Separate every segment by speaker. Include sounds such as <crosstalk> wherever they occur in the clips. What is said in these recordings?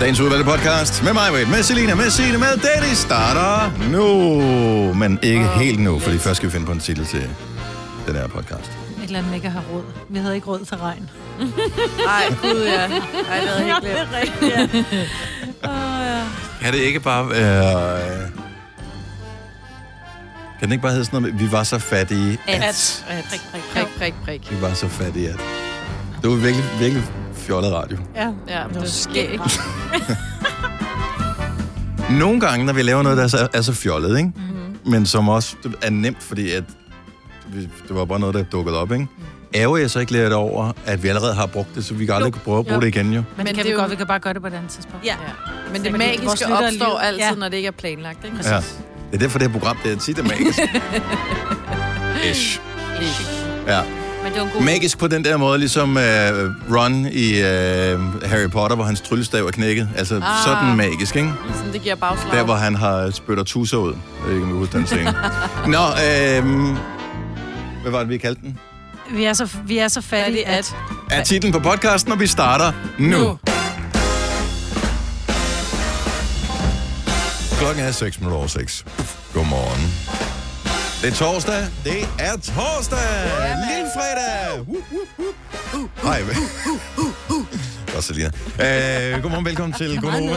Speaker 1: Dagens udvalgte podcast med mig, Britt, med Selina, med Signe, med Dennis starter nu. Men ikke helt nu, fordi først skal vi finde på en titel til den her podcast.
Speaker 2: Et eller andet med ikke at have råd. Vi havde ikke råd til regn.
Speaker 3: <laughs> Ej, gud ja. Ej, det havde jeg helt glemt.
Speaker 2: Det er rigtigt, ja.
Speaker 1: Kan det ikke bare være... Øh... Kan den ikke bare hedde sådan noget med, vi var så fattige, at...
Speaker 3: At. At. Prik, prik, prik, prik, prik.
Speaker 1: Vi var så fattige, at... Det var virkelig, virkelig fjollet radio.
Speaker 2: ja.
Speaker 3: Ja, men det var skægt. <laughs>
Speaker 1: Nogle gange, når vi laver noget, der er så, er så fjollet, ikke? Mm-hmm. men som også er nemt, fordi at vi, det var bare noget, der dukkede op, ikke? Ærger jeg så ikke lidt over, at vi allerede har brugt det, så vi kan aldrig kan prøve at bruge
Speaker 2: Jo.
Speaker 1: det igen, jo.
Speaker 2: Men,
Speaker 3: Men
Speaker 2: det kan
Speaker 3: det er
Speaker 2: vi
Speaker 3: jo-
Speaker 2: godt. Vi kan bare gøre det på et andet tidspunkt.
Speaker 3: Ja. Men
Speaker 2: Fordi
Speaker 3: det
Speaker 2: vores
Speaker 3: magiske
Speaker 2: lyttere
Speaker 3: opstår
Speaker 2: liv-
Speaker 3: altid,
Speaker 2: Ja.
Speaker 3: når det ikke er planlagt, ikke?
Speaker 1: Ja. Det er derfor, det her program, det er tit er magisk. Ish. Ja.
Speaker 4: Men det var en god...
Speaker 1: Magisk på den der måde, ligesom øh, Ron i øh, Harry Potter, hvor hans tryllestav er knækket. Altså ah. sådan magisk, ikke?
Speaker 3: Sådan, det giver bagslag.
Speaker 1: Der, hvor
Speaker 3: <laughs>
Speaker 1: han har spytter tusser ud. Jeg ved ikke, om du husker den scene. Nå, øh, hvad var det, vi kaldte den?
Speaker 2: Vi er så, vi er så fattige,
Speaker 3: Fattige,
Speaker 2: at...
Speaker 3: at-
Speaker 1: Er titlen på podcasten, og vi starter nu. nu. Klokken er 6 minutter over 6. Godmorgen. Det er torsdag. Det er torsdag. Lille fredag. Uh, uh, uh. Hej. Godt, Selina. Øh, godmorgen, velkommen
Speaker 5: <laughs>
Speaker 1: til Godmorgen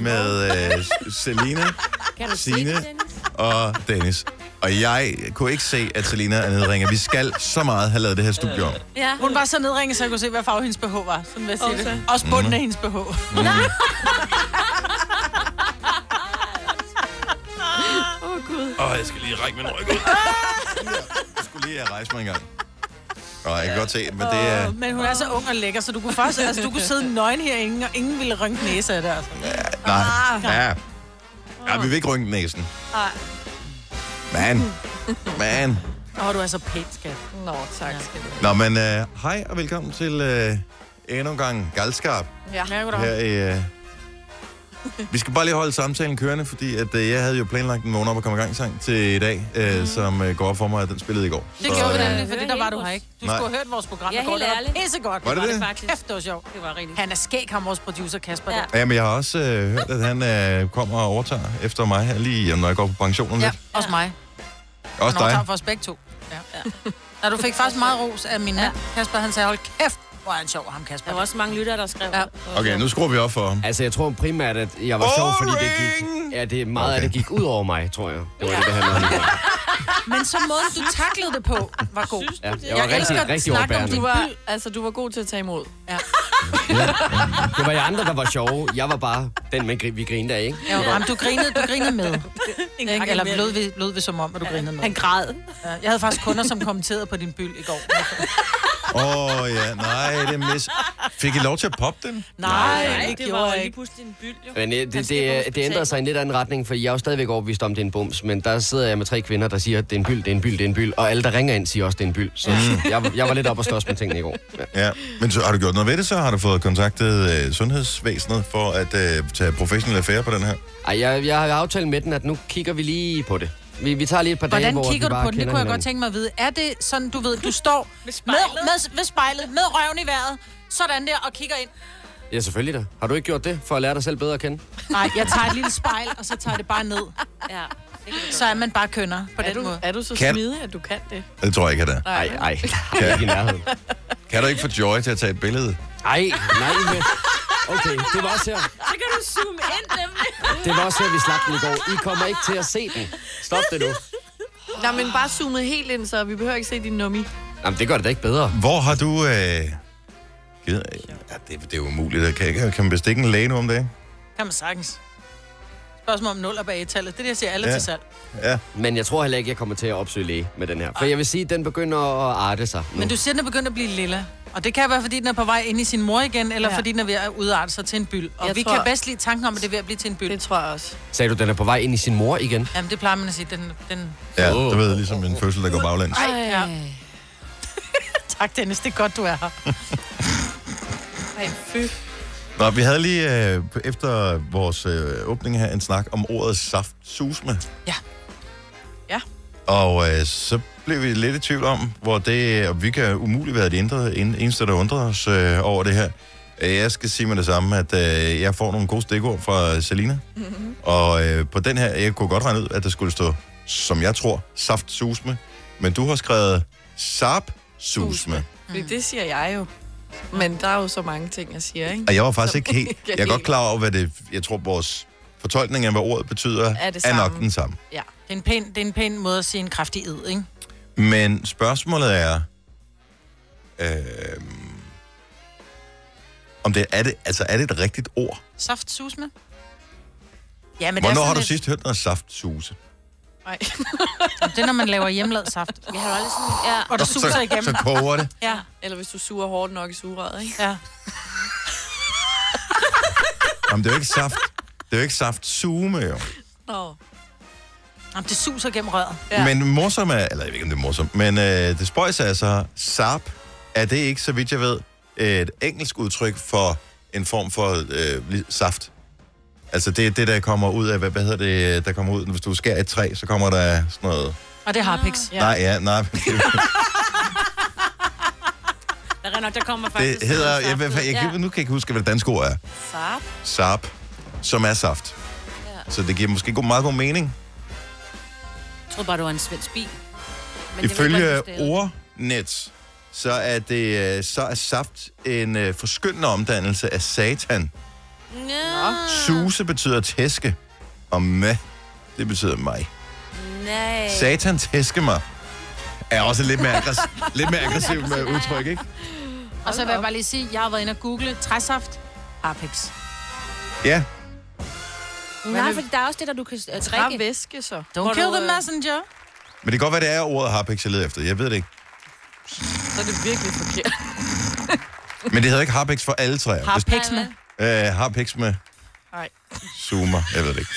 Speaker 1: med øh, Selina,
Speaker 4: Kan du
Speaker 1: Signe og Dennis. Og jeg kunne ikke se, at Selina er nedringer. Vi skal så meget have lavet det her studie om.
Speaker 4: Ja.
Speaker 6: Hun var så nedringet, så jeg kunne se, hvad farve hendes BH var. Sådan vil jeg sige det. Også bunden af hendes BH.
Speaker 1: Åh, jeg skal lige række min ryg ud. <laughs> Jeg skulle lige have rejse mig en gang. Nå, jeg kan godt se, men det er...
Speaker 6: Men hun er så ung og lækker, så du kunne faktisk, altså, du kunne sidde nøgen herinde, og ingen ville rynke næse af det. Altså.
Speaker 1: Nej. Ja. Ja, vi vil ikke rynke næsen. Man. Man.
Speaker 6: Åh, du er så pæn, skat.
Speaker 3: Nå, tak skal du have.
Speaker 1: Nå, men øh, hej og velkommen til øh, endnu en gang Galskab.
Speaker 3: Ja.
Speaker 1: Her i, øh... Vi skal bare lige holde samtalen kørende, fordi at, øh, jeg havde jo planlagt en vågen op og komme i gang sang til i dag, øh, mm. som øh, går op for mig, at den spillede i går.
Speaker 6: Det gjorde vi
Speaker 1: øh,
Speaker 6: nemlig, fordi der var du her ikke. Du
Speaker 1: Nej.
Speaker 6: skulle have hørt vores program.
Speaker 4: Ja,
Speaker 6: i går.
Speaker 4: helt
Speaker 6: det var
Speaker 4: ærligt.
Speaker 6: pissegodt.
Speaker 1: Var det det?
Speaker 4: faktisk.
Speaker 6: Kæft, det var sjovt.
Speaker 4: Det var rigtig.
Speaker 6: Han er skæg, ham vores producer Kasper. Ja.
Speaker 4: Ja.
Speaker 1: Ja, men jeg har også øh, hørt, at han øh, kommer og overtager efter mig her lige, når jeg går på pension om
Speaker 6: ja,
Speaker 1: lidt.
Speaker 6: også mig.
Speaker 1: Også
Speaker 6: Han overtager
Speaker 1: dig.
Speaker 6: for os begge to. Ja. Ja. du fik faktisk meget ros af min mand, Kasper. Han sagde, hold kæft, hvor er han sjov, ham Kasper.
Speaker 4: Der var også mange lyttere, der skrev.
Speaker 6: Ja.
Speaker 1: Okay, nu skruer vi op for ham.
Speaker 7: Altså, jeg tror primært, at jeg var sjov, fordi det
Speaker 1: Boring!
Speaker 7: gik... Ja, det er meget okay. af det gik ud over mig, tror jeg. Det var det, det handlede om.
Speaker 6: Men så måden, du taklede det på, var god.
Speaker 7: Ja, jeg
Speaker 6: Jeg
Speaker 7: var rigtig,
Speaker 6: elsker at
Speaker 7: rigtig
Speaker 6: snakke om
Speaker 7: overbærende.
Speaker 3: Du var, altså, du var god til at tage imod. <laughs>
Speaker 7: Det var jer andre, der var sjove. Jeg var bare den, man gri- vi grinede af, ikke?
Speaker 6: Ja, jamen, du grinede, du grinede
Speaker 4: <laughs>
Speaker 6: med. Ikke?
Speaker 3: gang
Speaker 6: Eller
Speaker 3: imellem.
Speaker 6: lød vi, lød vi som om, at du grinede med.
Speaker 4: Han græd.
Speaker 6: Ja, Jeg havde faktisk kunder, som kommenterede på din byld i går.
Speaker 1: Åh, oh, ja, nej, det er mis... Fik I lov til at poppe den?
Speaker 6: Nej,
Speaker 4: <laughs> Nej,
Speaker 6: det
Speaker 4: det var
Speaker 6: gjorde
Speaker 4: jo
Speaker 6: jeg
Speaker 4: lige
Speaker 6: ikke.
Speaker 4: pludselig en byld, jo.
Speaker 7: Men øh,
Speaker 4: Han
Speaker 7: det,
Speaker 4: skal på
Speaker 7: det, det, det ændrede
Speaker 4: hospitalet.
Speaker 7: sig i en lidt anden retning, for jeg er jo stadigvæk overbevist om, at det er en bums. Men der sidder jeg med tre kvinder, der siger, at det er en byld, det er en byld, det er en byld. Og alle, der ringer ind, siger også, at det er en byld. Så
Speaker 1: Mm.
Speaker 7: jeg, jeg var lidt op og slås med tingene i går. Ja.
Speaker 1: Ja, men så, har du gjort noget ved det så? Har du fået kontaktet øh, sundhedsvæsenet for at øh, tage professionel affære på den her?
Speaker 7: Ej, jeg, jeg har aftalt med den, at nu kigger vi lige på det. Vi, vi tager lige et par dage,
Speaker 6: Hvordan
Speaker 7: hvor
Speaker 6: kigger
Speaker 7: vi
Speaker 6: du
Speaker 7: bare
Speaker 6: på den? Det
Speaker 7: kender
Speaker 6: kunne jeg
Speaker 7: hinanden.
Speaker 6: godt tænke mig at vide. Er det sådan, du ved, du står med, med, ved spejlet, med røven i vejret, sådan der, og kigger ind?
Speaker 7: Ja, selvfølgelig da. Har du ikke gjort det, for at lære dig selv bedre at kende?
Speaker 6: Nej, jeg tager et lille spejl, og så tager jeg det bare ned.
Speaker 4: Ja.
Speaker 6: Så er man bare kønner på
Speaker 3: Er
Speaker 6: den
Speaker 3: du,
Speaker 6: måde.
Speaker 3: er du så
Speaker 1: Kan-
Speaker 3: smidig, at du kan det?
Speaker 1: Det tror jeg ikke, at det er.
Speaker 7: Nej, nej. Ikke i nærheden.
Speaker 1: Kan du ikke få Joy til at tage et billede?
Speaker 7: Ej, nej, men... Okay, det var også her.
Speaker 4: Så kan du zoome ind,
Speaker 3: <laughs>
Speaker 4: nemlig.
Speaker 7: Det var også her, vi slap den i går. I kommer ikke til at se den. Stop det nu.
Speaker 3: Nej, men bare zoomet helt ind, så vi behøver ikke se din nummi.
Speaker 7: Jamen, det gør det da ikke bedre.
Speaker 1: Hvor har du... Øh, givet, ja, det, det er jo umuligt. Kan, kan, kan man bestikke en læge nu om dagen?
Speaker 6: <laughs> Kan man sagtens. Spørgsmål om 0 og bag tallet. Det er det, jeg siger alle
Speaker 1: Ja.
Speaker 6: ja. til salg.
Speaker 1: Ja.
Speaker 7: Men jeg tror heller ikke, jeg kommer til at opsøge læge med den her. For jeg vil sige, at den begynder at arte sig nu.
Speaker 6: Men du siger, den er begyndt at blive lilla. Og det kan være, fordi den er på vej ind i sin mor igen, eller ja.
Speaker 3: Ja.
Speaker 6: fordi den er ved at udarte sig til en byld. Og
Speaker 3: Jeg
Speaker 6: vi
Speaker 3: tror-
Speaker 6: kan bedst lide tanken om, at det er ved at blive til en byld.
Speaker 3: Det tror jeg også.
Speaker 7: Sagde du, den er på vej ind i sin mor igen?
Speaker 6: Jamen, det plejer man at sige. Den, den...
Speaker 1: ja, du ved, ligesom en fødsel, der går baglæns.
Speaker 6: Ej, ja. tak, Dennis. Det er godt, du er <laughs> her.
Speaker 3: Ej, fy.
Speaker 1: Nå, vi havde lige øh, efter vores øh, åbning her en snak om ordet saftsusme.
Speaker 6: Ja.
Speaker 3: Ja.
Speaker 1: Og øh, så blev vi lidt i tvivl om, hvor det, og vi kan umuligt være det indre, en- eneste, der undrede os øh, over det her. Øh, Jeg skal sige med det samme, at øh, jeg får nogle gode stikord fra Selina. Mm-hmm. Og øh, på den her, jeg kunne godt regne ud, at der skulle stå, som jeg tror, saftsusme. Men du har skrevet sapsusme.
Speaker 3: Fordi
Speaker 6: Mm.
Speaker 3: det siger jeg jo. Men der er jo så mange ting, jeg siger, ikke?
Speaker 1: Og jeg var faktisk
Speaker 3: <laughs>
Speaker 1: ikke helt...
Speaker 3: ikke
Speaker 1: Jeg er godt
Speaker 3: helt.
Speaker 1: klar over, hvad det... Jeg tror, vores fortolkning af, hvad ordet betyder,
Speaker 3: Er det
Speaker 1: er nok
Speaker 3: samme.
Speaker 1: den samme.
Speaker 3: Ja.
Speaker 6: Det er en pæn, det er en pæn måde at sige en kraftig ed, ikke?
Speaker 1: Men spørgsmålet er, øh, om det er det, altså er det et rigtigt ord?
Speaker 6: Saft susme. Ja, men
Speaker 1: Hvornår
Speaker 6: det er
Speaker 1: har du
Speaker 6: lidt- <laughs>
Speaker 1: sidst hørt noget saftsuse?
Speaker 3: Nej.
Speaker 6: Det er, når man laver hjemlavet saft.
Speaker 4: Jeg har jo aldrig sådan... Ja.
Speaker 6: Og det suser igennem.
Speaker 1: Så koger det.
Speaker 6: Ja,
Speaker 3: Eller hvis du suger hårdt nok i sugerøret, ikke?
Speaker 6: ja.
Speaker 1: Jamen, det er jo ikke saft. Det er jo ikke saftsume, jo.
Speaker 3: Nå.
Speaker 6: Jamen, det suser gennem røret.
Speaker 1: Ja.
Speaker 3: Ja.
Speaker 1: Men morsomt er, eller jeg ved ikke, om det er morsomt, men øh, det spøjs er så, sap, er det ikke, så vidt jeg ved, et engelsk udtryk for en form for øh, li- saft? Altså det er det, der kommer ud af, hvad, hvad hedder det, der kommer ud, hvis du skærer et træ, så kommer der sådan noget,
Speaker 2: Og det er harpiks.
Speaker 1: ja. nej, ja, <laughs> nej,
Speaker 4: Der, render, der kommer faktisk...
Speaker 1: det hedder,
Speaker 4: noget
Speaker 1: jeg, ved, jeg,
Speaker 4: saftet.
Speaker 1: jeg,
Speaker 4: Ja.
Speaker 1: kan, nu kan jeg ikke huske, hvad det danske ord er,
Speaker 3: Sap.
Speaker 1: sap, som er saft. Ja. Så det giver måske god, meget god mening.
Speaker 4: Jeg troede bare, det var en svensk bil. Men det ved jeg
Speaker 1: Ifølge
Speaker 4: godt, hvis det er.
Speaker 1: ordnet, så er, det, øh, så er saft en øh, forskyndende omdannelse af satan.
Speaker 4: Nå.
Speaker 1: Suse betyder tæske, og med, det betyder mig.
Speaker 4: Nej.
Speaker 1: Satan tæske mig er også lidt mere, aggress- lidt mere aggressiv med udtryk, ikke?
Speaker 2: Og så vil jeg bare lige sige, jeg har været inde og google træsaft. Harpiks.
Speaker 1: Ja,
Speaker 4: Nej, for der er også det, der du kan øh,
Speaker 3: Bare
Speaker 4: drikke.
Speaker 3: væske så.
Speaker 6: Don't kill
Speaker 3: øh,
Speaker 6: the messenger.
Speaker 1: men det kan godt være, det er ordet har jeg leder efter. Jeg ved det ikke.
Speaker 3: Så er det virkelig forkert.
Speaker 1: Men det hedder ikke harpiks for alle træer. Hvis-
Speaker 6: Harpiks med.
Speaker 1: Øh, harpiks med
Speaker 3: Nej.
Speaker 1: zoomer. Jeg ved det ikke.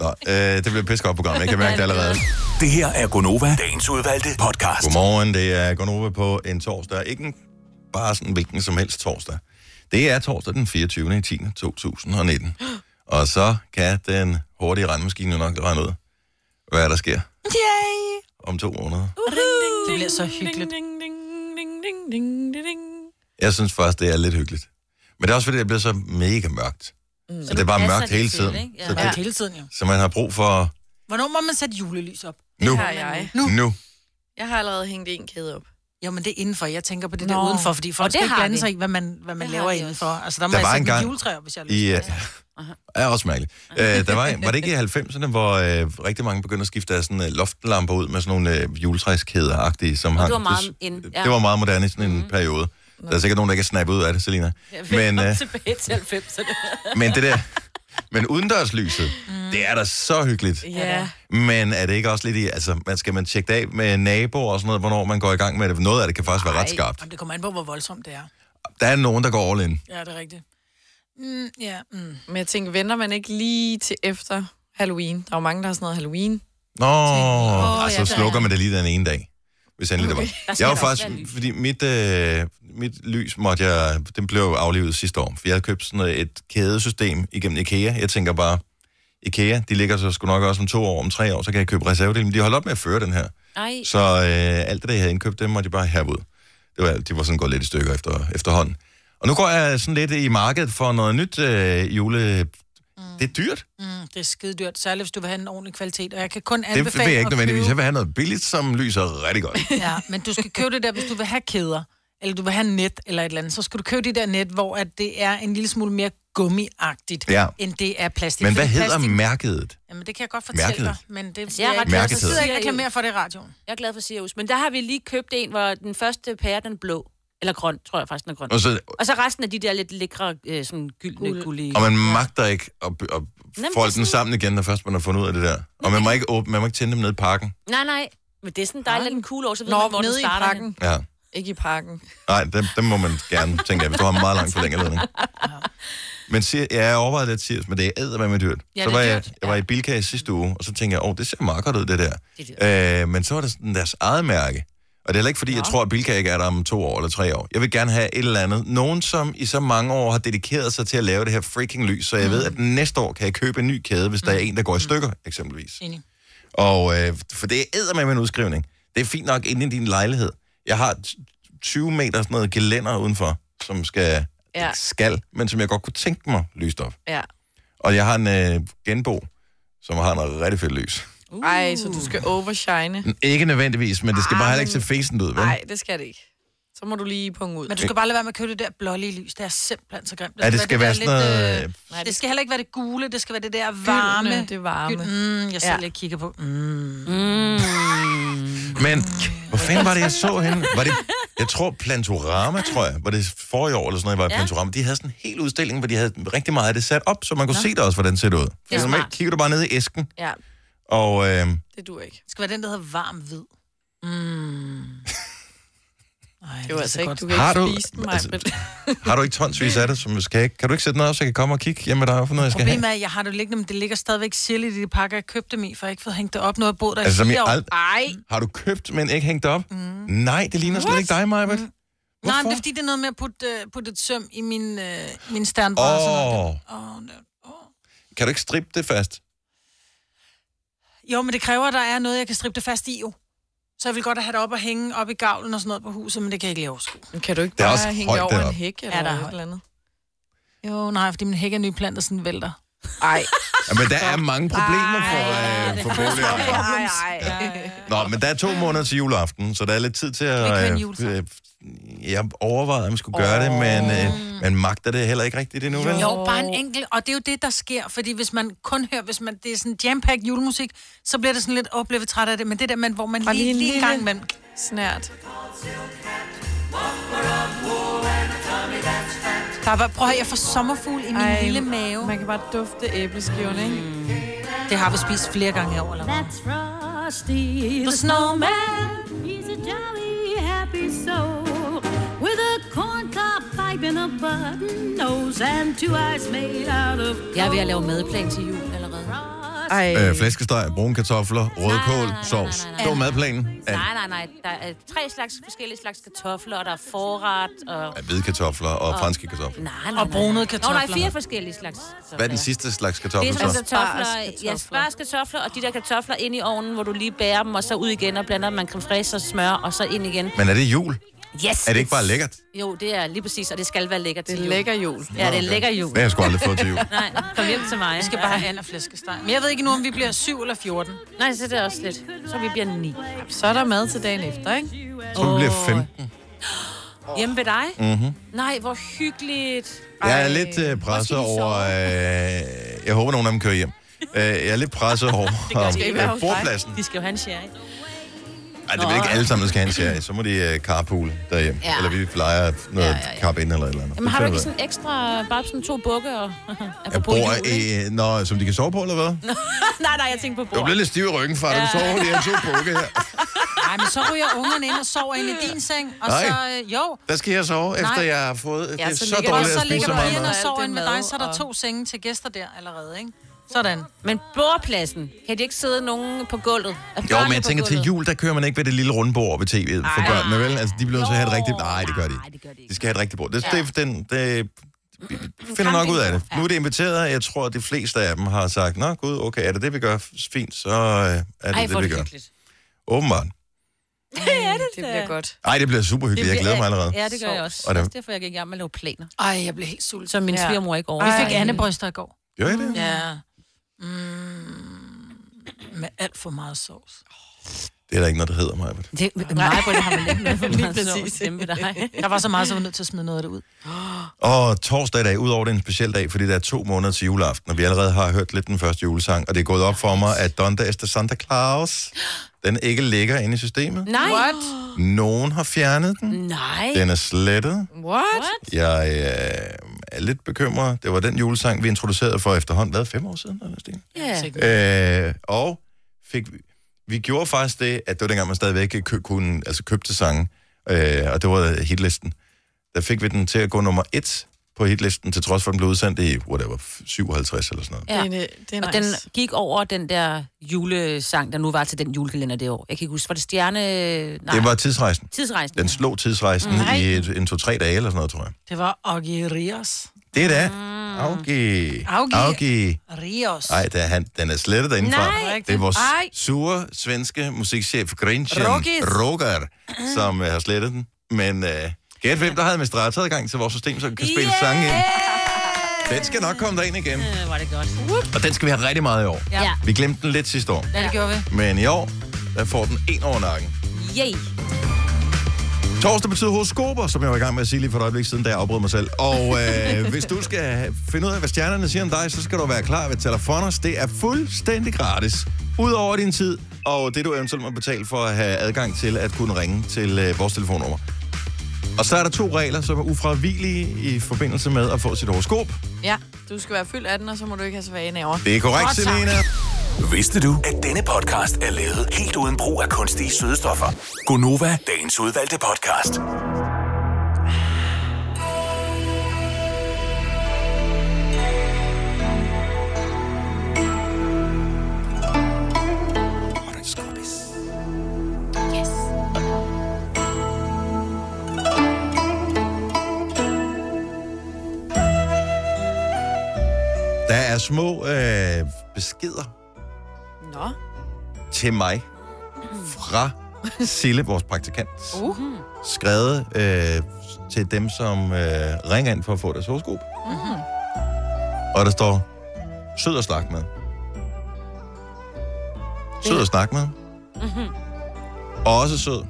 Speaker 1: Nå, øh, det bliver pisket op program. Jeg kan mærke det allerede.
Speaker 8: Det her er Gonova, dagens udvalgte podcast.
Speaker 1: Godmorgen, det er Gonova på en torsdag. Ikke en, bare sådan hvilken som helst torsdag. Det er torsdag den 24. i 10. 2019. Og så kan den hurtige regnmaskine jo nok regne ud, hvad der sker
Speaker 6: Yay!
Speaker 1: om to måneder.
Speaker 6: Det bliver så hyggeligt.
Speaker 3: Ding, ding, ding, ding, ding, ding, ding.
Speaker 1: Jeg synes faktisk, det er lidt hyggeligt. Men det er også fordi, det bliver så mega mørkt. Mm. Så det er bare
Speaker 4: passer
Speaker 1: mørkt
Speaker 4: det
Speaker 1: hele
Speaker 4: til,
Speaker 1: tiden.
Speaker 4: ikke? Ja.
Speaker 1: Så,
Speaker 6: Ja.
Speaker 1: det,
Speaker 6: Hele tiden jo.
Speaker 1: så man har brug for
Speaker 6: Hvornår må man sætte julelys op?
Speaker 1: nu,
Speaker 3: Har jeg.
Speaker 1: nu, nu.
Speaker 3: Jeg har allerede hængt en kæde op.
Speaker 6: Jamen, det er indenfor. Jeg tænker på det der
Speaker 3: Nå.
Speaker 6: udenfor, fordi folk
Speaker 4: Og det
Speaker 6: skal ikke
Speaker 4: har
Speaker 6: blande
Speaker 4: vi.
Speaker 6: sig i, hvad man, hvad man
Speaker 4: Det
Speaker 6: laver
Speaker 4: har vi
Speaker 6: indenfor. Altså, der må
Speaker 1: Der
Speaker 6: jeg
Speaker 1: var
Speaker 6: sætte mit
Speaker 1: engang-
Speaker 6: juletræ op, hvis jeg har lyst.
Speaker 1: I, øh, er også mærkeligt. Øh, der var, en- var det ikke i 90'erne, hvor øh, rigtig mange begyndte at skifte deres sådan, øh, loftlamper ud med sådan nogle øh, juletræskæder-agtige, som hang.
Speaker 4: det var meget
Speaker 1: Det-
Speaker 4: in,
Speaker 1: Ja.
Speaker 4: ja.
Speaker 1: Det var meget moderne i sådan en mm. periode. Der er sikkert nogen, der kan snappe ud af det, Selina. Men, øh,
Speaker 4: Tilbage til 90'erne.
Speaker 1: men det der... Men udendørslyset, mm. det er da så hyggeligt.
Speaker 3: Ja.
Speaker 1: Men er det ikke også lidt i... Altså, man skal man tjekke det af med naboer og sådan noget, hvornår man går i gang med det? Noget af det kan faktisk være øh, ret skarpt.
Speaker 6: Jamen, det kommer an på, hvor voldsomt det er.
Speaker 1: Der er nogen, der går all in.
Speaker 6: Ja, det er rigtigt. Mm, ja, mm.
Speaker 3: Men jeg tænker, venter man ikke lige til efter Halloween? Der er jo mange, der har sådan noget Halloween.
Speaker 1: Nå, oh,
Speaker 2: Åh,
Speaker 1: altså,
Speaker 2: ja,
Speaker 1: så
Speaker 2: der
Speaker 1: slukker man det lige den ene dag. Hvis endelig okay. det var.
Speaker 4: skal
Speaker 1: Jeg var
Speaker 4: der også være
Speaker 1: faktisk,
Speaker 4: lys.
Speaker 1: fordi mit, øh, mit lys måtte jeg, den blev jo aflivet sidste år, for jeg havde købt sådan noget- et kædesystem igennem IKEA. Jeg tænker bare, IKEA, de ligger så sgu nok også om to år, om tre år, så kan jeg købe reservedelen. Men de holdt op med at føre den her.
Speaker 4: Nej.
Speaker 1: Så øh, alt det, der jeg havde indkøbt, det måtte jeg bare have ud. Det var, de var sådan gået lidt i stykker efter, efterhånden. Og nu går jeg sådan lidt i markedet for noget nyt øh, jule... Mm. Det er dyrt.
Speaker 6: Mm, det er skide dyrt, særligt hvis du vil have en ordentlig kvalitet. Og jeg kan kun anbefale
Speaker 1: Det vil jeg ikke
Speaker 6: at
Speaker 1: nødvendigvis.
Speaker 6: købe-
Speaker 1: Jeg
Speaker 6: Altså,
Speaker 1: vil have noget billigt, som lyser rigtig
Speaker 6: <laughs>
Speaker 1: godt.
Speaker 6: Ja, men du skal købe det der, hvis du vil have kæder, eller du vil have net eller et eller andet. Så skal du købe det der net, hvor at det er en lille smule mere gummiagtigt,
Speaker 1: Ja.
Speaker 6: end det er plastik.
Speaker 1: Men hvad
Speaker 6: Fordi
Speaker 1: hedder
Speaker 6: plastik?
Speaker 1: mærket?
Speaker 6: Jamen, det kan jeg godt fortælle
Speaker 1: Mærket?
Speaker 6: dig, men det
Speaker 4: Altså, jeg er ret glad
Speaker 1: for
Speaker 6: jeg sidder ikke
Speaker 4: Sirius.
Speaker 6: reklamere for det i radioen.
Speaker 4: Jeg er glad for Sirius. Men der har vi lige købt en, hvor den første pære, den er blå. Eller grøn, tror jeg faktisk, den er grøn.
Speaker 1: Og, så,
Speaker 4: Og så resten af de der lidt lækre, øh, sådan gyldne, Guld. gullige.
Speaker 1: og man magter ikke at, at folde den
Speaker 4: sådan-
Speaker 1: sammen igen, når først man har fundet ud af det der. Og man må ikke, åbne, man må ikke tænde dem ned i parken.
Speaker 4: Nej, nej. Men det er sådan dejligt, at den cool over, så ved man,
Speaker 3: Nå,
Speaker 4: hvor den
Speaker 3: nede i
Speaker 4: starter.
Speaker 3: pakken.
Speaker 1: Ja.
Speaker 3: Ikke i pakken.
Speaker 1: Nej, dem, dem må man gerne, tænker jeg, hvis du har en meget lang forlænget ledning. Men siger, ja, jeg overvejede lidt, Sirius, men det er med dyrt.
Speaker 4: Ja,
Speaker 1: så
Speaker 4: det er
Speaker 1: var jeg,
Speaker 4: dyrt,
Speaker 1: jeg var i Bilka i sidste uge, og så tænkte jeg, åh, det ser meget godt ud, det der.
Speaker 4: Det er
Speaker 1: øh, men så var det sådan deres eget mærke. Og det er heller ikke, fordi jeg tror, at Bilka ikke er der om to år eller tre år. Jeg vil gerne have et eller andet. Nogen, som i så mange år har dedikeret sig til at lave det her freaking lys, så jeg
Speaker 4: Mm.
Speaker 1: ved, at næste år kan jeg købe en ny kæde, hvis der er en, der går i stykker, eksempelvis.
Speaker 6: Enig.
Speaker 1: Og øh, for det er med en udskrivning. Det er fint nok inde i din lejlighed. Jeg har t- 20 meter sådan noget gelænder udenfor, som skal, ja.
Speaker 4: Ja.
Speaker 1: skal, men som jeg godt kunne tænke mig lyst op.
Speaker 4: Ja.
Speaker 1: Og jeg har en øh, genbo, som har noget rigtig fedt lys.
Speaker 3: Ej, så du skal overshine.
Speaker 1: Ikke nødvendigvis, men det skal bare heller ikke se fæsent ud, vel?
Speaker 3: Nej, det skal det ikke. Så må du lige punge ud.
Speaker 6: Men du skal bare lade være med at købe det der blålige lys. Det er simpelthen så grimt.
Speaker 1: Ja, det skal være
Speaker 6: der
Speaker 1: sådan noget,
Speaker 6: lidt,
Speaker 1: øh,
Speaker 6: øh, det skal heller ikke være det gule, det skal være det der varme.
Speaker 3: varme. Det varme.
Speaker 6: Gyld- Mm, jeg selv ikke kigger på. Mm.
Speaker 1: Men hvor fanden var det, jeg så henne? Var det, jeg tror, Plantorama, tror jeg, var det forrige år eller sådan noget, jeg var ja. Plantorama. De havde sådan en hel udstilling, hvor de havde rigtig meget af det sat op, så man kunne Nå. se der også, hvordan ser det ud. For normalt kigger du bare ned i æsken,
Speaker 4: Ja,
Speaker 1: og øh,
Speaker 3: Det dur ikke.
Speaker 6: Det skal være den, der hedder varm hvid. Mm. Ej,
Speaker 3: Det var altså ikke, du kan
Speaker 1: Har
Speaker 3: ikke
Speaker 1: du-
Speaker 3: spise den,
Speaker 1: altså-
Speaker 3: altså...
Speaker 1: <laughs> har du ikke tonsvis af det, som skal jeg ikke, kan du ikke sætte noget op, så jeg kan komme og kigge hjemme med dig og finde noget, jeg skal have?
Speaker 6: Problemet er, at jeg har det liggende, men det ligger stadigvæk sirligt i de pakker, jeg købte dem i, for jeg har ikke fået hængt det op, når jeg boede der
Speaker 1: Altså, som
Speaker 6: i
Speaker 1: I
Speaker 6: fire år.
Speaker 1: ald-
Speaker 4: Ej.
Speaker 1: har du købt, men ikke hængt det op? Mm. Nej, det ligner slet ikke dig, Majbert. Mm.
Speaker 6: Nej, men det
Speaker 1: Hvorfor?
Speaker 6: er fordi, det er noget med at putte, øh, putte et søm i min, øh, min sternbar.
Speaker 1: Åh, oh,
Speaker 6: Oh, no. oh.
Speaker 1: kan du ikke strippe det fast?
Speaker 6: Jo, men det kræver, at der er noget, jeg kan strippe det fast i jo. Så jeg vil godt have det op og hænge op i gavlen og sådan noget på huset, men det kan jeg ikke lige overskue.
Speaker 3: Kan du ikke
Speaker 1: Der er også
Speaker 3: bare hænge
Speaker 1: højt
Speaker 3: det over
Speaker 1: deroppe.
Speaker 3: en hæk eller
Speaker 6: Ja, der er
Speaker 3: ja, et
Speaker 6: højt.
Speaker 3: eller andet?
Speaker 6: Jo, nej, fordi min hæk er nyplanter sådan vælter.
Speaker 3: Ej,
Speaker 1: Ja, men der er mange problemer for, øh, for boliger.
Speaker 4: Ej, ej, ej.
Speaker 1: Nå, men der er to måneder til juleaften, så der er lidt tid til
Speaker 6: vi køre
Speaker 1: at...
Speaker 6: en juletræ?
Speaker 1: øh, jeg overvejede, om jeg skulle gøre det, men øh, man magter det heller ikke rigtigt endnu, vel?
Speaker 6: Jo, bare en enkelt. Og det er jo det, der sker. Fordi hvis man kun hører, hvis man, det er sådan jam julemusik, så bliver det sådan lidt oplevet træt af det. Men det der, man, hvor man lige,
Speaker 3: lige
Speaker 6: lige,
Speaker 3: en
Speaker 6: lige en
Speaker 3: lille-
Speaker 6: gang imellem
Speaker 3: snært.
Speaker 6: Der var, prøv at høre, jeg får sommerfugl i min Ej.
Speaker 3: Ej.
Speaker 6: lille mave. Mm.
Speaker 3: Man kan bare dufte æbleskiverne, ikke?
Speaker 6: Det har vi spist flere gange herovre. eller hvad?
Speaker 9: That's Frosty
Speaker 6: The
Speaker 9: the
Speaker 6: snowman.
Speaker 9: Snowman. He's a jolly, happy soul with a corncob pipe and a button nose and two eyes made out of
Speaker 4: Jeg er ved at lave madplan til jul allerede.
Speaker 9: frost.
Speaker 3: Ej,
Speaker 1: Øh, flæskesteg, brune kartofler, rødkål, sovs. Det var madplanen af
Speaker 4: Nej, nej, nej. Der er tre slags, forskellige slags kartofler, og der er forret, og...
Speaker 1: af hvide kartofler og franske kartofler.
Speaker 4: Nej, nej, nej.
Speaker 6: Og brunede kartofler.
Speaker 4: Nå, nej, fire forskellige slags. kartofler.
Speaker 1: Hvad er den sidste slags
Speaker 4: Det er
Speaker 1: kartofler
Speaker 4: sådan
Speaker 1: så?
Speaker 4: nogle kartofler,
Speaker 3: Spars
Speaker 4: ja,
Speaker 3: kartofler.
Speaker 4: spars kartofler, og de der kartofler ind i ovnen, hvor du lige bærer dem, og så ud igen, og blander man creme fraiche og smør, og så ind igen.
Speaker 1: Men er det jul?
Speaker 4: Yes!
Speaker 1: Er det ikke bare lækkert?
Speaker 4: Jo, det er lige præcis, og det skal være lækkert
Speaker 3: det
Speaker 4: til
Speaker 3: er
Speaker 4: jul.
Speaker 3: lækker jul.
Speaker 4: Ja, det er lækker jul.
Speaker 1: Det har jeg sgu aldrig fået til jul.
Speaker 4: <laughs> Nej, kom hjem til mig. Vi
Speaker 6: Jeg skal bare have and og flæskesteg. Men jeg ved ikke nu, om vi bliver 7 eller 14.
Speaker 4: Nej, så er det også lidt. Så vi bliver ni.
Speaker 3: Så er der mad til dagen efter, ikke?
Speaker 1: Jeg tror, vi bliver 15.
Speaker 4: Hjemme ved dig? Mm-hmm. Nej, hvor hyggeligt.
Speaker 1: Mm. Jeg er lidt øh, presset
Speaker 4: Hvor skal de
Speaker 1: over... Øh, jeg håber, nogen af dem kører hjem. Øh, jeg er lidt presset over om,
Speaker 3: ikke være
Speaker 1: øh,
Speaker 3: hos dig.
Speaker 1: bordpladsen.
Speaker 4: De skal jo have en sherry.
Speaker 1: Ej, det er vel ikke alle sammen, der skal have en serie. Så må de uh, carpool derhjemme. Ja.
Speaker 4: Ja.
Speaker 1: Eller vi lejer noget ja, ja, ja. carp ind eller et eller andet.
Speaker 4: Jamen, har du
Speaker 1: Det
Speaker 4: ikke
Speaker 1: finder
Speaker 4: sådan ekstra, bare sådan to bukke og... <laughs>
Speaker 1: Jeg bor i... Nå, som de kan sove på, eller
Speaker 4: <laughs>
Speaker 1: hvad?
Speaker 4: Nej, nej, jeg tænker på
Speaker 1: Du
Speaker 4: bord.
Speaker 1: bliver lidt stiv i ryggen, far. Du sover på de her to bukke her.
Speaker 6: Nej, men så ryger ungerne ind og sover ind i din seng. Og så,
Speaker 1: Nej.
Speaker 6: øh, jo.
Speaker 1: Der skal jeg sove, efter
Speaker 6: Nej.
Speaker 1: jeg har fået... Det
Speaker 3: Ja,
Speaker 1: er
Speaker 3: så
Speaker 1: så
Speaker 3: ligger-
Speaker 6: Og
Speaker 1: dårligt
Speaker 6: så
Speaker 1: at spise
Speaker 6: ligger
Speaker 1: så
Speaker 6: du
Speaker 1: meget
Speaker 6: ind og
Speaker 1: mad.
Speaker 3: mad.
Speaker 6: sover
Speaker 3: Alt
Speaker 6: ind
Speaker 3: det
Speaker 6: med dig,
Speaker 3: mad
Speaker 6: så er der
Speaker 3: og-
Speaker 6: to senge til gæster der allerede, ikke? Sådan.
Speaker 4: Men bordpladsen, kan de ikke sidde nogen på gulvet? Er
Speaker 1: Jo,
Speaker 4: børnene
Speaker 1: men jeg
Speaker 4: på
Speaker 1: tænker, til
Speaker 4: gulvet?
Speaker 1: jul, der kører man ikke ved det lille runde bord ved tv'et for
Speaker 4: Ej.
Speaker 1: børnene, vel? Altså, de bliver nødt til at have et rigtigt... Nej, det gør de
Speaker 4: Nej,
Speaker 1: ikke.
Speaker 4: det gør de ikke.
Speaker 1: De skal have et rigtigt bord. Det, ja. det, den, det finder nok ud af det. Nu er det inviteret, og jeg tror, at de fleste af dem har sagt, Nå, gud, okay, er det det, vi gør? Fint, så øh, er det
Speaker 4: Ej, hvor
Speaker 1: Ej, det,
Speaker 4: er
Speaker 1: vi
Speaker 4: det
Speaker 1: gør.
Speaker 4: hyggeligt.
Speaker 1: Åbenbart.
Speaker 3: Det bliver godt.
Speaker 1: Ej, det bliver super hyggeligt. Jeg glæder mig allerede.
Speaker 4: Ja, det gør jeg også.
Speaker 1: Og
Speaker 4: Og
Speaker 1: der-
Speaker 4: det er derfor, jeg gik i gang med at lave planer.
Speaker 6: Ej, jeg blev helt sulten.
Speaker 4: Så min
Speaker 3: Ja.
Speaker 4: svigermor ikke over.
Speaker 6: Vi fik andebryster i går.
Speaker 1: Gør I det?
Speaker 6: Ja. Mm, med alt for meget sovs.
Speaker 1: Det er der ikke noget, der hedder mig. Det
Speaker 4: Det er mig, hvor det har man
Speaker 6: <laughs>
Speaker 4: lidt med for
Speaker 3: Lige
Speaker 4: meget
Speaker 3: præcis.
Speaker 4: sovs hjemme ved dig.
Speaker 6: Der var så meget, så jeg var nødt til at smide noget af det
Speaker 4: <gasps>
Speaker 6: ud.
Speaker 1: Og torsdag i dag, udover det er en speciel dag, fordi det er to måneder til juleaften, og vi allerede har hørt lidt den første julesang, og det er gået op for mig, at Donda Esther Santa Claus, den ikke ligger inde i systemet.
Speaker 4: Nej. What?
Speaker 1: Nogen har fjernet den.
Speaker 4: Nej.
Speaker 1: Den er slettet.
Speaker 3: What?
Speaker 1: Jeg øh, er lidt bekymret. Det var den julesang, vi introducerede for efterhånden, hvad, fem år siden? Eller sådan noget?
Speaker 4: Ja.
Speaker 1: Øh, og fik, vi gjorde faktisk det, at det var dengang, man stadigvæk kø, kunne, altså købte sange, øh, og det var hitlisten. Der fik vi den til at gå nummer et på hitlisten, til trods for, at den blev udsendt i, whatever, 57 eller sådan noget.
Speaker 4: Ja.
Speaker 6: øh,
Speaker 3: Det, er- det er nice.
Speaker 4: Og den gik over den der julesang, der nu var til den julekalender det år. Jeg kan ikke huske, var det stjerne... Nej,
Speaker 1: Det var tidsrejsen.
Speaker 4: tidsrejsen. Mm.
Speaker 1: Den slog tidsrejsen Nej. i et, en to-tre dage eller sådan noget, tror jeg.
Speaker 6: Det var Augie Rios.
Speaker 1: Det er da.
Speaker 4: Mm.
Speaker 1: Augi.
Speaker 6: Augie.
Speaker 1: Augi.
Speaker 6: Rios.
Speaker 1: Ej, det er han, den er slettet derindefra.
Speaker 4: Nej.
Speaker 1: Det er vores
Speaker 3: Ej.
Speaker 1: sure svenske musikchef Grinchen
Speaker 3: Rogis.
Speaker 1: Roger, som øh, har slettet den. Men øh, gæt hvem, der havde administratoradgang til vores system, så vi kan spille yeah! sange ind. Den skal nok komme derind igen.
Speaker 4: Øh, var det godt.
Speaker 1: Og den skal vi have rigtig meget i år.
Speaker 2: Ja.
Speaker 4: Ja.
Speaker 1: Vi glemte den lidt sidste år.
Speaker 2: Ja, det gjorde vi.
Speaker 1: Men i år, der får den en over nakken.
Speaker 4: Yay.
Speaker 1: Torsdag betyder horoskoper, som jeg var i gang med at sige lige for et øjeblik siden, da jeg afbrød mig selv. Og øh, hvis du skal finde ud af, hvad stjernerne siger om dig, så skal du være klar ved Telefonos. Det er fuldstændig gratis. Udover din tid, og det du eventuelt må betale for at have adgang til at kunne ringe til øh, vores telefonnummer. Og så er der to regler, som er ufravigelige i forbindelse med at få sit horoskop.
Speaker 3: Ja, du skal være fyldt 18, og så må du ikke have svaneaver.
Speaker 1: Det er korrekt,
Speaker 2: Godt så.
Speaker 1: Selena.
Speaker 8: Vidste du, at denne podcast er lavet helt uden brug af kunstige sødestoffer? Gonova, dagens udvalgte podcast.
Speaker 1: Der er små øh, beskeder
Speaker 3: Nå.
Speaker 1: til mig fra Sille, vores praktikant. Uh. Skrevet øh, til dem, som øh, ringer ind for at få deres horoskop. Uh. Og der står, sød at snakke med. Sød at snakke med. Og også sød.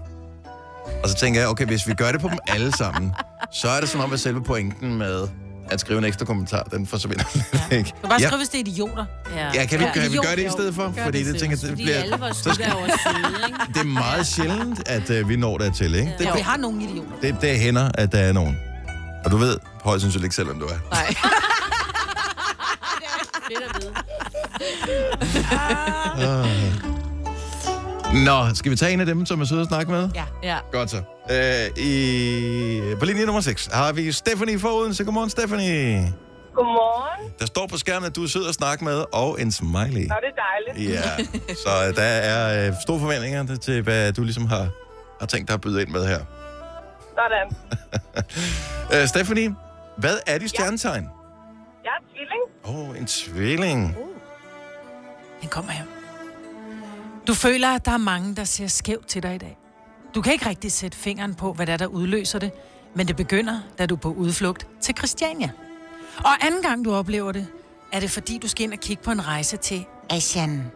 Speaker 1: Og så tænker jeg, okay, hvis vi gør det på dem alle sammen, så er det som om, at selve pointen med at skrive en ekstra kommentar, den forsvinder lidt, ikke?
Speaker 2: Du kan bare
Speaker 1: Ja.
Speaker 2: skrive, hvis det er idioter.
Speaker 4: Ja.
Speaker 1: Ja, kan vi,
Speaker 2: Ja.
Speaker 1: kan vi
Speaker 2: Jo,
Speaker 1: gøre det i
Speaker 2: jo.
Speaker 1: stedet for?
Speaker 2: Gør
Speaker 1: Fordi
Speaker 2: det
Speaker 1: det,
Speaker 2: i
Speaker 1: tænker,
Speaker 2: stedet.
Speaker 1: det
Speaker 4: Fordi alle
Speaker 1: bliver...
Speaker 4: vores
Speaker 1: Så
Speaker 4: gutter
Speaker 1: skal,
Speaker 4: er jo søde, ikke?
Speaker 1: det er meget sjældent, at øh, vi når dertil, ikke? <laughs> Det,
Speaker 2: Ja. Vi har nogle idioter.
Speaker 1: det, det hænder, at der er nogen. Og du ved højst sandsynligt ikke selv, hvem du er.
Speaker 3: Nej.
Speaker 4: Fedt at vide.
Speaker 1: Nå, skal vi tage en af dem, som er sød at snakke med?
Speaker 2: Ja.
Speaker 3: Ja.
Speaker 1: Godt så. Øh, i, på linje nummer 6 har vi Stephanie fra Odense. Godmorgen, Stephanie.
Speaker 10: Godmorgen.
Speaker 1: Der står på skærmen, at du er sød at snakke med, og en smiley.
Speaker 10: Nå, det er dejligt.
Speaker 1: Ja, så øh, der er øh, store forventninger til, hvad du ligesom har, har tænkt dig at byde ind med her.
Speaker 10: Sådan.
Speaker 1: Øh, Stephanie, hvad er dit stjernetegn?
Speaker 10: Jeg er tvilling.
Speaker 1: Åh, oh, en tvilling.
Speaker 6: Den kommer her. Du føler, at der er mange, der ser skævt til dig i dag. Du kan ikke rigtig sætte fingeren på, hvad der, er, der udløser det, men det begynder, da du er på udflugt til Christiania. Og anden gang, du oplever det, er det fordi, du skal ind og kigge på en rejse til Asien.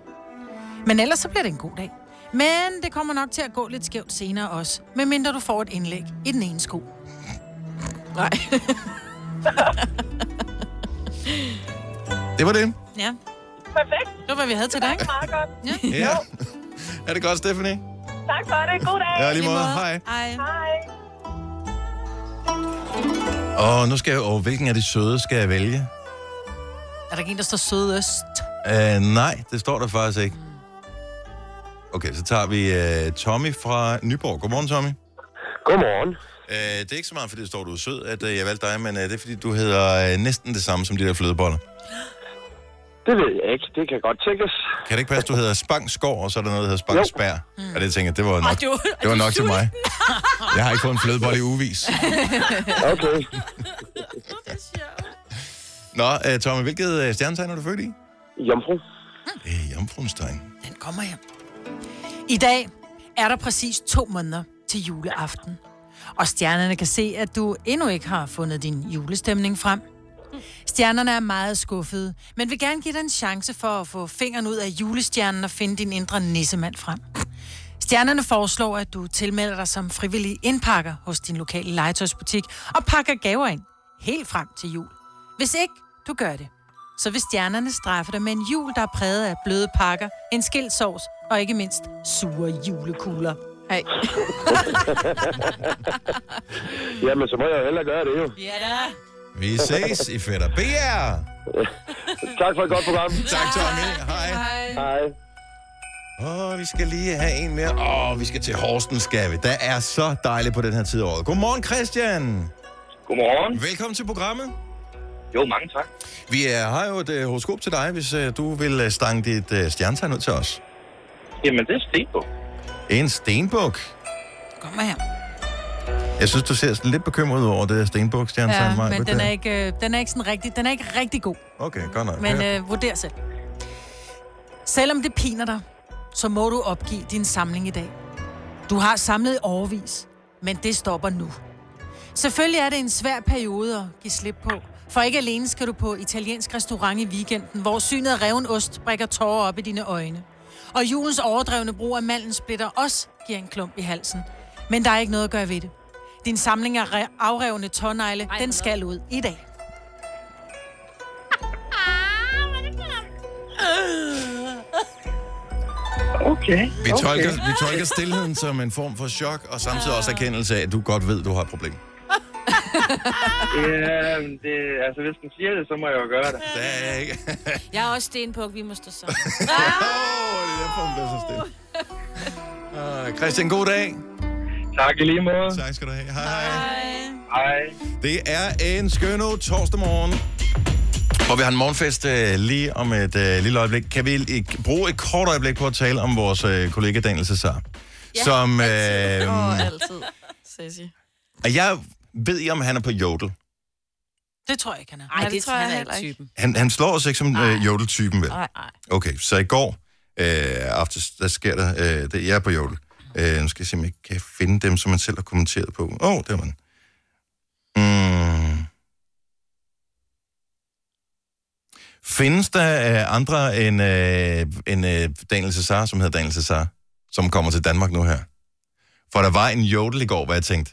Speaker 6: Men ellers så bliver det en god dag. Men det kommer nok til at gå lidt skævt senere også, medmindre du får et indlæg i den ene sko.
Speaker 3: Nej.
Speaker 1: Det var det.
Speaker 6: Ja,
Speaker 10: Perfekt.
Speaker 6: det var, hvad vi havde til dig.
Speaker 10: Tak meget godt.
Speaker 1: Ja. <laughs> er det godt, Stephanie?
Speaker 10: Tak for det. God dag.
Speaker 1: Ja, lige måde. Hej.
Speaker 6: Ej.
Speaker 10: Hej.
Speaker 1: Og nu skal jeg over, hvilken af de søde skal jeg vælge?
Speaker 6: Er der ikke en, der står sødest?
Speaker 1: Uh, nej, det står der faktisk ikke. Okay, så tager vi uh, Tommy fra Nyborg. Godmorgen, Tommy.
Speaker 11: Godmorgen.
Speaker 1: Uh, det er ikke så meget, fordi det står, du er sød, at uh, jeg valgte dig, men uh, det er, fordi du hedder uh, næsten det samme som de der flødeboller.
Speaker 11: Det ved jeg ikke. Det kan godt tænkes.
Speaker 1: Kan det ikke passe, du hedder Spangsgård, og så er der noget, der hedder Spangsbær? Mm. Og det tænker jeg, det var nok,
Speaker 4: du-
Speaker 1: det var nok til mig. Jeg har ikke fået en flødebolle i uvis.
Speaker 11: Okay.
Speaker 1: <laughs> Nå, uh, Tommy, hvilket uh, stjernetegn er du født i?
Speaker 11: Jomfru.
Speaker 1: Uh, Jomfruenstegn.
Speaker 6: Den kommer her. I dag er der præcis to måneder til juleaften. Og stjernerne kan se, at du endnu ikke har fundet din julestemning frem. Stjernerne er meget skuffede, men vil gerne give dig en chance for at få fingeren ud af julestjernen og finde din indre nissemand frem. Stjernerne foreslår, at du tilmelder dig som frivillig indpakker hos din lokale legetøjsbutik og pakker gaver ind helt frem til jul. Hvis ikke du gør det, så vil stjernerne straffe dig med en jul, der er præget af bløde pakker, en skilsovs og ikke mindst sure julekugler.
Speaker 3: Hej.
Speaker 11: <laughs> Jamen, så må jeg jo hellere gøre det jo.
Speaker 2: Ja da.
Speaker 1: Vi ses i Fætter BR.
Speaker 11: <laughs> Tak for et godt program.
Speaker 1: Tak, Tommy. Hej.
Speaker 11: Hej.
Speaker 1: Åh, vi skal lige have en mere. Åh, vi skal til Horsten, skal vi. Der er så dejligt på den her tid af året. Godmorgen, Christian.
Speaker 11: Godmorgen.
Speaker 1: Velkommen til programmet.
Speaker 11: Jo, mange tak.
Speaker 1: Vi er, har jo et øh, horoskop til dig, hvis øh, du vil øh, stange dit øh, stjernetegn ud til os.
Speaker 11: Jamen, det er Stenbo.
Speaker 1: En stenbuk.
Speaker 6: Kom her.
Speaker 1: Jeg synes, du ser sådan lidt bekymret ud over det der stenbuk-stjernetegn.
Speaker 6: Ja,
Speaker 1: Maja.
Speaker 6: men
Speaker 1: Ved
Speaker 6: den
Speaker 1: det?
Speaker 6: er ikke, øh, den er ikke sådan rigtig, den er ikke rigtig god.
Speaker 1: Okay, godt nok.
Speaker 6: Men
Speaker 1: Ja.
Speaker 6: øh, vurder selv. Selvom det piner dig, så må du opgive din samling i dag. Du har samlet i overvis, Men det stopper nu. Selvfølgelig er det en svær periode at give slip på. For ikke alene skal du på italiensk restaurant i weekenden, hvor synet af reven ost brækker tårer op i dine øjne. Og julens overdrevne brug af mandensplitter også giver en klump i halsen. Men der er ikke noget at gøre ved det. Din samling af re- afrevne tårnegle, den skal ud i dag.
Speaker 11: Okay.
Speaker 1: Vi tolker, vi tolker stillheden som en form for chok, og samtidig også erkendelse af, at du godt ved, du har et
Speaker 6: <laughs>
Speaker 1: problem. <laughs>
Speaker 11: Ja, men det, altså hvis den siger det, så må jeg jo gøre det.
Speaker 1: Der er ikke...
Speaker 4: Jeg er også stenpuk, vi må stå
Speaker 1: <laughs>
Speaker 4: sammen.
Speaker 1: Åh, det er derfor, hun bliver så stille. Uh, Christian, god dag.
Speaker 11: Tak i lige måde.
Speaker 1: Tak skal du have. Hej.
Speaker 11: Hej.
Speaker 1: Det er en skønne torsdag morgen, hvor vi har en morgenfest øh, lige om et øh, lille øjeblik. Kan vi øh, bruge et kort øjeblik på at tale om vores øh, kollega Daniel Cesar? Ja, som, øh,
Speaker 3: Og altid. Sassy.
Speaker 1: og jeg ved ikke, om han er på jodel.
Speaker 6: Det tror jeg ikke, han er.
Speaker 4: Nej,
Speaker 3: det
Speaker 4: det
Speaker 3: tror
Speaker 4: tror
Speaker 3: jeg
Speaker 4: han er
Speaker 3: heller
Speaker 4: ikke
Speaker 3: ikke.
Speaker 4: typen.
Speaker 1: Han, han slår os ikke som øh, jodel-typen, vel?
Speaker 3: Nej, nej.
Speaker 1: Okay, så i går øh, aftes, der sker der, øh, det, jeg er på jodel. Øh, nu skal jeg se, om jeg kan finde dem, som man selv har kommenteret på. Åh, oh, der var den. Mm. Findes der øh, andre end, øh, end øh, Daniel Cesar, som hedder Daniel Cesar, som kommer til Danmark nu her? For der var en jodel i går, hvor jeg tænkte,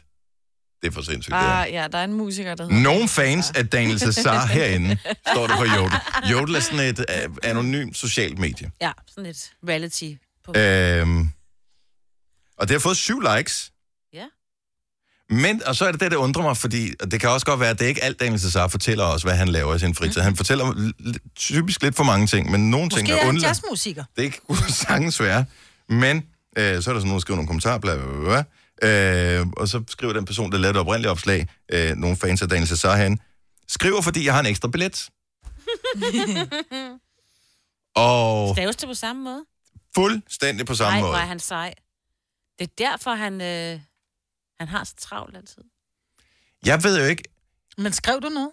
Speaker 1: det er for sindssygt. det her.
Speaker 3: Ah, ja, der er en musiker, der hedder...
Speaker 1: Nogle fans af Daniel Cesar herinde, står der på Jodel. Jodel er sådan et øh, anonymt socialt medie.
Speaker 4: Ja, sådan et reality. <laughs> På.
Speaker 1: Øhm, og det har fået syv likes.
Speaker 4: Ja.
Speaker 1: Men, og så er det det, der undrer mig, fordi og det kan også godt være, at det er ikke alt Daniel Cesar fortæller os, hvad han laver i sin fritid. Han fortæller l- l- typisk lidt for mange ting, men nogle ting
Speaker 6: Måske
Speaker 1: er
Speaker 6: er han
Speaker 1: undladt.
Speaker 6: jazzmusiker.
Speaker 1: Det kunne <laughs> sagtens være. Men øh, så er der sådan nogen, der skriver nogle kommentarer, bla, bla, bla, bla. Øh, og så skriver den person, der lavede det oprindelige opslag, øh, nogle fans af Daniel Cesar herinde, skriver, fordi jeg har en ekstra billet. og
Speaker 4: Staves det på samme måde?
Speaker 1: fuldstændig på samme
Speaker 4: Nej,
Speaker 1: måde.
Speaker 4: hvor er han sej. Det er derfor, han, øh, han har så travlt altid.
Speaker 1: Jeg ved jo ikke,
Speaker 6: Men skrev du noget?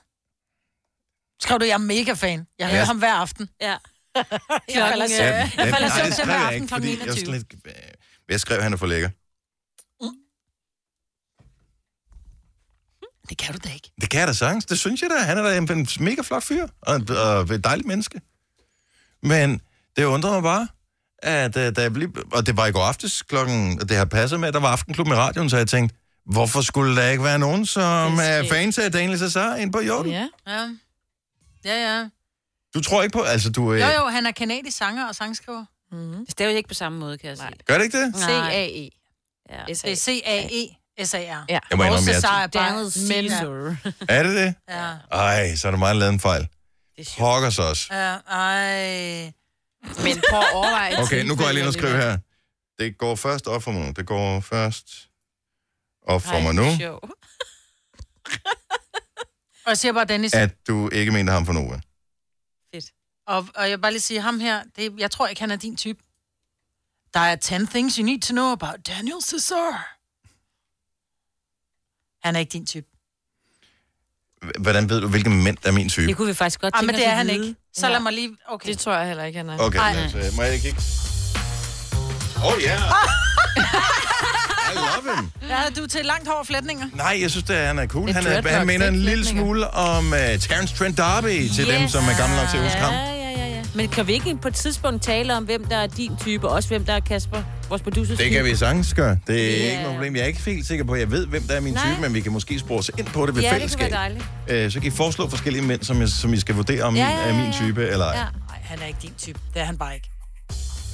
Speaker 6: Skrev du, jeg er mega fan. Jeg hører
Speaker 1: Ja.
Speaker 6: ham hver aften.
Speaker 4: Ja.
Speaker 6: falder
Speaker 4: Klokken,
Speaker 6: søvn.
Speaker 4: øh,
Speaker 1: Ja,
Speaker 6: Jeg
Speaker 1: ja,
Speaker 6: falder
Speaker 1: nej,
Speaker 6: søvn
Speaker 1: det
Speaker 6: til
Speaker 1: skrev
Speaker 6: hver
Speaker 1: jeg
Speaker 6: aften klokken
Speaker 1: ikke, fordi jeg, er sådan
Speaker 6: 21. Mm.
Speaker 1: lidt, øh, jeg skrev, han er for lækker.
Speaker 6: Det kan du da ikke.
Speaker 1: Det kan jeg da sagtens. Det synes jeg da. Han er da en, en mega flot fyr, og, en- og et dejligt menneske. Men det undrede mig bare, at øh, da jeg blev... Og det var i går aftes klokken... og Det har passet med, at der var aftenklub i radioen, så jeg tænkte, hvorfor skulle der ikke være nogen, som
Speaker 3: Det er
Speaker 1: er
Speaker 3: skægt.
Speaker 1: fans af Daniel Cesar ind på jorden?
Speaker 3: Ja.
Speaker 6: Ja. Ja, ja.
Speaker 1: Du tror ikke på... Altså, du... Øh,
Speaker 6: Jo, jo, han er kanadisk sanger og sangskriver.
Speaker 4: Det staves ikke på samme måde, kan jeg sige.
Speaker 1: Gør det ikke det?
Speaker 3: C-A-E.
Speaker 4: Ja.
Speaker 3: S-A.
Speaker 6: Det er E C-A-E-S-A-R.
Speaker 3: Ja.
Speaker 1: Jeg må
Speaker 6: Og
Speaker 1: indrømme,
Speaker 6: Cesar
Speaker 1: jeg...
Speaker 6: er bare...
Speaker 3: Men...
Speaker 1: Er det det?
Speaker 6: Ja.
Speaker 1: Ej, så er der meget lavet en fejl. Pokkers os.
Speaker 6: Ja, ej.
Speaker 3: Men prøv at overveje... et
Speaker 1: Okay, nu går jeg lige ind og
Speaker 3: tilfælde
Speaker 1: skriver her. Det går først op for mig nu. Det går først op for
Speaker 3: alligevel.
Speaker 1: mig nu,
Speaker 3: Ej, sjov.
Speaker 6: Og jeg siger bare, Dennis,
Speaker 1: at du ikke mente ham for nogen.
Speaker 6: og, og jeg vil bare lige sige, ham her, det, jeg tror ikke, han er din type. Der er 10 things you need to know about Daniel Cesar. Han er ikke din type.
Speaker 1: Hvordan ved du, hvilke mænd der er min type?
Speaker 4: Det kunne vi faktisk godt
Speaker 6: Ah,
Speaker 4: tænke
Speaker 6: men det
Speaker 4: os
Speaker 6: er
Speaker 4: at
Speaker 6: han
Speaker 4: vide.
Speaker 6: ikke. Så lad mig lige... Okay.
Speaker 3: Det tror jeg heller ikke, han er.
Speaker 1: Okay,
Speaker 6: Ej.
Speaker 1: lad os, øh, må jeg kigge? Oh yeah! I love him.
Speaker 6: <laughs> Ja, du er til langt hår og flætninger.
Speaker 1: Nej, jeg synes, det er, han er cool.
Speaker 3: Lidt
Speaker 1: Han, er, han
Speaker 3: dreadlocks,
Speaker 1: mener en
Speaker 3: ikke?
Speaker 1: lille smule om uh, Terence Trent D'Arby til dem, som er gamle nok til at huske ham.
Speaker 4: Ja, ja, ja, ja. Men kan vi ikke på et tidspunkt tale om, hvem der er din type, og også hvem der er Kasper, vores producer?
Speaker 1: Det kan vi sagtens gøre. Det er
Speaker 4: Ja.
Speaker 1: yeah. ikke noget problem. Jeg er ikke helt sikker på, at jeg ved, hvem der er min
Speaker 4: Nej.
Speaker 1: type, men vi kan måske spore os ind på det ved
Speaker 4: Ja, det kunne
Speaker 1: fællesskab.
Speaker 4: være dejligt.
Speaker 1: Øh, så kan I foreslå forskellige mænd, som, jeg, som I skal vurdere, om
Speaker 4: Ja,
Speaker 1: ja,
Speaker 4: ja,
Speaker 1: ja,
Speaker 4: ja,
Speaker 1: er min
Speaker 4: ja.
Speaker 1: type eller ej. Ja.
Speaker 4: Ja.
Speaker 6: Nej, han er ikke din type. Det er han bare ikke.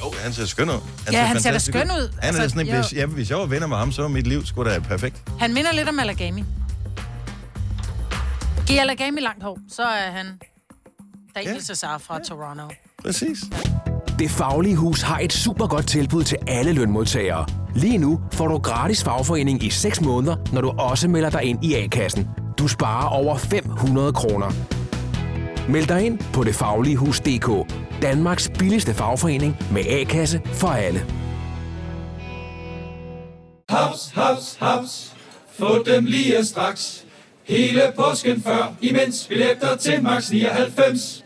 Speaker 1: Jo, han ser skøn ud. Han
Speaker 6: Ja, han ser da
Speaker 1: fantastisk
Speaker 6: skøn ud.
Speaker 1: Han er
Speaker 6: Altså,
Speaker 1: sådan, en,
Speaker 6: jo.
Speaker 1: hvis, ja, hvis jeg var venner med ham, så var mit liv sgu da perfekt.
Speaker 6: Han minder lidt om Alagami. Giv Alagami langt hår, så er han Daniel
Speaker 1: Ja.
Speaker 6: yeah. Cesar fra Toronto.
Speaker 1: Præcis.
Speaker 8: Det Faglige Hus har et super godt tilbud til alle lønmodtagere. Lige nu får du gratis fagforening i 6 måneder, når du også melder dig ind i A-kassen. Du sparer over 500 kroner. Meld dig ind på detfagligehus.dk. Danmarks billigste fagforening med A-kasse for alle.
Speaker 12: Haps, haps, haps. Få dem lige straks. Hele påsken før, imens vi læfter til max 99.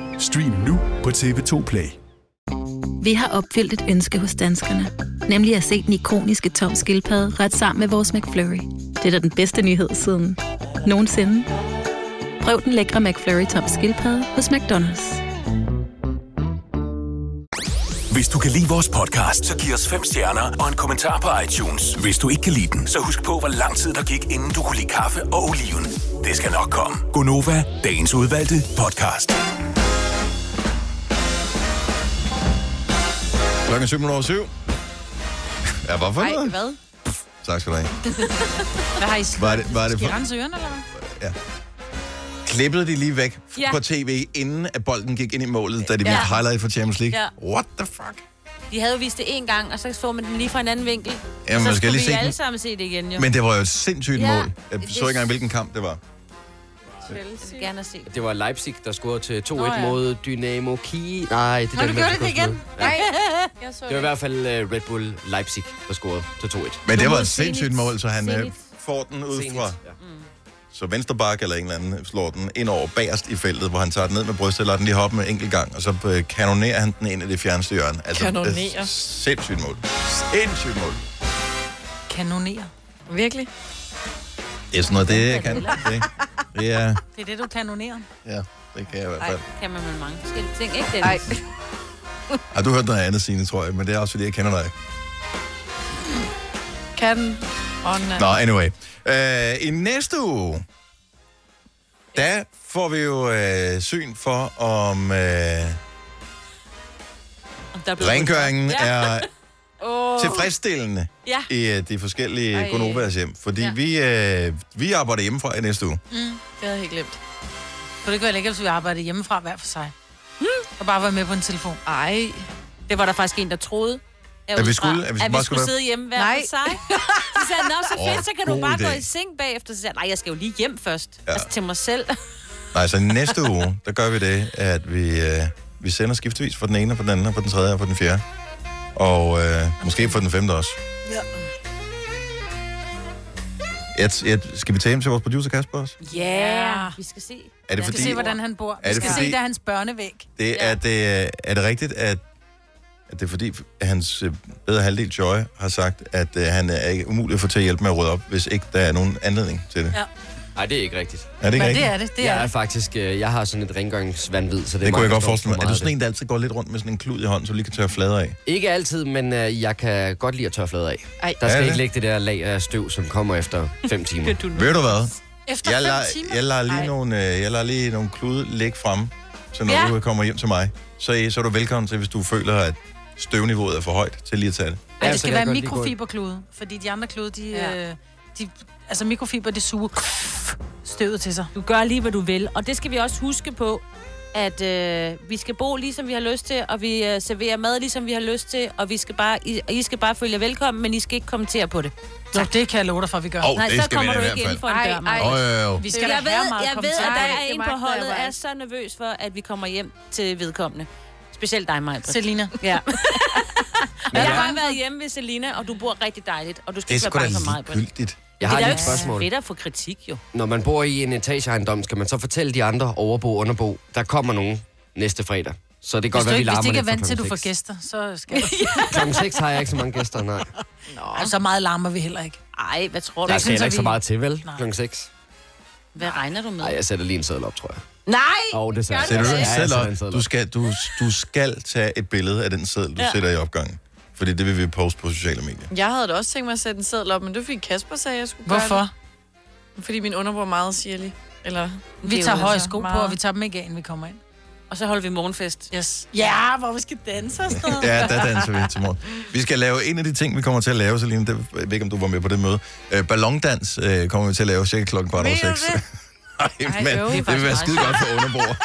Speaker 13: Stream nu på TV2 Play.
Speaker 14: Vi har opfyldt et ønske hos danskerne. Nemlig at se den ikoniske tom skildpadde ret sammen med vores McFlurry. Det er da den bedste nyhed siden nogensinde. Prøv den lækre McFlurry tom skildpadde hos McDonald's.
Speaker 15: Hvis du kan lide vores podcast, så giv os fem stjerner og en kommentar på iTunes. Hvis du ikke kan lide den, så husk på, hvor lang tid der gik, inden du kunne lide kaffe og oliven. Det skal nok komme.
Speaker 13: Gonova,
Speaker 15: Dagens udvalgte podcast.
Speaker 1: Klokken er syv minutter over syv. <laughs> Ja, hvorfor
Speaker 2: Nej,
Speaker 6: <laughs>
Speaker 1: noget?
Speaker 2: hvad?
Speaker 1: Tak skal du have.
Speaker 2: Hvad har I
Speaker 1: Var det- var det
Speaker 2: Skal I
Speaker 1: for-
Speaker 2: rense ørerne, eller hvad?
Speaker 1: Klippede de lige væk
Speaker 2: Ja.
Speaker 1: på tv, inden at bolden gik ind i målet, da det
Speaker 4: Ja.
Speaker 1: blev highlight for Champions League?
Speaker 4: Ja.
Speaker 1: What the fuck?
Speaker 4: De havde jo vist det en gang, og så så man den lige fra en anden vinkel. Og
Speaker 1: Jamen, man
Speaker 4: så
Speaker 1: skal
Speaker 4: skulle
Speaker 1: lige
Speaker 4: vi
Speaker 1: se den.
Speaker 4: alle sammen se det igen, jo.
Speaker 1: Men det var jo et sindssygt
Speaker 4: Ja,
Speaker 1: mål. Jeg
Speaker 4: det-
Speaker 1: så ikke engang, hvilken kamp det var.
Speaker 4: Jeg vil gerne at se det.
Speaker 7: Det var Leipzig, der scorede til 2-1
Speaker 4: Nå, ja.
Speaker 7: mod Dynamo Kiev. Nej, det er
Speaker 4: Nå,
Speaker 7: den,
Speaker 4: du gjorde
Speaker 7: Mexico
Speaker 4: det igen.
Speaker 7: spillede.
Speaker 4: Nej, jeg så
Speaker 7: Det var i hvert fald øh, Red Bull Leipzig, der scorede til 2-1.
Speaker 1: Men det var et sindssygt mål, så han øh, får den ud fra... Mm. Så venstre bak eller en eller anden slår den ind over bagerst i feltet, hvor han tager den ned med brystet, lader den lige hoppe med en enkelt gang, og så øh, kanonerer han den ind i det fjerneste hjørne. Altså,
Speaker 3: Kanonerer.
Speaker 1: øh, Sindssygt mål. Sindssygt mål.
Speaker 6: Kanonere.
Speaker 3: Virkelig?
Speaker 1: Det er sådan noget, det jeg kan. Det, det er...
Speaker 6: Det er det, du kanonerer.
Speaker 1: Ja, det kan jeg i hvert fald.
Speaker 4: kan man med mange forskellige ting, ikke Dennis?
Speaker 6: Nej.
Speaker 1: Har du hørt noget andet, Signe, tror jeg, men det er også fordi, jeg kender dig.
Speaker 3: Kan on,
Speaker 1: Nå, anyway. Øh, I næste uge, der får vi jo øh, syn for, om øh, rengøringen
Speaker 4: Ja.
Speaker 1: er
Speaker 4: Åh.
Speaker 1: tilfredsstillende
Speaker 4: Ja.
Speaker 1: i øh, de forskellige
Speaker 3: Ej.
Speaker 1: Gonovas hjem. Fordi ja. vi, øh, vi arbejder hjemmefra i næste uge.
Speaker 6: Mm, det havde jeg helt glemt. For det kunne jeg ikke, hvis vi arbejdede hjemmefra hver for sig. Mm. Og bare være med på en telefon.
Speaker 3: Ej.
Speaker 4: Det var der faktisk en, der troede.
Speaker 1: At vi skulle- at vi
Speaker 4: at vi skulle
Speaker 1: bare skulle
Speaker 4: sidde
Speaker 1: være-
Speaker 4: hjemme hver for sig. De sagde, nå, så
Speaker 1: Åh,
Speaker 4: fedt, så kan du
Speaker 1: god
Speaker 4: bare gå
Speaker 1: idé.
Speaker 4: i seng bagefter. Så sagde jeg, nej, jeg skal jo lige hjem først. Ja. Altså til mig selv.
Speaker 1: Nej, så i næste uge, der gør vi det, at vi, øh, vi sender skiftevis for den ene, og for den anden, og for den tredje, og for den fjerde. Og øh, måske for den femte også.
Speaker 4: Ja.
Speaker 1: Et, et, skal vi tage hjem til vores producer Kasper også?
Speaker 4: Ja, yeah. vi skal se.
Speaker 1: Er det
Speaker 6: Vi skal
Speaker 1: fordi-
Speaker 6: se, hvordan han bor.
Speaker 1: Er
Speaker 6: Vi
Speaker 1: det
Speaker 6: skal
Speaker 1: fordi-
Speaker 6: se, der er hans børnevæg.
Speaker 1: Det, ja. er, det, øh, er det rigtigt, at, at det er fordi, at hans øh, bedre halvdel Joy har sagt, at øh, han er ikke umulig at få til at hjælpe med at rydde op, hvis ikke der er nogen anledning til det?
Speaker 6: Ja.
Speaker 7: Nej, det er ikke rigtigt.
Speaker 1: Er det ikke Men rigtigt? det er det, det
Speaker 7: jeg
Speaker 1: er
Speaker 7: er,
Speaker 1: det.
Speaker 7: faktisk, øh, jeg har sådan et rengøringsvandvid, så det,
Speaker 1: Det,
Speaker 7: er
Speaker 1: det kunne
Speaker 7: mig,
Speaker 1: jeg
Speaker 7: der
Speaker 1: godt
Speaker 7: står for
Speaker 1: forestille mig. Er
Speaker 7: meget
Speaker 1: du
Speaker 7: af
Speaker 1: sådan en, der altid går lidt rundt med sådan en klud i hånden, så du lige kan tørre flader af?
Speaker 7: det. Ikke altid, men øh, jeg kan godt lide at tørre flader af.
Speaker 1: Ej.
Speaker 7: Der
Speaker 1: Er
Speaker 7: skal
Speaker 1: det?
Speaker 7: ikke ligge det der lag af støv, som kommer efter 5 timer.
Speaker 1: Ved du hvad?
Speaker 7: Efter
Speaker 1: jeg
Speaker 7: fem
Speaker 1: lader,
Speaker 7: timer?
Speaker 1: Jeg lader, lige
Speaker 7: Ej.
Speaker 1: nogle, øh, jeg lader lige nogle klude ligge frem, så når
Speaker 7: Ja.
Speaker 1: ja. du kommer hjem til mig, så, øh, så er du velkommen til, hvis du føler, at støvniveauet er for højt, til lige at tage det.
Speaker 6: Ej, Altså, det skal være mikrofiberklude, fordi de andre klude, de,
Speaker 4: Ja.
Speaker 6: ja. de, altså mikrofiber, det suger støvet til sig.
Speaker 4: Du gør lige, hvad du vil. Og det skal vi også huske på, at øh, vi skal bo lige, som vi har lyst til, og vi øh, serverer mad, lige som vi har lyst til, og vi skal bare, I, I skal bare følge jer velkommen, men I skal ikke kommentere på det.
Speaker 6: Nå, det kan jeg love dig for, at vi gør.
Speaker 1: Hov,
Speaker 4: Nej,
Speaker 1: det
Speaker 4: så
Speaker 1: skal vi
Speaker 4: kommer
Speaker 1: da
Speaker 4: du
Speaker 1: i
Speaker 4: ikke
Speaker 1: hvert
Speaker 4: inden for
Speaker 1: fald.
Speaker 4: en dør,
Speaker 1: Ej, ej, ej. Jo, jo, jo.
Speaker 4: Vi
Speaker 6: skal da
Speaker 4: jeg
Speaker 6: have
Speaker 4: ved,
Speaker 6: meget
Speaker 4: jeg ved, at
Speaker 6: kommentar.
Speaker 4: der
Speaker 6: Ej,
Speaker 4: er
Speaker 6: det
Speaker 4: en
Speaker 6: magter
Speaker 4: på
Speaker 6: jeg
Speaker 4: holdet,
Speaker 6: bare
Speaker 4: er
Speaker 6: ikke.
Speaker 4: så nervøs for, at vi kommer hjem til vedkommende. Specielt dig, Maja.
Speaker 6: Selina.
Speaker 4: Ja. Men jeg har bare været hjemme ved Selina, og du bor rigtig dejligt, og du skal
Speaker 7: Det er
Speaker 4: ikke være
Speaker 7: sgu da
Speaker 4: bange for mig. Britt.
Speaker 1: ligegyldigt.
Speaker 7: Jeg har
Speaker 4: det er
Speaker 7: lige
Speaker 4: da
Speaker 7: et spørgsmål.
Speaker 4: fedt at få kritik, jo.
Speaker 7: Når man bor i en etageejendom, skal man så fortælle de andre overbo og underbo, der kommer nogen næste fredag. Så det kan godt
Speaker 6: Hvis du
Speaker 7: være, vi
Speaker 6: ikke, hvis
Speaker 7: larmer
Speaker 6: det ikke er
Speaker 7: lidt fra
Speaker 6: vant til, at du
Speaker 7: klokken
Speaker 6: får
Speaker 7: seks.
Speaker 6: gæster, så
Speaker 1: <laughs>
Speaker 6: skal
Speaker 7: Klokken 6 har jeg ikke så mange gæster, nej.
Speaker 6: Ej, så meget larmer vi heller ikke.
Speaker 4: Nej, hvad tror
Speaker 7: Der skal heller ikke så meget til, vel? Klokken 6.
Speaker 4: Hvad regner du med?
Speaker 7: Nej, jeg sætter lige en seddel op, tror jeg.
Speaker 4: Nej!
Speaker 7: Åh, det
Speaker 1: Sætter du den selv
Speaker 7: sætter
Speaker 1: op? Du skal, du, du skal tage et billede af den seddel, du
Speaker 3: Ja.
Speaker 1: ja. sætter i opgangen. Fordi det vil vi poste på sociale medier.
Speaker 3: Jeg havde da også tænkt mig at sætte en seddel op, men det fik Kasper sagde, jeg skulle gøre
Speaker 6: Hvorfor?
Speaker 3: det. Fordi min underbror er meget sirlig. Eller,
Speaker 6: Vi tager høje
Speaker 3: altså
Speaker 6: sko på, og vi tager dem ikke af, inden vi kommer ind.
Speaker 4: Og så holder vi morgenfest.
Speaker 6: Yes. Ja, hvor vi skal danse og sådan noget.
Speaker 1: Ja, der danser
Speaker 6: <laughs>
Speaker 1: vi til morgen. Vi skal lave en af de ting, vi kommer til at lave, Celine. Det, jeg ved ikke, om du var med på det møde. Øh, ballondans øh, kommer vi til at lave cirka klokken kvart over
Speaker 6: Mener du
Speaker 1: seks.
Speaker 6: det?
Speaker 1: <laughs> Nej, men
Speaker 6: jo, det er
Speaker 1: det vil være
Speaker 6: faktisk
Speaker 1: skide godt for underbord.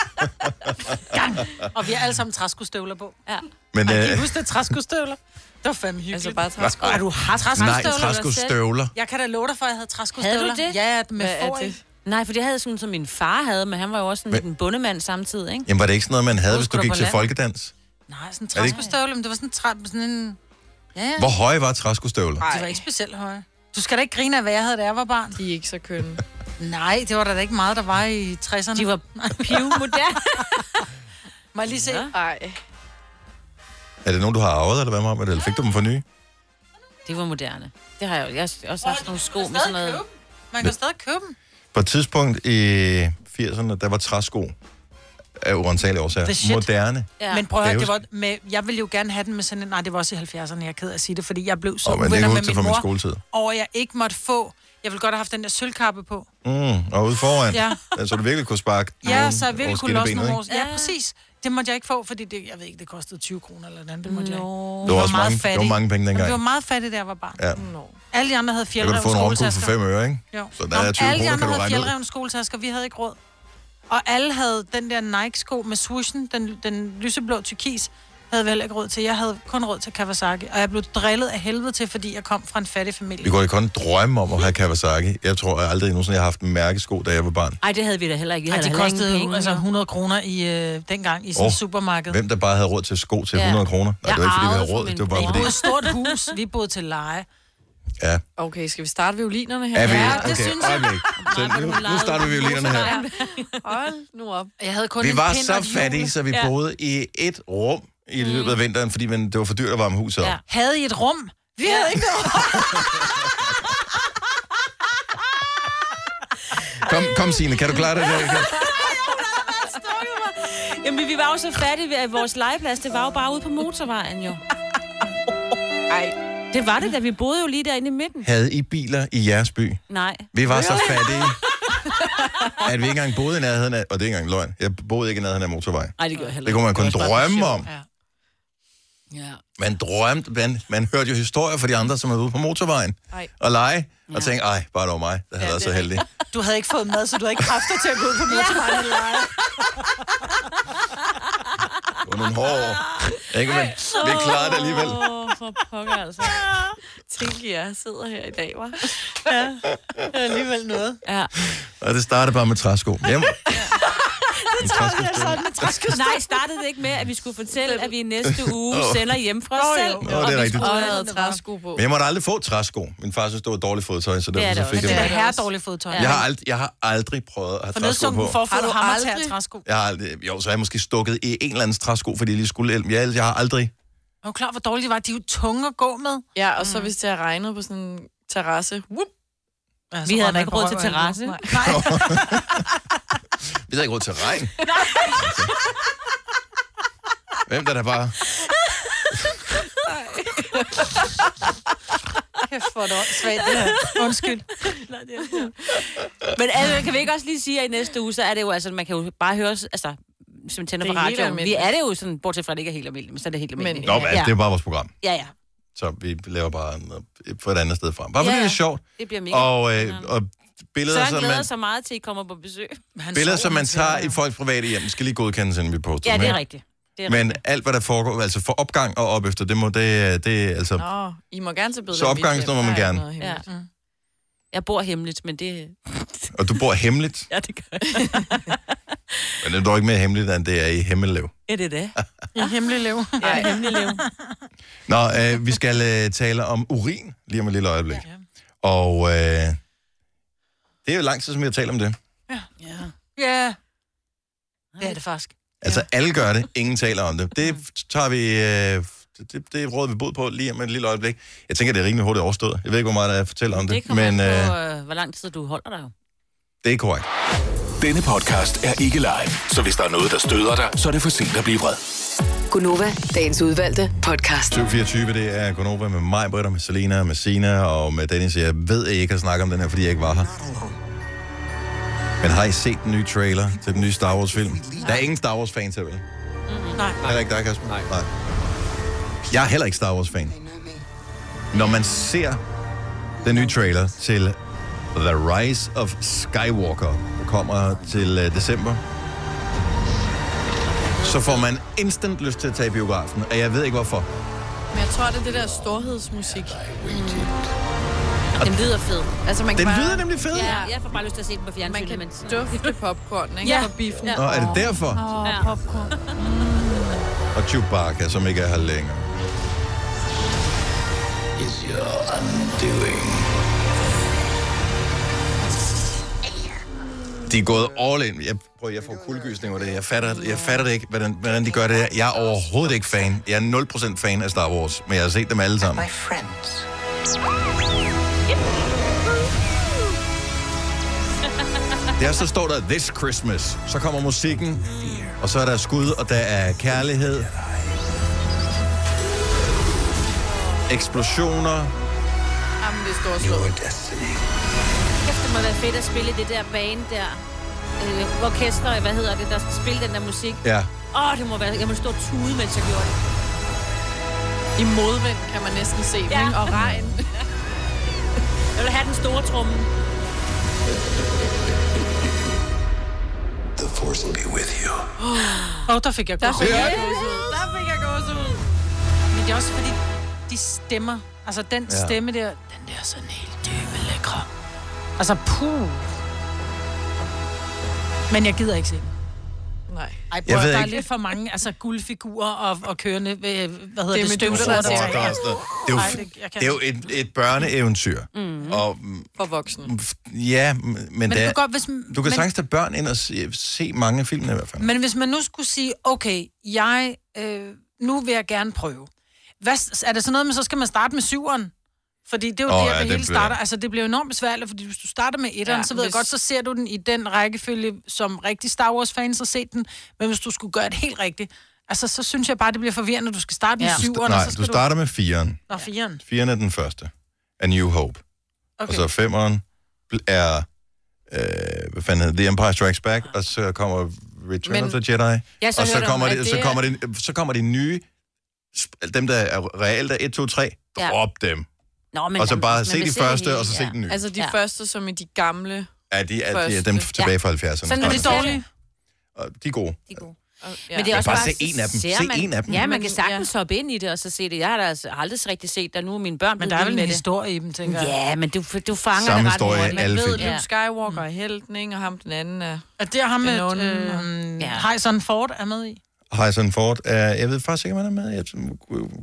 Speaker 6: Og vi har alle sammen træskostøvler på. Ja.
Speaker 1: Men,
Speaker 6: Men, Ej, kan
Speaker 1: øh,
Speaker 6: I huske det træskostøvler? Det var fandme hyggeligt. Altså bare
Speaker 1: træsko. Nej.
Speaker 6: Har du haft
Speaker 1: Nej,
Speaker 6: træskostøvler?
Speaker 1: træskostøvler.
Speaker 6: Jeg kan da love dig for, at jeg havde træskostøvler.
Speaker 4: Havde du det?
Speaker 6: Ja, med
Speaker 4: Hvad er
Speaker 6: for i.
Speaker 4: det? Nej, for det havde jeg sådan, som min far havde, men han var jo også sådan lidt en bundemand samtidig, ikke?
Speaker 1: Jamen, var det ikke sådan noget, man havde, hvis
Speaker 4: Husker
Speaker 1: du
Speaker 4: du
Speaker 1: gik
Speaker 4: på
Speaker 1: til
Speaker 4: landet?
Speaker 1: folkedans?
Speaker 6: Nej, sådan en
Speaker 1: Er det ikke-
Speaker 6: træskostøvle, men det var sådan en, træ, sådan en... Ja, ja.
Speaker 1: Hvor høje var træskostøvler?
Speaker 6: De var ikke specielt høje. Du skal da ikke grine af, hvad jeg havde, da jeg var barn. De er ikke så kønne. <laughs> Nej, det var der da ikke meget, der var i 60'erne. De <laughs> var
Speaker 4: pivmoderne.
Speaker 6: <laughs> Må jeg lige se? Nej.
Speaker 1: Er det nogen, du har arvet, eller hvad med det? Eller fik du dem for nye?
Speaker 4: Det var moderne. Det har jeg jo. Jeg har også haft nogle sko med sådan noget.
Speaker 6: Man kan stadig købe dem.
Speaker 1: På et tidspunkt i 80'erne, der var træsko af urensagelige årsager.
Speaker 6: The shit.
Speaker 1: Moderne.
Speaker 6: Ja. Men prøv at høre,
Speaker 1: Kan
Speaker 6: det
Speaker 1: jeg
Speaker 6: var med, jeg ville jo gerne have den med sådan en... Nej, det var også i 70'erne, jeg er ked af at sige det, fordi jeg blev så
Speaker 1: Åh,
Speaker 6: oh,
Speaker 1: men det kan
Speaker 6: uvenner med min
Speaker 1: jeg huske fra min
Speaker 6: mor,
Speaker 1: skoletid.
Speaker 6: over at jeg ikke måtte få... Jeg ville godt have haft den der sølvkappe på.
Speaker 1: Mm, og ude foran.
Speaker 6: Ja.
Speaker 1: ja. Så du virkelig kunne sparke
Speaker 6: Ja,
Speaker 1: nogen
Speaker 6: så jeg
Speaker 1: over
Speaker 6: ville kunne losse
Speaker 1: skinnebenet,
Speaker 6: nogle
Speaker 1: ikke?
Speaker 6: år. Ja, præcis. Det måtte jeg ikke få, fordi det, jeg ved ikke, det kostede 20 kroner eller andet. Det måtte jeg ikke.
Speaker 1: Det var også mange- det var mange penge dengang.
Speaker 6: Det var meget fattig, da jeg var barn.
Speaker 1: Ja.
Speaker 6: Nå. Alle de andre havde
Speaker 1: Der kan
Speaker 6: fjelrev
Speaker 1: du få en romkugle for 5 øre, ikke?
Speaker 6: Jo.
Speaker 1: Så der er 20
Speaker 6: alle de
Speaker 1: kroner,
Speaker 6: andre
Speaker 1: kan du
Speaker 6: havde
Speaker 1: regne ud.
Speaker 6: fjeldrevne skoletasker, vi havde ikke råd. Og alle havde den der Nike-sko med swooshen, den, den lyseblå turkis, havde vi heller ikke råd til. Jeg havde kun råd til Kawasaki, og jeg blev drillet af helvede til, fordi jeg kom fra en fattig familie.
Speaker 1: Vi kunne kun drømme om at have Kawasaki. Jeg tror jeg aldrig nogensinde, jeg har haft en mærkesko, da jeg var barn.
Speaker 4: Ej, det havde vi da heller ikke. Vi
Speaker 6: Ej,
Speaker 4: havde
Speaker 6: det
Speaker 4: da heller ingen
Speaker 6: kostede jo
Speaker 4: penge.
Speaker 6: altså 100 kroner i, øh, dengang i sådan
Speaker 1: Åh,
Speaker 6: oh, supermarked.
Speaker 1: Hvem der bare havde råd til sko til
Speaker 6: Ja.
Speaker 1: 100 kroner? Nej,
Speaker 6: Jeg
Speaker 1: det var ikke, fordi vi
Speaker 6: arvede
Speaker 1: havde råd.
Speaker 6: fra
Speaker 1: Det var bare
Speaker 6: Vi
Speaker 1: fordi...
Speaker 6: boede i et stort hus, vi boede til leje.
Speaker 1: Ja.
Speaker 3: Okay, skal vi starte violinerne her?
Speaker 1: Er vi? Okay, øjeblik. Så nu, nu starter vi violinerne her.
Speaker 3: Hold nu op.
Speaker 6: Jeg havde kun
Speaker 1: Vi var så fattige, så vi boede i et rum i løbet af vinteren, fordi man, det var for dyrt at varme huset op.
Speaker 6: Mm. Ja. Havde I et rum? Vi havde ikke noget rum.
Speaker 1: Kom, kom Signe, kan du klare det? Der?
Speaker 4: Jamen, vi var jo så fattige, at vores legeplads, det var jo bare ude på motorvejen, jo. Ej. Det var det, da vi boede jo lige derinde i midten.
Speaker 1: Havde I biler i jeres by?
Speaker 4: Nej.
Speaker 1: Vi var så
Speaker 6: <laughs>
Speaker 1: fattige, at vi ikke engang boede i nærheden af... Og det er ikke engang løgn. Jeg boede ikke i nærheden af motorvej.
Speaker 4: Nej, det gjorde jeg heller
Speaker 1: Det kunne man
Speaker 4: ikke.
Speaker 1: kun
Speaker 4: var også bare
Speaker 1: drømme
Speaker 4: for sjov.
Speaker 1: om.
Speaker 6: Ja.
Speaker 4: Ja.
Speaker 1: Man drømte, man, man hørte jo historier fra de andre, som er ude på motorvejen
Speaker 6: Ej.
Speaker 1: og lege, og tænkte, ej, bare det var mig, der havde været så heldig.
Speaker 6: Du havde ikke fået mad, så du havde ikke kræfter til at gå ud på motorvejen og lege.
Speaker 1: Det var nogle hårde år. Ikke, men vi klarede det alligevel.
Speaker 3: Åh, for pokker altså. Tænk, jeg sidder her i dag, var.
Speaker 6: Ja, det er alligevel noget.
Speaker 5: <laughs>
Speaker 4: Ja.
Speaker 1: Og det startede bare med træsko. Jamen,
Speaker 4: Det
Speaker 1: startede jeg sådan
Speaker 6: med
Speaker 4: træskostøvler. Nej, startede det ikke med, at vi skulle fortælle, at vi i næste uge
Speaker 1: <laughs> Åh.
Speaker 4: sender hjem fra
Speaker 1: Nå,
Speaker 4: os
Speaker 1: jo.
Speaker 4: selv.
Speaker 1: Nå, det er
Speaker 4: og vi
Speaker 1: rigtigt.
Speaker 4: skulle
Speaker 1: Og
Speaker 4: have
Speaker 3: havde træsko på.
Speaker 1: men jeg måtte aldrig få træsko. Min far synes, det var dårligt fodtøj, så
Speaker 6: Det er
Speaker 1: derfor
Speaker 6: det
Speaker 1: så
Speaker 6: også.
Speaker 1: fik
Speaker 6: Men det
Speaker 1: jeg
Speaker 6: er
Speaker 1: det.
Speaker 6: herre dårligt fodtøj.
Speaker 1: Jeg har, aldrig, jeg har aldrig prøvet at have
Speaker 6: For
Speaker 1: træsko
Speaker 6: nedsunken
Speaker 1: på.
Speaker 6: forfod
Speaker 3: Har du
Speaker 6: og hammer til at
Speaker 3: aldrig?
Speaker 6: have træsko.
Speaker 1: Jeg har aldrig, jo, så har jeg måske stukket i en eller anden træsko, fordi jeg lige skulle hjælpe. Jeg, jeg har aldrig...
Speaker 6: Er du klar, hvor dårlige de var? De er jo tunge at gå med. Mm.
Speaker 3: Ja, og så hvis det har regnet på sådan en terrasse. Whoop.
Speaker 6: Ja,
Speaker 4: så Vi havde røg da Altså, man ikke på råd til røv og albu. terrasse.
Speaker 3: Nej.
Speaker 4: <laughs>
Speaker 1: Vi havde ikke råd til regn.
Speaker 4: Altså,
Speaker 1: Hvem der der bare...
Speaker 6: Kæft, hvor er det åndssvagt, det her. Undskyld.
Speaker 4: Men altså, kan vi ikke også lige sige, at i næste uge, så er det jo, altså, man kan jo bare høre, os, altså, hvis man tænder
Speaker 3: Det
Speaker 4: på
Speaker 3: er helt
Speaker 4: radioen. Vi
Speaker 3: almindeligt.
Speaker 4: er det jo sådan, bortset fra, at det ikke er helt almindeligt, men så er det helt almindeligt.
Speaker 1: Nå, men altså, det er bare vores program.
Speaker 4: Ja, ja.
Speaker 1: Så vi laver bare noget fra et andet sted frem. Bare
Speaker 4: Ja,
Speaker 1: fordi det
Speaker 4: ja.
Speaker 1: er sjovt.
Speaker 4: Det bliver mega.
Speaker 1: Og, øh, og billeder,
Speaker 4: Søren
Speaker 1: som
Speaker 4: glæder
Speaker 1: man,
Speaker 4: sig meget til, at I kommer på besøg.
Speaker 1: billeder, som man tager i folks private hjem, skal lige godkendes, inden vi poster
Speaker 4: Ja,
Speaker 1: dem,
Speaker 4: det er
Speaker 1: ikke?
Speaker 4: rigtigt. Det er
Speaker 1: Men alt, hvad der foregår, altså for opgang og op efter, det må, det, det er altså...
Speaker 3: Nå, I må gerne tilbyde
Speaker 1: Så opgangsnummer
Speaker 3: øh,
Speaker 1: må man gerne.
Speaker 4: Ja. Jeg bor hemmeligt, men det...
Speaker 1: Og du bor hemmeligt,
Speaker 4: Ja, det gør jeg.
Speaker 3: <laughs>
Speaker 1: men det er dog ikke mere hemmeligt, end det er i Hemmelev.
Speaker 4: Er det det?
Speaker 6: I hemmelig <laughs> lev.
Speaker 4: Ja, i hemmelig lev.
Speaker 1: Nå, øh, vi skal øh, tale om urin lige om et lille øjeblik. Og øh, det er jo lang tid, som vi har talt om det.
Speaker 6: Ja. Det er det faktisk.
Speaker 1: Altså, alle gør det, ingen taler om det. Det
Speaker 4: Mm.
Speaker 1: tager vi... Øh, det, det, det råder vi bod på lige om et lille øjeblik. Jeg tænker, det er rimelig hurtigt overstået. Jeg ved ikke, hvor meget der er at fortælle om det,
Speaker 4: Det
Speaker 1: det
Speaker 4: kommer
Speaker 1: men
Speaker 4: men,
Speaker 1: øh,
Speaker 4: på, øh, hvor lang tid du holder dig jo.
Speaker 1: det er korrekt.
Speaker 15: Denne podcast er ikke live, så hvis der er noget, der støder dig, så er det for sent at blive vred.
Speaker 16: Gunova, dagens udvalgte podcast.
Speaker 1: 724, det er Gonova med mig, Britta, med Selena, med Sina og med Dennis. Jeg ved, at I ikke har snakket om den her, fordi jeg ikke var her. Men har I set den nye trailer til den nye Star Wars-film? Der er ingen Star Wars-fans her, vel?
Speaker 6: Nej.
Speaker 1: Heller ikke dig, Kasper? Nej. Nej. Jeg er heller ikke Star Wars-fan. Når man ser den nye trailer til The Rise of Skywalker, der kommer til øh, december. Så får man instant lyst til at tage i biografen, og jeg ved ikke hvorfor.
Speaker 3: Men jeg tror, det er det der storhedsmusik. Mm. Den lyder fed. Altså, man
Speaker 1: Den
Speaker 3: kan bare...
Speaker 1: lyder nemlig fed.
Speaker 3: Ja,
Speaker 4: Jeg får bare lyst til at se den på
Speaker 3: man
Speaker 4: fjernsynet.
Speaker 3: kan
Speaker 4: men...
Speaker 3: dufte popcorn, ikke?
Speaker 4: Ja.
Speaker 3: Ja. Og biffen.
Speaker 1: Nå, er det derfor?
Speaker 3: Åh,
Speaker 4: Ja.
Speaker 3: popcorn.
Speaker 1: Og Chewbacca, som ikke er her længere. De er gået all in. Jeg, prøv, jeg får kuldegysning over det. Jeg fatter, jeg fatter det ikke, hvordan, hvordan de gør det her. Jeg er overhovedet ikke fan. Jeg er 0% fan af Star Wars, men jeg har set dem alle sammen. Der så står der This Christmas. Så kommer musikken, og så er der skud, og der er kærlighed. Eksplosioner.
Speaker 3: Jamen, det er storslået.
Speaker 4: Kæft, det må være fedt at spille i det der bane der. Øh, orkester, hvad hedder det, der skal spille den der musik.
Speaker 1: Ja.
Speaker 4: Åh, oh, det må være... Jeg må stå og tude, mens jeg gjorde det.
Speaker 3: I modvind kan man næsten se ja. ikke? Og regn.
Speaker 4: Jeg vil have den store tromme.
Speaker 15: The force will be with you.
Speaker 6: Åh, oh, der fik jeg
Speaker 2: Der
Speaker 6: gås.
Speaker 2: fik jeg
Speaker 6: Der fik jeg gås ud. Men det er også fordi, de stemmer. Altså, den
Speaker 2: Ja.
Speaker 6: ja. stemme der, den der er sådan helt dybe lækre. Altså, puh. Men jeg gider ikke se den.
Speaker 3: Nej.
Speaker 6: Ej,
Speaker 1: Jeg
Speaker 6: prøv,
Speaker 1: ved
Speaker 6: der er
Speaker 1: ikke.
Speaker 6: lidt for mange altså, guldfigurer og, og kørende, øh, hvad hedder
Speaker 3: Det er
Speaker 6: det,
Speaker 3: med
Speaker 6: støvsuger,
Speaker 3: dutter, der
Speaker 6: der
Speaker 1: Og der er
Speaker 6: er.
Speaker 1: sådan noget. Det er jo,
Speaker 6: Ej,
Speaker 1: f-
Speaker 6: det- jeg kan
Speaker 1: det er jo et, et børneeventyr.
Speaker 6: Mhm.
Speaker 1: Og, mm,
Speaker 3: For voksne.
Speaker 1: ja, m- men,
Speaker 6: Men
Speaker 1: der,
Speaker 6: det kunne godt, hvis m-
Speaker 1: du kan
Speaker 6: men-
Speaker 1: sagtens tage børn ind og se, se mange af filmene i hvert fald.
Speaker 6: Men hvis man nu skulle sige, okay, jeg, øh, nu vil jeg gerne prøve. Hvad, s- er det sådan noget med, så skal man starte med syveren? Fordi det er jo
Speaker 1: Åh,
Speaker 6: oh, der,
Speaker 1: ja,
Speaker 6: ja, det
Speaker 1: det
Speaker 6: hele
Speaker 1: bliver-
Speaker 6: starter. Altså, det bliver enormt besværligt, fordi hvis du starter med etteren,
Speaker 3: Ja,
Speaker 6: ja, så ved hvis...
Speaker 3: hvis-
Speaker 6: jeg godt, så ser du den i den rækkefølge, som rigtig Star Wars-fan har set den. Men hvis du skulle gøre det helt rigtigt, altså, så synes jeg bare, det bliver forvirrende, du skal starte ja. med syveren,
Speaker 1: Nej,
Speaker 6: og så skal
Speaker 1: du starter med fireren.
Speaker 6: Nå, firen.
Speaker 1: Firen er den første. A New Hope. Okay. Og så femeren bl- er... Øh, hvad fanden hedder det? The Empire Strikes Back, og så kommer Return
Speaker 3: Men-
Speaker 1: of the Jedi.
Speaker 3: Ja, så
Speaker 1: og så
Speaker 3: hørte jeg
Speaker 1: kommer,
Speaker 3: om,
Speaker 1: det,
Speaker 3: at
Speaker 1: så,
Speaker 3: det
Speaker 1: kommer
Speaker 3: er-
Speaker 1: det, så kommer de nye, sp- dem der er reelt er 1, 2, 3,
Speaker 3: Ja.
Speaker 1: drop dem.
Speaker 4: Nå,
Speaker 1: men Og så der- bare men se man de ser det første, hele, og så se ja. den nye.
Speaker 3: Altså de ja. første, som i de gamle.
Speaker 1: Ja, de er, de er
Speaker 3: Første.
Speaker 1: dem tilbage fra 70'erne.
Speaker 3: Sådan er det dårlige.
Speaker 1: Og de er gode.
Speaker 4: De er gode.
Speaker 3: Ja.
Speaker 4: Men det er
Speaker 1: Men
Speaker 4: også
Speaker 1: bare
Speaker 4: bare,
Speaker 1: se en af dem.
Speaker 4: ser
Speaker 1: Se en af dem.
Speaker 4: Ja, man kan sagtens hoppe ind i det og så se det. Jeg har da altså aldrig rigtig set der nu er mine børn
Speaker 6: Men
Speaker 4: blevet
Speaker 6: der er
Speaker 4: vilde
Speaker 6: vel
Speaker 4: med
Speaker 6: en
Speaker 4: det.
Speaker 6: historie i dem, tænker jeg.
Speaker 4: Ja, men du, du fanger
Speaker 1: Samme
Speaker 4: det ret
Speaker 1: historie i
Speaker 4: hurtigt.
Speaker 1: alle
Speaker 4: ved
Speaker 1: film.
Speaker 4: det.
Speaker 3: Ja. Luke Skywalker er helten, ikke? Og ham den anden er...
Speaker 6: Mm. Og det er ham med, øh, ja. Harrison Ford er med i.
Speaker 1: Harrison Ford er... Jeg ved faktisk ikke, om han er med. Jeg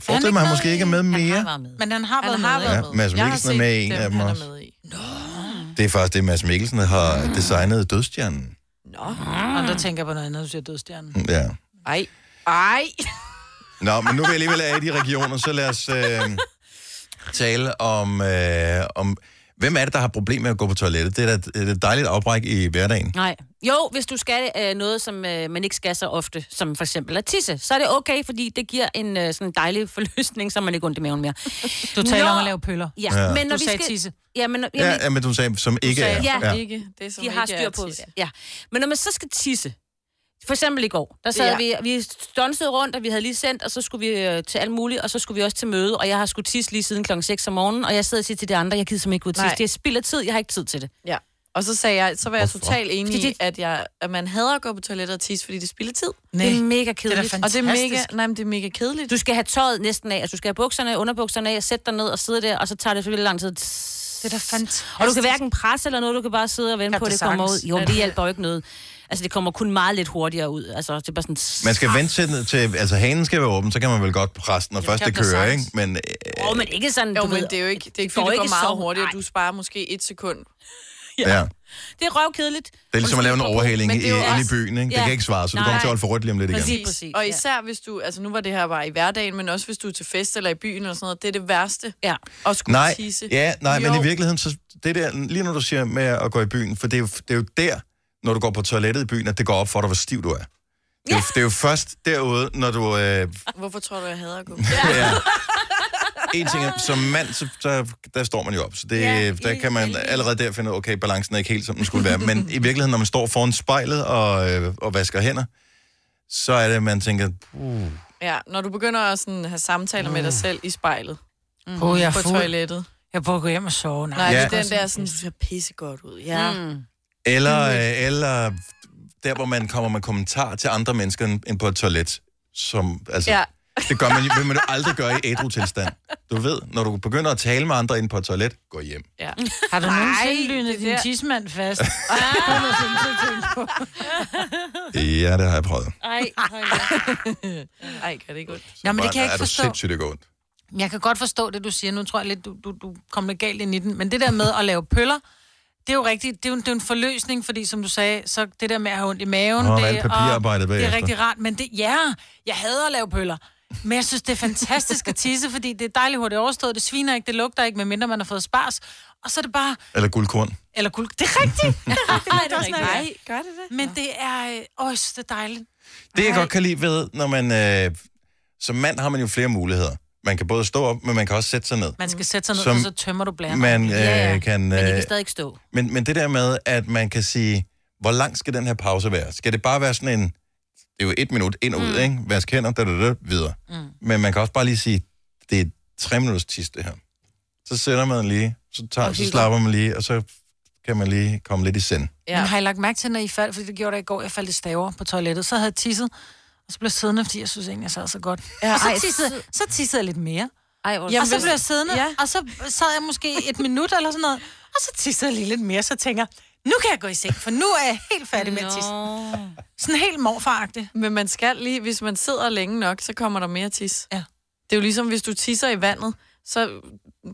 Speaker 1: forestiller mig, at han måske ikke er med mere.
Speaker 6: Men han har været med.
Speaker 1: Ja, Mads
Speaker 6: Jeg har
Speaker 1: Mikkelsen er
Speaker 6: set
Speaker 1: med i en
Speaker 6: dem,
Speaker 1: af dem
Speaker 6: han er
Speaker 1: også. Det er faktisk det, Mads Mikkelsen har designet Dødstjernen.
Speaker 6: Og der tænker jeg på noget andet, du siger dødstjernen.
Speaker 1: Ja.
Speaker 3: Ej. Ej.
Speaker 1: Nå, men nu vil jeg alligevel er i de regioner, så lad os øh, tale om, øh, om... Hvem er det, der har problemer med at gå på toilettet? Det er da et- et dejligt afbræk i hverdagen.
Speaker 4: Nej. Jo, hvis du skal øh, noget, som øh, man ikke skal så ofte, som for eksempel at tisse, så er det okay, fordi det giver en øh, sådan dejlig forløsning, så man ikke har ondt i maven mere.
Speaker 6: Du taler om
Speaker 4: Når-
Speaker 6: at lave pøller.
Speaker 4: Ja,
Speaker 1: Ja.
Speaker 4: ja. men når
Speaker 6: Du
Speaker 4: vi
Speaker 6: sagde
Speaker 4: skal...
Speaker 6: tisse.
Speaker 4: Ja, men, når- jamen,
Speaker 1: Ja, ja, men du sagde, som ikke
Speaker 4: sagde,
Speaker 1: er.
Speaker 4: ja.
Speaker 1: Ja.
Speaker 3: Ikke det, som
Speaker 4: de har
Speaker 3: ikke
Speaker 4: styr
Speaker 3: er
Speaker 4: på.
Speaker 3: tisse.
Speaker 4: Ja. Men når man så skal tisse, for eksempel i går, der sad
Speaker 3: Ja.
Speaker 4: ja. vi, vi stonsede rundt, og vi havde lige sendt, og så skulle vi øh, til alt muligt, og så skulle vi også til møde, og jeg har skulle tisse lige siden klokken 6 om morgenen, og jeg sidder og siger til de andre, jeg gider simpelthen ikke gå ud og
Speaker 3: Nej.
Speaker 4: tisse. Det er spild af tid, jeg har ikke tid til det.
Speaker 3: Ja. Og så sagde jeg, så var jeg
Speaker 4: Hvorfor?
Speaker 3: totalt enig
Speaker 4: Fordi
Speaker 3: det... i,
Speaker 4: det-
Speaker 3: at, jeg, at man hader at gå på toilettet og tisse, fordi det spilder tid.
Speaker 4: Nej. Det er mega kedeligt.
Speaker 3: Det er og det er mega, nej, men det er mega kedeligt.
Speaker 4: Du skal have tøjet næsten af, altså du skal have bukserne, underbukserne af, sætte dig ned og sidde der, og så tager det selvfølgelig lang tid. Det
Speaker 6: er da fantastisk.
Speaker 4: Og du kan hverken presse eller noget, du kan bare sidde og vente
Speaker 6: Kan
Speaker 4: på, at
Speaker 6: det
Speaker 4: det kommer ud.
Speaker 6: sagtens?
Speaker 4: Jo,
Speaker 6: Ja,
Speaker 4: det
Speaker 6: det-
Speaker 4: hjælper jo ikke noget. Altså det kommer kun meget lidt hurtigere ud. Altså det er bare sådan...
Speaker 1: Man skal vente til, til... Altså, hanen skal være åben, så kan man vel godt presse den, når først det
Speaker 4: kan da
Speaker 1: kører, ikke?
Speaker 4: sagtens.
Speaker 1: Men øh,
Speaker 4: Åh, men ikke sådan,
Speaker 3: Jo,
Speaker 4: du
Speaker 3: men
Speaker 4: ved,
Speaker 3: det er jo ikke, det er ikke
Speaker 4: går
Speaker 3: fordi, det går
Speaker 4: ikke
Speaker 3: meget
Speaker 4: så-
Speaker 3: hurtigt,
Speaker 4: nej.
Speaker 3: og du sparer måske et sekund.
Speaker 1: ja. ja.
Speaker 4: Det er røvkedeligt.
Speaker 1: Det er ligesom at lave en overhaling i,
Speaker 3: Men det er jo
Speaker 1: inde i
Speaker 3: også-
Speaker 1: byen, ikke? Det
Speaker 3: Ja.
Speaker 1: kan ikke svare, så du
Speaker 3: Nej.
Speaker 1: kommer til at holde for rødt lige om lidt igen.
Speaker 3: Præcis. præcis. Og især hvis du, altså nu var det her bare i hverdagen, men også hvis du er til fest eller i byen eller sådan noget, det er det værste.
Speaker 4: Ja.
Speaker 3: At skulle
Speaker 1: Nej,
Speaker 3: tisse.
Speaker 1: ja, nej, men
Speaker 3: Jo.
Speaker 1: i virkeligheden, så det der, lige når du siger med at gå i byen, for det er, jo, det er jo der, når du går på toilettet i byen, at det går op for dig, hvor stiv du er. Det er, jo, det er jo først derude, når du... Øh,
Speaker 3: Hvorfor tror du, jeg hader at gå?
Speaker 1: ja. En ting er, som mand, så, så, der står man jo op, så det,
Speaker 3: Ja,
Speaker 1: ja, der kan man allerede der finde ud af, okay, balancen er ikke helt, som den skulle være. Men i virkeligheden, når man står foran spejlet og, øh, og vasker hænder, så er det, man tænker, puh,
Speaker 3: Ja, når du begynder at sådan have samtaler med dig selv i spejlet.
Speaker 6: Mm. Åh, jeg er
Speaker 3: på
Speaker 6: fuld.
Speaker 3: toilettet.
Speaker 6: Jeg prøver at gå hjem og sove.
Speaker 3: Nej,
Speaker 1: Ja.
Speaker 3: ja. den der sådan, du ser pisse godt ud. Ja. Mm.
Speaker 1: Eller, øh, eller der, hvor man kommer med kommentarer til andre mennesker end end på et toilet. Som, altså, ja.
Speaker 3: Ja.
Speaker 1: Det gør man, vil man jo aldrig gøre i ædru-tilstand. Du ved, når du begynder at tale med andre inde på et toilet, gå hjem.
Speaker 3: Ja.
Speaker 6: Har du
Speaker 2: Ej,
Speaker 6: nogensinde
Speaker 2: det
Speaker 6: lynet din
Speaker 2: der-
Speaker 6: tidsmand
Speaker 1: <laughs>
Speaker 3: <laughs>
Speaker 6: fast?
Speaker 3: Ah!
Speaker 6: Det er noget, som jeg tænker på.
Speaker 1: Ja, det har jeg prøvet.
Speaker 6: Ej,
Speaker 3: Ej, kan det ikke ondt?
Speaker 6: Nå, men
Speaker 1: Bare,
Speaker 6: det kan jeg ikke
Speaker 1: er du
Speaker 6: forstå.
Speaker 1: sindssygt, det går ondt.
Speaker 6: Men Jeg kan godt forstå det, du siger. Nu tror jeg lidt, du, du, du kom lidt galt ind i den. Men det der med at lave pøller, det er jo rigtigt. Det er jo, en- det er jo en forløsning, fordi som du sagde, så det der med at have ondt i maven,
Speaker 1: Nå,
Speaker 6: det,
Speaker 1: alt papirarbejdet
Speaker 6: det er
Speaker 1: bagefter.
Speaker 6: rigtig rart. Men det, ja, jeg hader at lave pøller. Men jeg synes, det er fantastisk at tisse, fordi det er dejligt hurtigt overstået. Det sviner ikke, det lugter ikke, medmindre man har fået spars. Og så er det bare...
Speaker 1: Eller guldkorn.
Speaker 6: Eller guld... Det er rigtigt! Det er rigtigt.
Speaker 3: Ej, det er
Speaker 6: Sådan
Speaker 3: rigtigt.
Speaker 6: det. gør det det? Men det er... øh, Åh, øh, det er dejligt.
Speaker 1: Det jeg godt kan lide ved, når man... Øh, som mand har man jo flere muligheder. Man kan både stå op, men man kan også sætte sig ned.
Speaker 6: Man skal sætte sig ned,
Speaker 1: Som
Speaker 6: og så tømmer du blæren.
Speaker 1: man, øh, kan,
Speaker 6: Men det
Speaker 1: øh,
Speaker 6: kan stadig stå.
Speaker 1: Men, men det der med, at man kan sige, hvor lang skal den her pause være? Skal det bare være sådan en, det er jo et minut ind og ud, mm. ikke? Vask hænder, da, da, da, videre. Mm. Men man kan også bare lige sige, det er tre minutters tis, det her. Så sætter man lige, så, tager,
Speaker 6: Og
Speaker 1: så
Speaker 6: hygger.
Speaker 1: slapper man lige, og så kan man lige komme lidt i send.
Speaker 6: Ja. Men har I lagt mærke til, når I faldt, fordi det gjorde jeg i går, jeg faldt i staver på toilettet, så havde jeg tisset, og så blev jeg siddende, fordi jeg synes egentlig, jeg sad så godt. Ja,
Speaker 4: Ja,
Speaker 6: og så
Speaker 4: ej,
Speaker 6: tissede, så tissede jeg lidt mere.
Speaker 4: Ej,
Speaker 6: Jamen, og så blev jeg siddende, ja. og så sad jeg måske et minut eller sådan noget, og så tissede jeg lige lidt mere, så tænker jeg, nu kan jeg gå i seng, for nu er jeg helt færdig med at tisse. Sådan helt morfaragtigt.
Speaker 3: Men man skal lige, hvis man sidder længe nok, så kommer der mere tis.
Speaker 6: Ja.
Speaker 3: Det er jo ligesom, hvis du tisser i vandet, så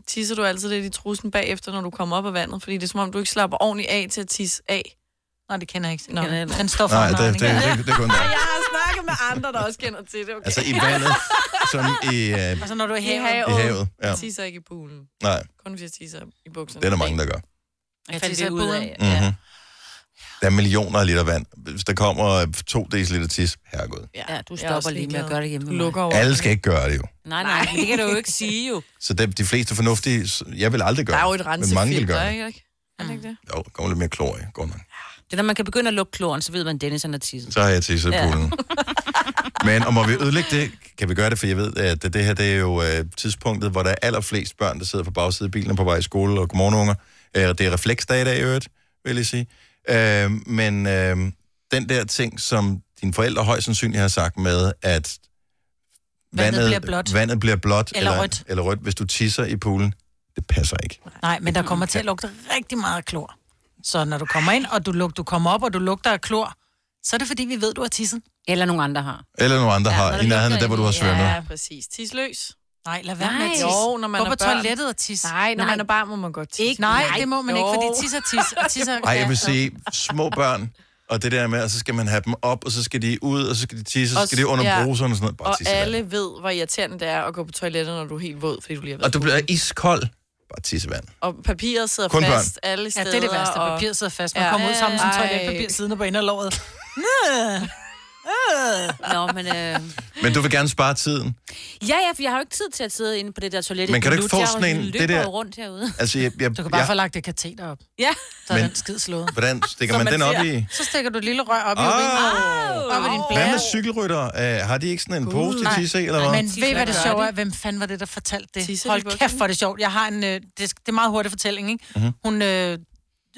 Speaker 3: tisser du altid lidt i trussen bagefter, når du kommer op af vandet, fordi det er som om, du ikke slapper ordentligt af til at tisse af.
Speaker 6: Nej, det kender jeg ikke.
Speaker 3: Nå.
Speaker 6: kender jeg ikke. Den står for
Speaker 1: Nej, det-
Speaker 6: åndånding.
Speaker 1: det- det- det er kun dig.
Speaker 3: Ej, Jeg har snakket med andre, der også kender til det. Okay.
Speaker 1: Altså i vandet, som i... Øh,
Speaker 6: Altså når du er i
Speaker 3: I
Speaker 6: havet.
Speaker 3: havet.
Speaker 1: I havet, ja.
Speaker 3: Jeg tisser ikke i poolen.
Speaker 1: nej,
Speaker 3: Kun hvis jeg tisser i bukserne.
Speaker 1: det er der mange, der gør.
Speaker 3: Jeg
Speaker 6: fandt
Speaker 3: tisser
Speaker 6: det
Speaker 3: i
Speaker 6: ud
Speaker 3: poolen.
Speaker 6: af.
Speaker 1: Mm-hmm. Der er millioner af liter vand. Hvis der kommer øh, to deciliter tis, herregud.
Speaker 4: Ja, du
Speaker 3: Jeg er
Speaker 4: stopper
Speaker 3: også
Speaker 4: lige med at
Speaker 3: ligeglad.
Speaker 4: gøre det hjemme.
Speaker 3: Du lukker over.
Speaker 1: Alle skal ikke gøre det jo.
Speaker 4: Nej, nej, men det kan du jo ikke sige jo.
Speaker 1: Så det, de fleste fornuftige, s- jeg vil aldrig gøre
Speaker 4: Der er jo
Speaker 1: det,
Speaker 4: et
Speaker 1: men mange vil gøre
Speaker 4: rensefilter,
Speaker 1: det.
Speaker 4: ikke?
Speaker 3: Er det ikke det?
Speaker 1: Jo, der kommer lidt mere klor i, godt nok.
Speaker 4: Det er, når man kan begynde at lukke kloren, så ved man, at Dennis han er tisset.
Speaker 1: Så har jeg tisset i
Speaker 6: <laughs>
Speaker 1: poolen. Men og må vi ødelægge det, kan vi gøre det, for jeg ved, at det her det er jo øh, tidspunktet, hvor der er allerflest børn, der sidder på bagsiden af bilen og på vej i skole, og godmorgen unger. Øh, det er refleksdag i dag i øvrigt, vil jeg sige. Øh, men øh, den der ting, som dine forældre højst sandsynligt har sagt med, at
Speaker 6: Vandet bliver blåt.
Speaker 1: vandet bliver blåt
Speaker 6: Eller rødt.
Speaker 1: eller rødt, hvis du tisser i poolen, det passer ikke.
Speaker 6: Nej, men der kommer til at lugte rigtig meget af klor. Så når du kommer ind, og du, lugter, du kommer op, og du lugter af klor, så er det fordi, vi ved, du har tisset.
Speaker 4: Eller nogen andre har.
Speaker 1: Eller nogle andre ja,
Speaker 6: når
Speaker 1: har,
Speaker 6: det
Speaker 1: i nærheden af
Speaker 6: lugter
Speaker 1: der, hvor du har
Speaker 6: ind i-
Speaker 1: svømmet.
Speaker 3: Ja, præcis. Tis løs.
Speaker 6: Nej, lad være med at tisse.
Speaker 3: Jo, når man
Speaker 6: Gå
Speaker 3: er
Speaker 6: på
Speaker 3: børn.
Speaker 6: toilettet og tisse.
Speaker 3: Nej, når
Speaker 6: Nej.
Speaker 3: man er barn, må man godt tisse.
Speaker 6: Ikke. Nej, det må man ikke, fordi tis er tis, og tis er-
Speaker 1: Ej, jeg vil sige, små børn, og det der med, at så skal man have dem op, og så skal de ud, og så skal de tisse, og så skal de under ja. bruseren og sådan noget. Bare
Speaker 3: og
Speaker 1: tisse i vandet.
Speaker 3: alle ved, hvor irriterende det er at gå på toilettet, når du er helt våd, fordi du lige har været
Speaker 1: Og du bliver iskold. Bare tisse i vand.
Speaker 3: Og papiret sidder
Speaker 1: Kun
Speaker 3: Kun
Speaker 1: børn.
Speaker 3: fast børn. alle
Speaker 6: Ja,
Speaker 3: steder.
Speaker 6: det er det værste.
Speaker 3: og-
Speaker 6: Papiret sidder fast. Man kommer ud sammen som
Speaker 3: Ej.
Speaker 6: toiletpapir siden på inderlåret.
Speaker 4: <laughs> Nå, men... Øh...
Speaker 1: Men du vil gerne spare tiden.
Speaker 4: Ja, ja, for jeg har jo ikke tid til at sidde inde på det der toilet. i
Speaker 1: Men kan du
Speaker 4: et
Speaker 1: ikke
Speaker 4: minut.
Speaker 1: få
Speaker 4: Jeg
Speaker 1: sådan en-
Speaker 4: løber
Speaker 1: det der-
Speaker 4: jo rundt herude.
Speaker 1: Altså, jeg, jeg,
Speaker 6: Du kan bare
Speaker 1: jeg,
Speaker 6: få lagt det kateter op.
Speaker 4: Ja.
Speaker 6: Så er
Speaker 1: Men-
Speaker 6: den skid slået.
Speaker 1: Hvordan stikker man, den op i?
Speaker 6: Så stikker du et lille rør op i
Speaker 1: Åh.
Speaker 6: urinen. Op i din
Speaker 1: Hvad
Speaker 6: blære.
Speaker 1: med cykelryttere? Uh, har de ikke sådan en pose til tisse i, eller hvad?
Speaker 6: Men ved I, hvad det sjove er? Hvem fanden var det, der fortalte det?
Speaker 3: Tisse i
Speaker 6: Hold
Speaker 3: bukserne.
Speaker 6: kæft, hvor er det sjovt. Jeg har en... Øh, det, det er meget hurtig fortælling, ikke?
Speaker 1: Mhm.
Speaker 6: Hun... Øh, øh,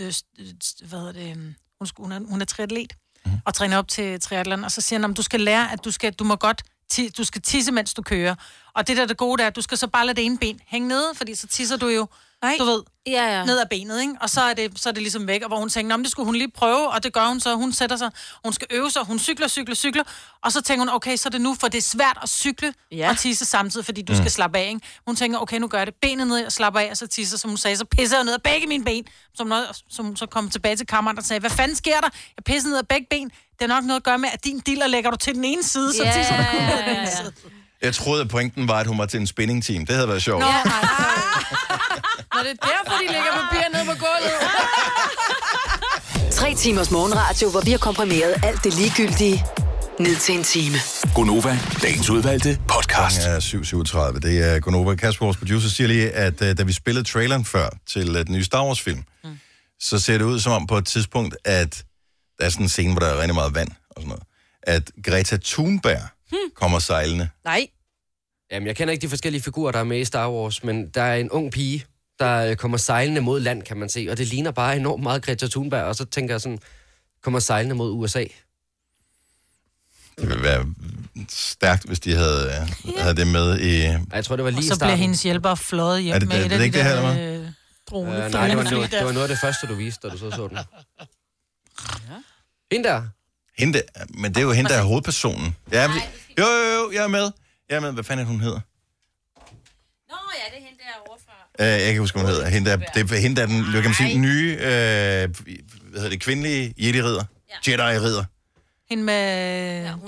Speaker 6: st- øh, st- hvad hedder det? øhm, Hun, skulle- hun, er, hun er triatlet
Speaker 1: Mhm.
Speaker 6: og træner op til triathlon, og så siger han, "Nå, men du skal lære, at du, skal, du må godt ti, du skal tisse, mens du kører. Og det der er det gode, det er, at du skal så bare lade det ene ben hænge nede, fordi så tisser du jo, Nej. du ved,
Speaker 4: Ja, ja.
Speaker 6: ned ad benet, ikke? Og så er, det, så er det ligesom væk, og hvor hun tænker, "Nå, men det skulle hun lige prøve, og det gør hun så, hun sætter sig, hun skal øve sig, hun cykler, cykler, cykler, og så tænker hun, okay, så er det nu, for det er svært at cykle ja. og tisse samtidig, fordi du
Speaker 2: Mm.
Speaker 6: mm. skal slappe af, ikke? Hun tænker, okay, nu gør jeg det, benet ned, og slapper af, og så tisser, som hun sagde, så pisser jeg ned ad begge mine ben, som, noget, som hun så kom tilbage til kammeren og sagde, hvad fanden sker der? Jeg pisser ned ad begge ben, det er nok noget at gøre med, at din diller lægger du til den ene side, så
Speaker 4: Ja,
Speaker 6: tisser du
Speaker 4: ja,
Speaker 6: kun
Speaker 4: ja,
Speaker 6: ned ad den
Speaker 4: ja.
Speaker 6: ene side.
Speaker 1: Jeg troede, at pointen var, at hun var til en spinning-team. Det havde været sjovt.
Speaker 3: Nå, nej. Nå, det er derfor, de lægger papir ned på gulvet.
Speaker 16: Tre timers morgenradio, hvor vi har komprimeret alt det ligegyldige ned til en time.
Speaker 15: Gonova, dagens udvalgte podcast.
Speaker 1: Ja, 7.37. Det er Gunova Kasper, vores producer, siger lige, at uh, da vi spillede traileren før til uh, den nye Star Wars-film, mm. så ser det ud som om på et tidspunkt, at der er sådan en scene, hvor der er rigtig meget vand og sådan noget, at Greta Thunberg hmm. kommer sejlende.
Speaker 3: Nej.
Speaker 7: Jamen, jeg kender ikke de forskellige figurer, der er med i Star Wars, men der er en ung pige, der øh, kommer sejlende mod land, kan man se. Og det ligner bare enormt meget Greta Thunberg, og så tænker jeg sådan, kommer sejlende mod USA.
Speaker 1: Det ville være stærkt, hvis de havde, øh, havde det med i...
Speaker 7: Jeg tror, det var
Speaker 6: Og så bliver hendes hjælper fløjet hjem
Speaker 1: Er det-
Speaker 6: med
Speaker 1: er
Speaker 6: et
Speaker 1: det
Speaker 6: af de
Speaker 1: ikke det her,
Speaker 6: der
Speaker 1: eller
Speaker 6: øh,
Speaker 7: Øh,
Speaker 6: drone.
Speaker 7: nej, det var, det, var, det var noget af det første, du viste, da du så så den. Hende der.
Speaker 1: Hende der, men det er jo hende, der er hovedpersonen. Ja, men, jo, jo, jo, jeg er med. Jeg er med. Hvad fanden er det, hun hedder? Nå, ja, det er hende der overfra. Øh, jeg kan ikke huske, hvad hun hedder. Hende der, det er hende der, er den, kan man sige, den nye, øh, hvad hedder det, kvindelige Jedi-ridder. Jedi-ridder.
Speaker 6: Hende med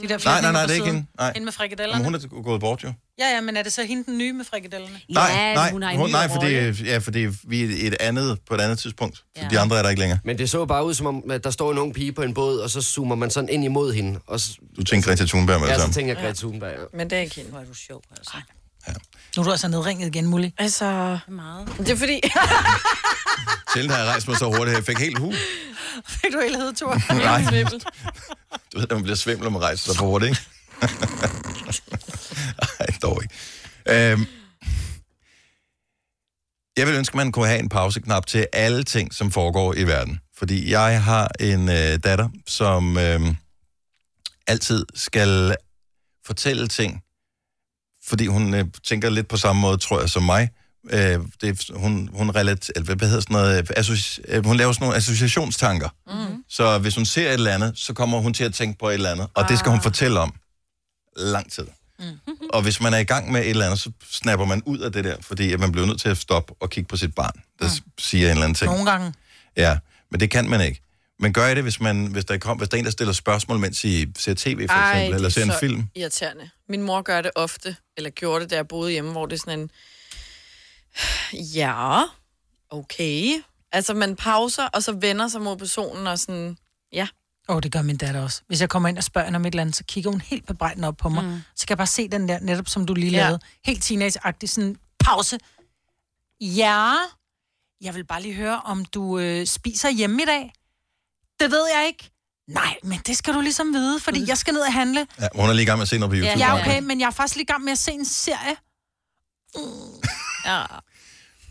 Speaker 6: de der
Speaker 1: Nej, nej, nej,
Speaker 6: på
Speaker 1: det er ikke
Speaker 6: siden.
Speaker 1: hende. Nej.
Speaker 6: Hende med
Speaker 1: Men
Speaker 6: frikadellerne.
Speaker 1: hun er gået bort, jo.
Speaker 6: Ja, ja, men er det så hende den nye med frikadellerne?
Speaker 1: nej, nej, hun, nej fordi, ja, fordi vi er et andet, på et andet tidspunkt. Ja. De andre er der ikke længere.
Speaker 7: Men det så bare ud, som om at der står en ung pige på en båd, og så zoomer man sådan ind imod hende. Og så,
Speaker 1: Du tænker Greta Thunberg med
Speaker 7: ja, så
Speaker 1: det samme.
Speaker 7: tænker jeg Greta Thunberg. Ja.
Speaker 3: Men det er ikke hende. Hvor er du sjov, altså.
Speaker 6: Nu er du altså nedringet igen, Mulli.
Speaker 3: Altså... Meget. Det er fordi... <laughs>
Speaker 1: Sjældent har jeg rejst mig så hurtigt her. Jeg fik helt hu.
Speaker 6: Fik du hele hedetur?
Speaker 1: Nej. Du ved, at man bliver svimmel, når man rejser sig for hurtigt, ikke? Nej, dog ikke. Øhm, jeg vil ønske, man kunne have en pauseknap til alle ting, som foregår i verden. Fordi jeg har en øh, datter, som øh, altid skal fortælle ting, fordi hun øh, tænker lidt på samme måde, tror jeg, som mig. Øh, det, hun, hun, relat, eller hvad hedder sådan noget, øh, associ, øh, hun laver sådan nogle associationstanker.
Speaker 17: Mm.
Speaker 1: Så hvis hun ser et eller andet, så kommer hun til at tænke på et eller andet, og det skal hun fortælle om lang tid. Og hvis man er i gang med et eller andet, så snapper man ud af det der, fordi at man bliver nødt til at stoppe og kigge på sit barn, der mm. siger en eller anden ting.
Speaker 6: Nogle gange.
Speaker 1: Ja, men det kan man ikke. Men gør I det, hvis, man, hvis, der, kom, hvis der er en, der stiller spørgsmål, mens I ser tv for eksempel,
Speaker 3: det
Speaker 1: eller
Speaker 3: er
Speaker 1: ser en
Speaker 3: så
Speaker 1: film?
Speaker 3: irriterende. Min mor gør det ofte, eller gjorde det, da jeg boede hjemme, hvor det er sådan en... Ja, okay. Altså, man pauser, og så vender sig mod personen, og sådan... Ja.
Speaker 6: Åh, oh, det gør min datter også. Hvis jeg kommer ind og spørger hende om et eller andet, så kigger hun helt bebrejdende op på mig.
Speaker 3: Mm.
Speaker 6: Mm. Så kan jeg bare se den der, netop som du lige
Speaker 3: Ja.
Speaker 6: ja. lavede. Helt teenage-agtig, sådan pause. Ja, jeg vil bare lige høre, om du øh, spiser hjemme i dag? Det ved jeg ikke. Nej, men det skal du ligesom vide, fordi jeg skal ned og handle.
Speaker 1: Ja, hun er lige i gang med at se noget på YouTube.
Speaker 6: Ja, okay, men jeg er faktisk lige i gang med at se en serie.
Speaker 4: Ja.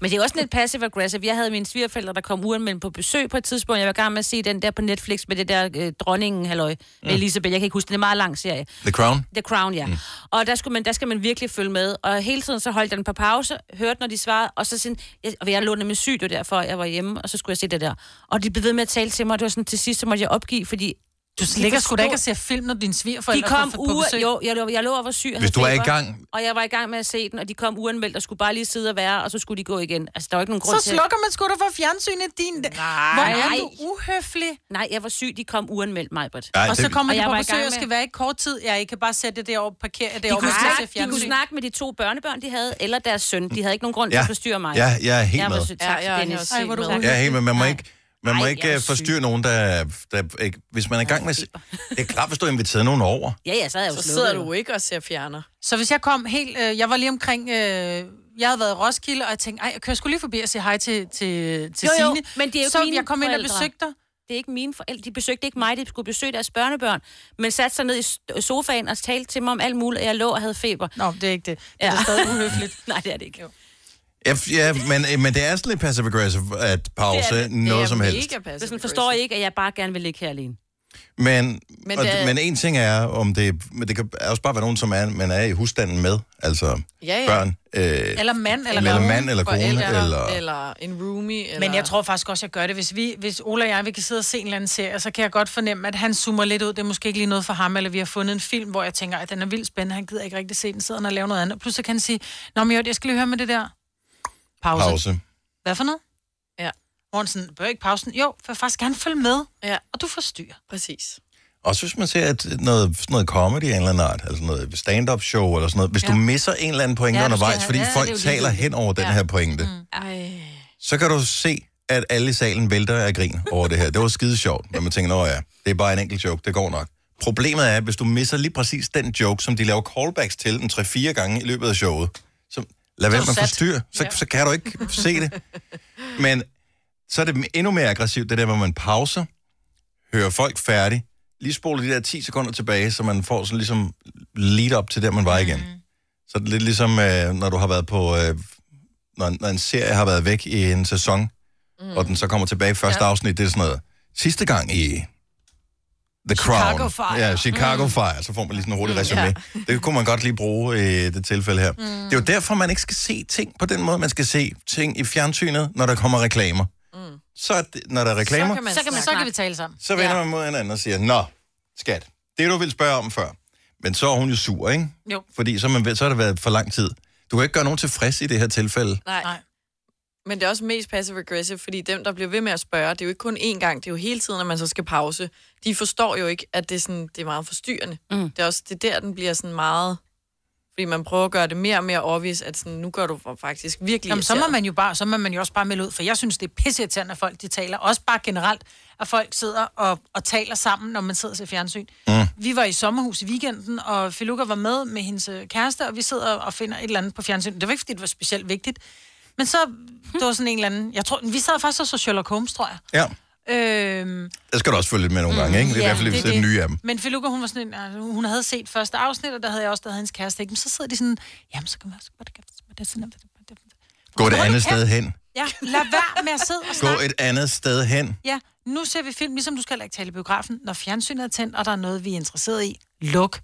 Speaker 4: Men det er også lidt passive aggressive. Jeg havde mine svigerforældre, der kom uanmeldt på besøg på et tidspunkt. Jeg var i gang med at se den der på Netflix med det der øh, dronningen, halløj, med
Speaker 1: Mm.
Speaker 4: Elisabeth. Jeg kan ikke huske, den er en meget lang serie.
Speaker 1: The Crown?
Speaker 4: The Crown, ja.
Speaker 1: Mm.
Speaker 4: Mm. Og der, skulle man, der skal man virkelig følge med. Og hele tiden så holdt jeg den på pause, hørte, når de svarede, og så sådan, jeg, og jeg lå nemlig syg, det var derfor, jeg var hjemme, og så skulle jeg se det der. Og de blev ved med at tale til mig, og det var sådan, til sidst, så måtte jeg opgive, fordi...
Speaker 6: Du
Speaker 4: de
Speaker 6: ligger sgu da
Speaker 4: forstod-
Speaker 6: ikke og ser film, når dine
Speaker 4: de
Speaker 6: svigerforældre
Speaker 4: kom
Speaker 6: er på, på
Speaker 4: uge,
Speaker 6: besøg.
Speaker 4: jo, jeg lå, jeg lå og var syg. og
Speaker 1: Hvis
Speaker 4: havde
Speaker 1: du er i
Speaker 4: feber,
Speaker 1: gang-
Speaker 4: Og jeg var i gang med at se den, og de kom uanmeldt og skulle bare lige sidde og være, og så skulle de gå igen. Altså, der var ikke nogen grund
Speaker 6: Så
Speaker 4: til...
Speaker 6: slukker man sgu da for fjernsynet din... Nej. Hvor er du uhøflig?
Speaker 4: Nej, jeg var syg, de kom uanmeldt, Majbert.
Speaker 6: Ej, og så kommer de på besøg og skal være i kort tid. Ja, I kan bare sætte det derovre, parkere det
Speaker 4: de, kunne
Speaker 6: mens jeg ser
Speaker 4: snakke, de
Speaker 6: fjernsyn.
Speaker 4: kunne snakke med de to børnebørn, de havde, eller deres søn. De havde ikke nogen grund til
Speaker 1: Ja.
Speaker 4: at forstyrre mig.
Speaker 1: Ja, jeg er helt
Speaker 4: jeg Var
Speaker 1: med.
Speaker 4: så, tak,
Speaker 3: Ja, jeg er
Speaker 4: Dennis.
Speaker 3: også Ej, hvor helt du med.
Speaker 1: Ja, helt, men man må ikke, man må
Speaker 4: Ej,
Speaker 1: ikke
Speaker 4: jeg er
Speaker 1: øh,
Speaker 4: syg.
Speaker 1: forstyrre nogen, der, der ikke, hvis man er i gang med... at se- Det er klart, hvis du har inviteret nogen over.
Speaker 4: Ja, ja, så havde jeg jo
Speaker 3: Så
Speaker 4: slukket,
Speaker 3: sidder
Speaker 4: jo.
Speaker 3: du ikke og ser fjerner.
Speaker 6: Så hvis jeg kom helt... Øh, jeg var lige omkring... Øh, jeg havde været i Roskilde, og jeg tænkte, ej, jeg kører sgu lige forbi og sige hej til, til, til
Speaker 4: jo, jo,
Speaker 6: Signe.
Speaker 4: men det er jo
Speaker 6: så
Speaker 4: ikke mine
Speaker 6: jeg kom ind og
Speaker 4: forældre.
Speaker 6: besøgte dig.
Speaker 4: Det er ikke mine forældre. De besøgte ikke mig, de skulle besøge deres børnebørn. Men satte sig ned i s- sofaen og talte til mig om alt muligt, og jeg lå og havde feber.
Speaker 6: Nå, det er ikke det. Det er da stadig uhøfligt.
Speaker 4: <laughs> Nej, det er det ikke. Jo.
Speaker 1: Ja, f- ja men, øh, men det er sådan lidt passive-aggressive at pause det er, noget som helst.
Speaker 4: Det er sådan, forstår I ikke, at jeg bare gerne vil ligge her alene.
Speaker 1: Men, men,
Speaker 4: Men
Speaker 1: og,
Speaker 4: det er-
Speaker 1: men en ting er, om det, men det kan også bare være nogen, som er, man er i husstanden med, altså
Speaker 3: Ja, ja.
Speaker 1: børn. Øh,
Speaker 6: Eller mand, eller,
Speaker 1: eller
Speaker 6: kone.
Speaker 1: mand, eller kone,
Speaker 3: Forældre,
Speaker 1: eller...
Speaker 3: eller en roomie, eller...
Speaker 6: Men jeg tror faktisk også, jeg gør det. Hvis, vi, hvis Ola og jeg vi kan sidde og se en eller anden serie, så kan jeg godt fornemme, at han zoomer lidt ud. Det er måske ikke lige noget for ham, eller vi har fundet en film, hvor jeg tænker, at den er vildt spændende. Han gider ikke rigtig se den, sidder han og laver noget andet. Plus så kan han sige, Nå, men jeg, jeg skal lige høre med det der. Pause.
Speaker 1: Pause.
Speaker 6: Hvad for noget?
Speaker 3: Ja.
Speaker 6: Hvor han sådan, bør jeg ikke pausen? Jo, for jeg faktisk gerne følge med.
Speaker 3: Ja.
Speaker 6: Og du forstyrrer.
Speaker 3: Præcis.
Speaker 1: Og så hvis man ser et, noget, sådan noget comedy af en eller anden art, altså noget stand-up show eller sådan noget, hvis ja. du misser en eller anden pointe
Speaker 3: Ja,
Speaker 1: ja,
Speaker 3: du skal
Speaker 1: undervejs,
Speaker 3: have-
Speaker 1: fordi
Speaker 3: ja,
Speaker 1: ja,
Speaker 3: det er jo
Speaker 1: folk
Speaker 3: lige
Speaker 1: taler
Speaker 3: det.
Speaker 1: hen over den
Speaker 3: Ja.
Speaker 1: her pointe, mm.
Speaker 3: Ej.
Speaker 1: så kan du se, at alle i salen vælter af grin over det her. Det var skide sjovt, men man tænker, nå ja, det er bare en enkelt joke, det går nok. Problemet er, at hvis du misser lige præcis den joke, som de laver callbacks til en 3-4 gange i løbet af showet, så lad være med at forstyrre, så, ja. så kan du ikke se det. Men så er det endnu mere aggressivt, det der, hvor man pauser, hører folk færdig, lige spoler de der 10 sekunder tilbage, så man får sådan ligesom lead up til der, man var igen. Mm. Så det er lidt ligesom, øh, når du har været på øh, når, når en serie har været væk i en sæson, mm. og den så kommer tilbage i første ja. afsnit, det er sådan noget, sidste gang i The Crown.
Speaker 17: Chicago Fire.
Speaker 1: Ja, Chicago mm. Fire, så får man lige sådan en hurtig mm, resume. Ja. Det kunne man godt lige bruge i det tilfælde her. Mm. Det er jo derfor, man ikke skal se ting på den måde. Man skal se ting i fjernsynet, når der kommer reklamer. Mm. Så er det, når der er reklamer,
Speaker 2: Så kan, man, så, kan man, så kan vi tale sammen.
Speaker 1: så vender ja. man mod hinanden og siger, Nå, skat, det du ville spørge om før. Men så er hun jo sur, ikke?
Speaker 2: Jo.
Speaker 1: Fordi så, er man, ved- så har det været for lang tid. Du kan ikke gøre nogen tilfreds i det her tilfælde.
Speaker 3: Nej. Nej. Men det er også mest passive-aggressive, fordi dem, der bliver ved med at spørge, det er jo ikke kun én gang, det er jo hele tiden, at man så skal pause. De forstår jo ikke, at det er, sådan, det er meget forstyrrende. Mm. Det er også det er der, den bliver sådan meget... Fordi man prøver at gøre det mere og mere obvious, at sådan, nu gør du faktisk virkelig
Speaker 6: Jamen, så må
Speaker 3: irriteret.
Speaker 6: man jo bare, så må man jo også bare melde ud, for jeg synes, det er pisseirriterende, at folk de taler. Også bare generelt, at folk sidder og, og taler sammen, når man sidder og ser fjernsyn. Mm. Vi var i sommerhus i weekenden, og Feluca var med med hendes øh, kæreste, og vi sidder og finder et eller andet på fjernsyn. Det var ikke, fordi det var specielt vigtigt. Men så, det var sådan en eller anden... Jeg tror, vi sad faktisk og så Sherlock Holmes, tror jeg.
Speaker 1: Ja,
Speaker 6: Øhm,
Speaker 1: der skal du også følge lidt med nogle
Speaker 6: Mhm.
Speaker 1: gange, ikke? Det er i hvert fald lidt Mm. det, nye af dem.
Speaker 6: Men Feluca, hun var sådan en, altså, hun havde set første afsnit, og der havde jeg også, der havde hendes kæreste, ikke? Men så sidder de sådan, jamen, så kan man også godt det er sådan,
Speaker 1: Gå et
Speaker 6: Hvor
Speaker 1: andet
Speaker 6: du kan.
Speaker 1: sted hen.
Speaker 6: Ja, lad være med at sidde og
Speaker 1: Gå
Speaker 6: snakke.
Speaker 1: et andet sted hen.
Speaker 6: Ja, nu ser vi film, ligesom du skal heller ikke tale i biografen, når fjernsynet er tændt, og der er noget, vi er interesseret i. Luk.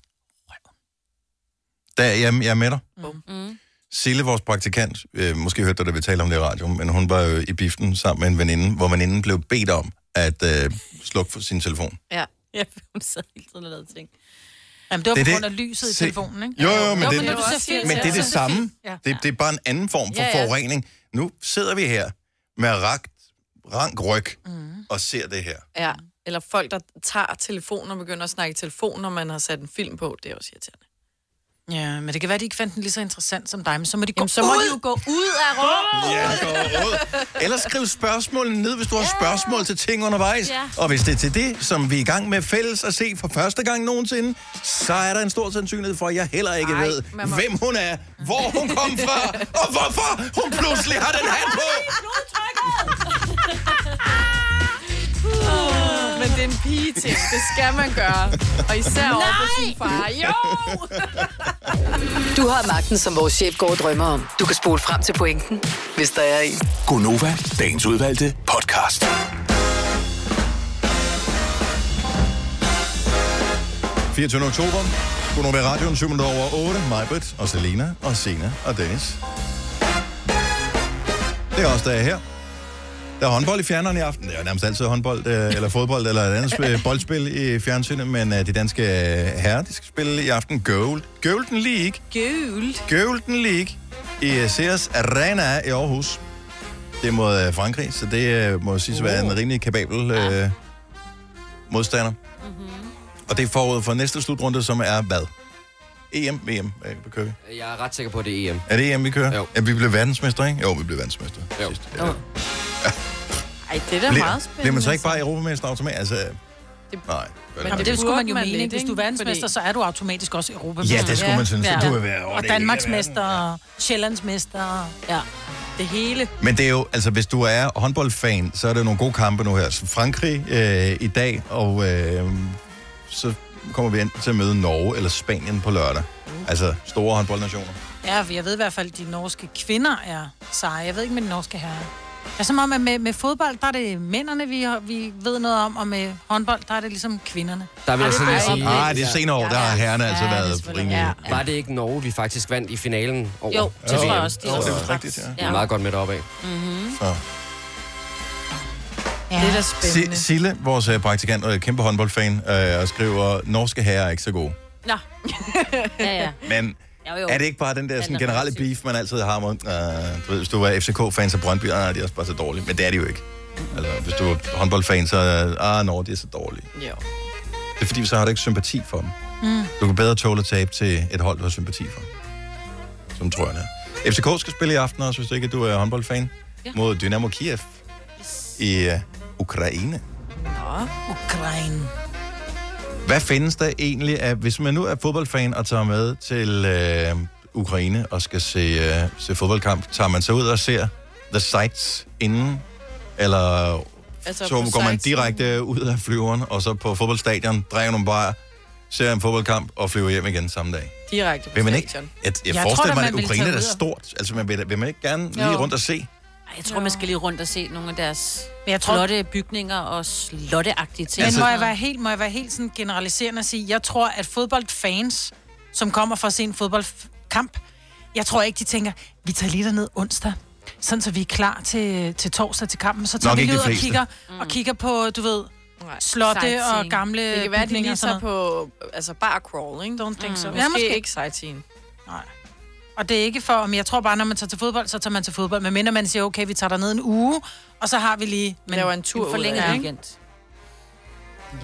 Speaker 1: Der, jeg, jeg er med dig.
Speaker 6: Mm.
Speaker 1: Sille, vores praktikant, øh, måske hørte du, da vi talte om det i radioen, men hun var jo i biften sammen med en veninde, hvor veninden blev bedt om at øh, slukke for sin telefon.
Speaker 3: Ja. <laughs>
Speaker 4: ja, hun sad hele tiden og lavede ting.
Speaker 6: Jamen, det var
Speaker 1: Det er
Speaker 6: på
Speaker 1: det-
Speaker 6: grund af lyset i
Speaker 1: se-
Speaker 6: telefonen, ikke?
Speaker 1: Jo, jo, men, det,
Speaker 6: når du ser film,
Speaker 1: men
Speaker 6: så
Speaker 1: det er det
Speaker 6: så
Speaker 1: samme.
Speaker 6: film. Ja.
Speaker 1: Det, det er bare en anden form for
Speaker 6: Ja, ja.
Speaker 1: forurening. Nu sidder vi her med rakt, rank ryg
Speaker 6: Mm.
Speaker 1: og ser det her.
Speaker 3: Ja. Eller folk, der tager telefonen og begynder at snakke i telefon, når man har sat en film på, det er også irriterende.
Speaker 6: Ja, men det kan være, at de ikke fandt den lige så interessant som dig, men så må de gå
Speaker 3: Jamen, så må de jo gå ud af rummet.
Speaker 1: Ja, gå ud. Ellers skriv spørgsmålene ned, hvis du har spørgsmål til ting undervejs.
Speaker 17: Ja.
Speaker 1: Og hvis det er til det, som vi er i gang med fælles at se for første gang nogensinde, så er der en stor sandsynlighed for, at jeg heller ikke
Speaker 17: Ej,
Speaker 1: Ej, ved,
Speaker 17: man må-
Speaker 1: hvem hun er, hvor hun kom fra, og hvorfor hun pludselig har den hat på.
Speaker 3: Men det er en pige-ting. Det skal man gøre. Og især over for sin far. Jo!
Speaker 6: <laughs>
Speaker 16: Du har magten, som vores chef går og drømmer om. Du kan spole frem til pointen, hvis der er en.
Speaker 15: Gonova, dagens udvalgte podcast.
Speaker 1: Fredag, 24. oktober. Kunne være radioen 7 minutter over 8. Majbrit og Selina og Sena og Dennis. Det er også der er her. Der er håndbold i fjerneren i aften. Det er jo nærmest altid håndbold, øh, eller fodbold, eller et andet spil, boldspil i fjernsynet, men øh, de danske øh, herrer, de skal spille i aften Gold. Golden League.
Speaker 3: Gold.
Speaker 1: Golden League i øh, Sears Arena i Aarhus. Det er mod øh, Frankrig, så det øh, må siges at være en rimelig kapabel øh, modstander. Mm-hmm. Og det er forud for næste slutrunde, som er hvad? EM, VM, øh, hvad kører vi?
Speaker 7: Jeg er ret sikker på, at det er E EM.
Speaker 1: Er det EM, vi kører? Jo. Ja, vi blev verdensmester, ikke? Jo, vi blev verdensmester. Jo.
Speaker 3: Jo. Ej, det er da meget
Speaker 1: bliver,
Speaker 3: spændende. altså.
Speaker 1: Bliver man så ikke bare europamester automatisk? Altså,
Speaker 3: Det-
Speaker 1: nej.
Speaker 6: Men det, det skulle man jo
Speaker 3: burde man
Speaker 6: mene,
Speaker 3: lidt,
Speaker 6: ikke? Hvis du er
Speaker 3: ikke?
Speaker 6: verdensmester,
Speaker 3: Fordi-
Speaker 6: så er du automatisk også europamester.
Speaker 1: Ja, det skulle man synes, at du vil være over
Speaker 6: Og
Speaker 1: det hele
Speaker 6: Danmarksmester, og Sjællandsmester.
Speaker 3: Ja, det hele.
Speaker 1: Men det er jo, altså hvis du er håndboldfan, så er det nogle gode kampe nu her. Så Frankrig øh, i dag, og øh, så kommer vi enten til at møde Norge eller Spanien på lørdag. Altså store håndboldnationer.
Speaker 6: Ja, for jeg ved i hvert fald, at de norske kvinder er seje. Jeg ved ikke med de norske herrer. Det er som om, at med, med fodbold, der er det mændene, vi, har- vi ved noget om, og med håndbold, der er det ligesom kvinderne.
Speaker 7: Der vil jeg
Speaker 6: Ej,
Speaker 7: sådan
Speaker 6: det
Speaker 7: lige
Speaker 6: er
Speaker 7: sige...
Speaker 6: oplevet.
Speaker 1: Ah, det er senere år, der har herrerne altså
Speaker 6: Ja, det er
Speaker 1: været
Speaker 6: selvfølgelig-
Speaker 1: rimelig... Ja.
Speaker 6: Ja.
Speaker 7: Var det ikke Norge, vi faktisk vandt i finalen over?
Speaker 1: Jo,
Speaker 7: til
Speaker 1: det tror jeg
Speaker 7: VM?
Speaker 1: også, de Jo, også det er vist rigtigt, ja.
Speaker 7: Jeg er meget godt med deroppe af.
Speaker 1: Mm-hmm.
Speaker 6: Ja. Det er da
Speaker 1: Så. Si- Sille, vores øh, praktikant og kæmpe håndboldfan, øh, og skriver, norske herrer er ikke så gode.
Speaker 3: <laughs>
Speaker 4: Nå. ja, ja.
Speaker 1: Men
Speaker 4: Jo, jo.
Speaker 1: er det ikke bare den der sådan, generelle beef, man altid har mod... Uh, du ved, hvis du er FCK-fan, så Brøndby, ah, de er også bare så dårlige. Men det er de jo ikke. Altså, hvis du er håndboldfan, så øh, ah, Norge, de er så dårlige.
Speaker 3: Jo.
Speaker 1: Det er fordi, så har du ikke sympati for dem.
Speaker 6: Mm.
Speaker 1: Du kan bedre tåle at tabe til et hold, du har sympati for. Som tror jeg, det er. FCK skal spille i aften også, hvis du ikke du er håndboldfan. Ja. Mod Dynamo Kiev i øh, Ukraine.
Speaker 6: Nå, Ukraine.
Speaker 1: Hvad findes der egentlig af, hvis man nu er fodboldfan og tager med til øh, Ukraine og skal se, øh, se fodboldkamp, tager man så ud og ser The Sights inden, eller
Speaker 3: Altså,
Speaker 1: altså, så
Speaker 3: på
Speaker 1: går man
Speaker 3: sites-
Speaker 1: direkte ud af flyveren, og så på fodboldstadion, drikker nogle bajer, ser en fodboldkamp og flyver hjem igen samme dag.
Speaker 3: Direkte på
Speaker 1: Vil man ikke? Jeg,
Speaker 3: stadion.
Speaker 1: jeg, jeg forestiller mig, at Ukraine er stort. Altså, man vil, vil man ikke gerne lige
Speaker 4: Jo.
Speaker 1: rundt og se?
Speaker 4: Ej, jeg tror, man skal lige rundt og se nogle af deres
Speaker 6: Men jeg
Speaker 4: jeg
Speaker 6: tror-
Speaker 4: tror... flotte bygninger og slotteagtige ting.
Speaker 1: Altså-
Speaker 6: Men må jeg, være helt, må jeg være helt sådan generaliserende og sige, jeg tror, at fodboldfans, som kommer for at se en fodboldkamp, jeg tror ikke, de tænker, vi tager lige derned onsdag, sådan så vi er klar til, til torsdag til kampen. Så tager
Speaker 1: Nok
Speaker 6: vi
Speaker 1: ikke
Speaker 6: lige ud
Speaker 1: de
Speaker 6: og
Speaker 1: fleste.
Speaker 6: kigger, og kigger på, du ved, slotte og
Speaker 3: Mm. Sightseeing.
Speaker 6: gamle
Speaker 3: Det kan være, at de
Speaker 6: bygninger
Speaker 3: lige
Speaker 6: og sådan
Speaker 3: tager på altså bar crawl, ikke?
Speaker 6: Don't think so.
Speaker 3: Måske,
Speaker 6: Ja,
Speaker 3: ja,
Speaker 6: måske.
Speaker 3: måske ikke sightseeing.
Speaker 6: Nej. Og det er ikke for, men jeg tror bare, når man tager til fodbold, så tager man til fodbold. Men mindre man siger, okay, vi tager derned en uge, og så har vi lige... Men
Speaker 3: Laver en tur ud af
Speaker 6: forlænget
Speaker 3: det, ikke?
Speaker 6: weekend.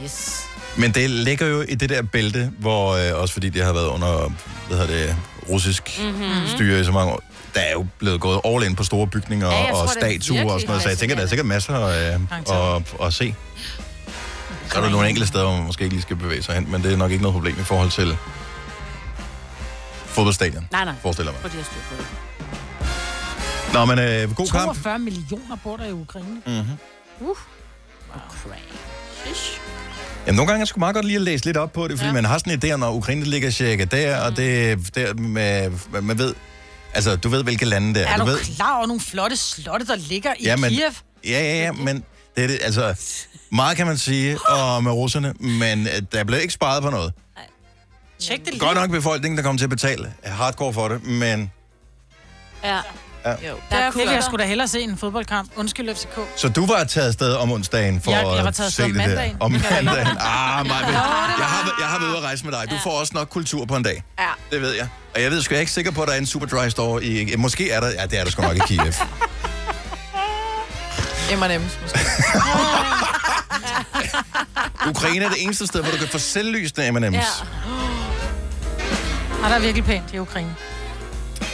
Speaker 4: Yes.
Speaker 1: Men det ligger jo i det der bælte, hvor øh, også fordi det har været under hvad hedder det, russisk
Speaker 4: Mhm.
Speaker 1: mm-hmm. styre i så mange år, der er jo blevet gået all in på store bygninger
Speaker 4: Ja,
Speaker 1: ja,
Speaker 4: jeg tror,
Speaker 1: og
Speaker 4: det er
Speaker 1: statuer og sådan
Speaker 4: virkelig
Speaker 1: noget, så jeg tænker, der er sikkert masser øh,
Speaker 4: Garanteret.
Speaker 1: at, at se. Så er der nogle enkelte steder, hvor man måske ikke lige skal bevæge sig hen, men det er nok ikke noget problem i forhold til fodboldstadion,
Speaker 6: Nej, nej.
Speaker 1: forestiller jeg mig.
Speaker 4: Fordi jeg styrer på det.
Speaker 1: Nå, men øh, god kamp.
Speaker 6: 42 millioner bor der i Ukraine.
Speaker 1: Mm-hmm.
Speaker 6: Uh.
Speaker 1: Jamen, nogle gange er det sgu meget godt lige at læse lidt op på det, fordi ja. man har sådan en idé, når Ukraine ligger cirka der, og det der med, man ved, altså, du ved, hvilke lande det er.
Speaker 6: Er du
Speaker 1: ved,
Speaker 6: klar over nogle flotte slotte, der ligger i
Speaker 1: ja, men,
Speaker 6: Kiev?
Speaker 1: Ja, ja, ja, men det er det, altså, meget kan man sige om øh, russerne, men øh, der blev ikke sparet på noget.
Speaker 6: Tjek det lige.
Speaker 1: Mm. Godt nok befolkningen, der kommer til at betale hardcore for det, men
Speaker 4: Ja.
Speaker 1: Ja.
Speaker 4: Jo.
Speaker 6: Der
Speaker 4: Der
Speaker 6: er
Speaker 4: er
Speaker 6: det vil jeg
Speaker 4: kutter.
Speaker 6: skulle da hellere se en fodboldkamp. Undskyld, FCK.
Speaker 1: så du var taget afsted om onsdagen for
Speaker 6: Jeg- jeg var
Speaker 1: at
Speaker 6: taget
Speaker 1: se
Speaker 6: afsted om
Speaker 1: det der.
Speaker 6: mandagen.
Speaker 1: Om
Speaker 6: Det kan jeg godt
Speaker 1: mandagen. Ah, Maja, jeg har, været- jeg har været ude at rejse med dig. Du får også nok kultur på en dag.
Speaker 3: Ja.
Speaker 1: Det ved jeg. Og jeg ved sgu jeg er ikke sikker på, at der er en Superdry store i... eh, Måske er der... Ja, det er der sgu nok i
Speaker 6: <laughs>
Speaker 1: Kiev.
Speaker 3: M&M's måske.
Speaker 1: Ukraine er det eneste sted, hvor du kan få selvlysende M&M's. Ja.
Speaker 6: Og Ah, der er virkelig pænt i Ukraine.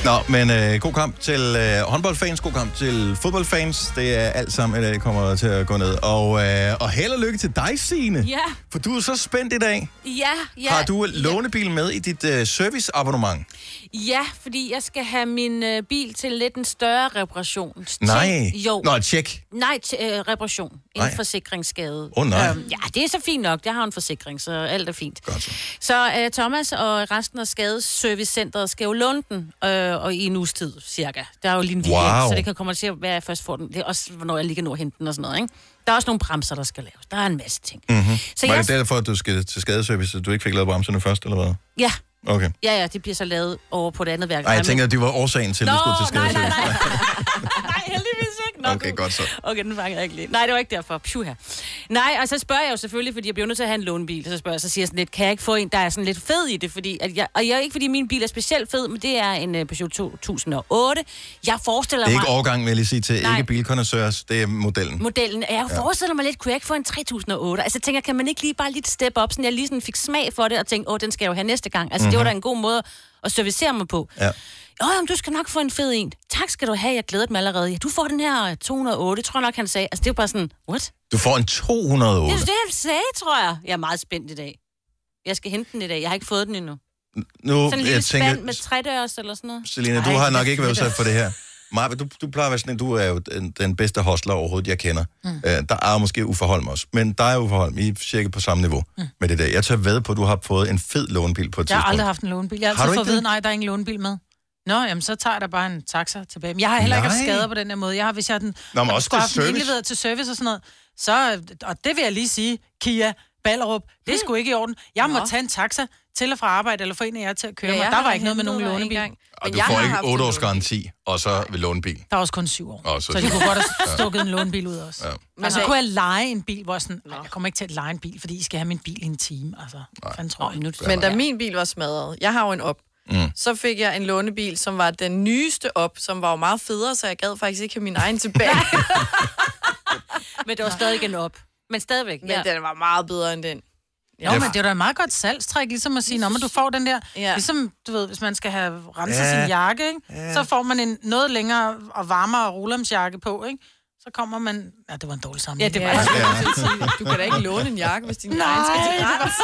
Speaker 1: Nå, men øh, god kamp til øh, håndboldfans, god kamp til fodboldfans. Det er alt sammen, der kommer til at gå ned. Og, øh, og held og lykke til dig, Signe.
Speaker 4: Ja.
Speaker 1: For du er så spændt i dag.
Speaker 4: Ja, ja.
Speaker 1: Har du lånebil med i dit øh, serviceabonnement?
Speaker 4: Ja, fordi jeg skal have min øh, bil til lidt en større reparation. Tjek.
Speaker 1: Nej.
Speaker 4: Jo.
Speaker 1: Nå, tjek.
Speaker 4: Nej, t- øh, reparation. En
Speaker 1: Nej.
Speaker 4: forsikringsskade. Øhm,
Speaker 1: Åh, nej.
Speaker 4: ja, det er så fint nok. Jeg har en forsikring, så alt er fint.
Speaker 1: Godt så.
Speaker 4: Så øh, Thomas og resten af Skadeservicecenteret skal jo låne den øh, og i en uges tid, cirka. Der er jo lige en weekend,
Speaker 17: Wow.
Speaker 4: så det kan komme til at være, at jeg først får den. Det er også, hvornår jeg lige kan nå at hente den og sådan noget, ikke? Der er også nogle bremser, der skal laves. Der er en masse ting.
Speaker 1: Mm-hmm.
Speaker 4: Så
Speaker 1: Så Var
Speaker 4: jeg-
Speaker 1: det derfor, at du skal til skadeservice, at du ikke fik lavet bremserne først, eller hvad?
Speaker 4: Ja,
Speaker 1: Okay.
Speaker 4: ja, ja, det bliver så lavet over på det andet værk.
Speaker 1: Nej, jeg
Speaker 4: men-
Speaker 1: tænker, at det var årsagen til, at du
Speaker 4: Nå,
Speaker 1: skulle til
Speaker 4: nej, nej,
Speaker 1: skadeservice.
Speaker 4: nej. Nej, heldigvis ikke. Nå,
Speaker 1: Okay, godt så.
Speaker 4: Okay, den fanger jeg ikke lige. Nej, det var ikke derfor. Pju her. Nej, og så spørger jeg jo selvfølgelig, fordi jeg bliver nødt til at have en lånebil. Så spørger jeg, så siger jeg sådan lidt, kan jeg ikke få en, der er sådan lidt fed i det? Fordi at jeg, og jeg er ikke, fordi min bil er specielt fed, men det er en uh, Peugeot 2008. Jeg forestiller
Speaker 1: Det er
Speaker 4: mig...
Speaker 1: ikke årgangen, vil jeg lige sige til.
Speaker 4: Nej.
Speaker 1: Ikke bilkonnoisseurs, det er modellen.
Speaker 4: Modellen. Jeg
Speaker 1: Ja.
Speaker 4: forestiller mig lidt, kunne jeg ikke få en 3008? Altså, jeg tænker, kan man ikke lige bare lidt step op, sådan jeg lige sådan fik smag for det, og tænkte, åh, den skal jeg jo have næste gang. Altså, mm-hmm. det var
Speaker 1: Mhm.
Speaker 4: da en god måde at servicere mig på.
Speaker 1: Ja. Mm.
Speaker 4: Åh, jamen, du skal nok få en fed en. Tak skal du have, jeg glæder mig allerede. Ja, du får den her øh, 208, tror jeg nok, han sagde. Altså, det var bare sådan, what?
Speaker 1: Du får en
Speaker 4: Det
Speaker 1: 208.
Speaker 4: er det, han sagde, tror jeg. Jeg er meget spændt i dag. Jeg skal hente den i dag. Jeg har ikke fået den endnu.
Speaker 1: Nu,
Speaker 4: sådan en lille
Speaker 1: jeg tænker,
Speaker 4: spand med tredørs eller sådan noget.
Speaker 1: Selina, du
Speaker 4: Ej,
Speaker 1: har
Speaker 4: det er
Speaker 1: nok ikke været
Speaker 4: fedt.
Speaker 1: udsat for det her. Maja, du, du plejer at være sådan, en- du er jo den, den bedste hostler overhovedet, jeg kender. Mm. Øh, der er jo måske Uffe Holm også, men der er Uffe Holm, I er cirka på samme niveau mm. med det der. Jeg tør ved på, at du har fået en fed lånebil på et
Speaker 6: Jeg har
Speaker 1: tidspunkt.
Speaker 6: aldrig haft en lånebil. Jeg har
Speaker 1: Har du
Speaker 6: altid fået
Speaker 1: ikke
Speaker 6: at vide,
Speaker 1: det?
Speaker 6: nej, der er ingen lånebil med. Nå, jamen, så tager jeg da bare en taxa tilbage. Men jeg har heller ikke haft
Speaker 1: Nej.
Speaker 6: skader på den her måde. Jeg har, hvis jeg har den,
Speaker 1: Nå, men
Speaker 6: og
Speaker 1: også
Speaker 6: skulle
Speaker 1: til
Speaker 6: have haft den
Speaker 1: service.
Speaker 6: indleveret til service og sådan noget, så, og det vil jeg lige sige, Kia, Ballerup,
Speaker 3: Hmm.
Speaker 6: det er sgu ikke i orden. Jeg må tage en taxa til og fra arbejde, eller få en af jer til at køre
Speaker 3: Ja,
Speaker 6: ja, mig.
Speaker 3: jeg
Speaker 6: Der
Speaker 3: har
Speaker 6: var ikke noget med nogen
Speaker 3: hentet mig
Speaker 6: lånebil.
Speaker 1: Og du får ikke 8 års garanti, og så ved lånebil.
Speaker 6: Der er også kun syv år.
Speaker 1: Og
Speaker 6: Så de kunne godt have stukket en lånebil ud også.
Speaker 1: Ja.
Speaker 6: Men så kunne jeg lege en bil, hvor jeg sådan, nej, jeg kommer ikke til at lege en bil, fordi I skal have min bil i en time, altså. Fanden tror jeg.
Speaker 3: Men da min bil var smadret, jeg har jo en op,
Speaker 6: Mm.
Speaker 3: så fik jeg en lånebil, som var den nyeste op, som var jo meget federe, så jeg gad faktisk ikke have min egen
Speaker 6: <laughs>
Speaker 3: tilbage.
Speaker 4: Men det var stadig en op. Men stadigvæk,
Speaker 3: Men ja. den var meget bedre end den.
Speaker 6: Nå, men det er da et meget godt salgstræk, ligesom at sige, når man du får den der, ja. ligesom, du ved, hvis man skal have renset
Speaker 3: Ja.
Speaker 6: ja. sin jakke, ikke?
Speaker 3: Ja.
Speaker 6: Ja. så får man en noget længere og varmere rullumsjakke på, ikke? Så kommer man... Ja, det var en dårlig sammenligning.
Speaker 3: Ja, det var det. Ja. Du kan da ikke låne en
Speaker 6: <laughs>
Speaker 3: jakke, hvis din
Speaker 6: Nej,
Speaker 3: egen skal
Speaker 6: det
Speaker 3: til
Speaker 6: var
Speaker 3: rens.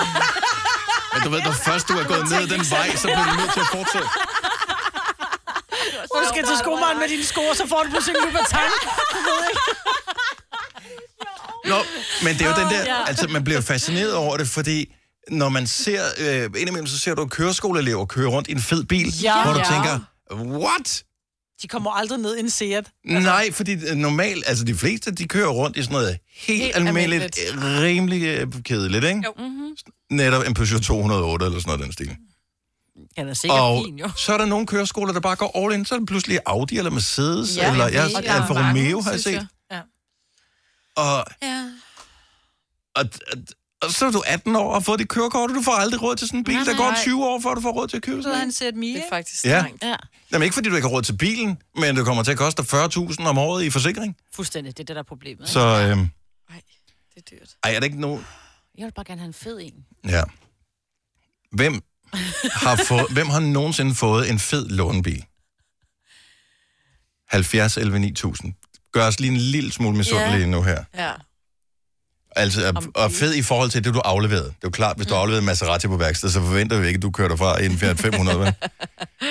Speaker 1: Men du ved, når først du er gået ned ad den vej, så bliver du nødt til at fortsætte.
Speaker 6: Hvor du skal til skomaren med dine sko, og så får du pludselig en Louboutin. Du ved ikke.
Speaker 1: Nå, men det er jo den
Speaker 6: Åh,
Speaker 1: der,
Speaker 6: ja.
Speaker 1: altså man bliver fascineret over det, fordi når man ser, øh, indimellem så ser du køreskoleelever køre rundt i en fed bil,
Speaker 6: Ja.
Speaker 1: hvor du
Speaker 6: Ja.
Speaker 1: tænker, what?
Speaker 6: De kommer aldrig ned i en Seat.
Speaker 1: Nej, fordi øh, normalt, altså de fleste, de kører rundt i sådan noget helt,
Speaker 6: Helt
Speaker 1: helt almindeligt,
Speaker 6: almindeligt.
Speaker 1: almindeligt. rimelig øh, kedeligt, ikke? Jo.
Speaker 4: Mm-hmm.
Speaker 1: Netop en Peugeot 208 eller sådan noget i den stil.
Speaker 4: Den er
Speaker 1: og så er der nogle køreskoler, der bare går all in, så er det pludselig Audi eller Mercedes,
Speaker 4: Ja,
Speaker 1: ja, eller
Speaker 4: det
Speaker 1: jeg,
Speaker 4: er
Speaker 1: Alfa
Speaker 4: mange,
Speaker 1: Romeo har jeg
Speaker 4: synes
Speaker 1: set.
Speaker 4: jeg.
Speaker 6: Ja.
Speaker 1: Og,
Speaker 6: Ja.
Speaker 1: og, og, og så er du 18 år og har fået dit kørekort, og du får aldrig råd til sådan en bil.
Speaker 6: Nej,
Speaker 1: Nej, der
Speaker 6: nej.
Speaker 1: går 20 år, før du får råd til at købe
Speaker 6: Så
Speaker 1: sådan
Speaker 6: havde
Speaker 1: en.
Speaker 6: han set Mie. Det er
Speaker 3: faktisk
Speaker 1: Ja.
Speaker 4: ja.
Speaker 1: Jamen ikke fordi du ikke har råd til bilen, men det kommer til at koste dig 40.000 om året i forsikring.
Speaker 4: Fuldstændig, det er det, der er problemet. ikke?
Speaker 1: Så øhm,
Speaker 4: Det er dyrt.
Speaker 1: ej, er det ikke nogen...
Speaker 4: Jeg vil bare gerne have en fed en.
Speaker 1: Ja. Hvem har, fået, hvem har nogensinde fået en fed lånebil? 70, 11, 9000. Gør os lige en lille smule misundelige yeah. nu her.
Speaker 3: Ja.
Speaker 1: Altså, og- og fed i forhold til det, du afleverede. Det er jo klart, hvis du afleverede en Maserati på værksted, så forventer vi ikke, at du kører derfra i en Fiat 500, vel?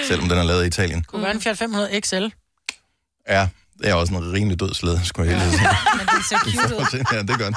Speaker 1: Selvom den er lavet i Italien.
Speaker 6: Kunne være en Fiat 500 XL.
Speaker 1: Ja, det er også en rimelig død slæde, skulle jeg helst sige.
Speaker 6: Men det er så
Speaker 1: I
Speaker 6: cute ud.
Speaker 1: forhold til- Ja, det er godt.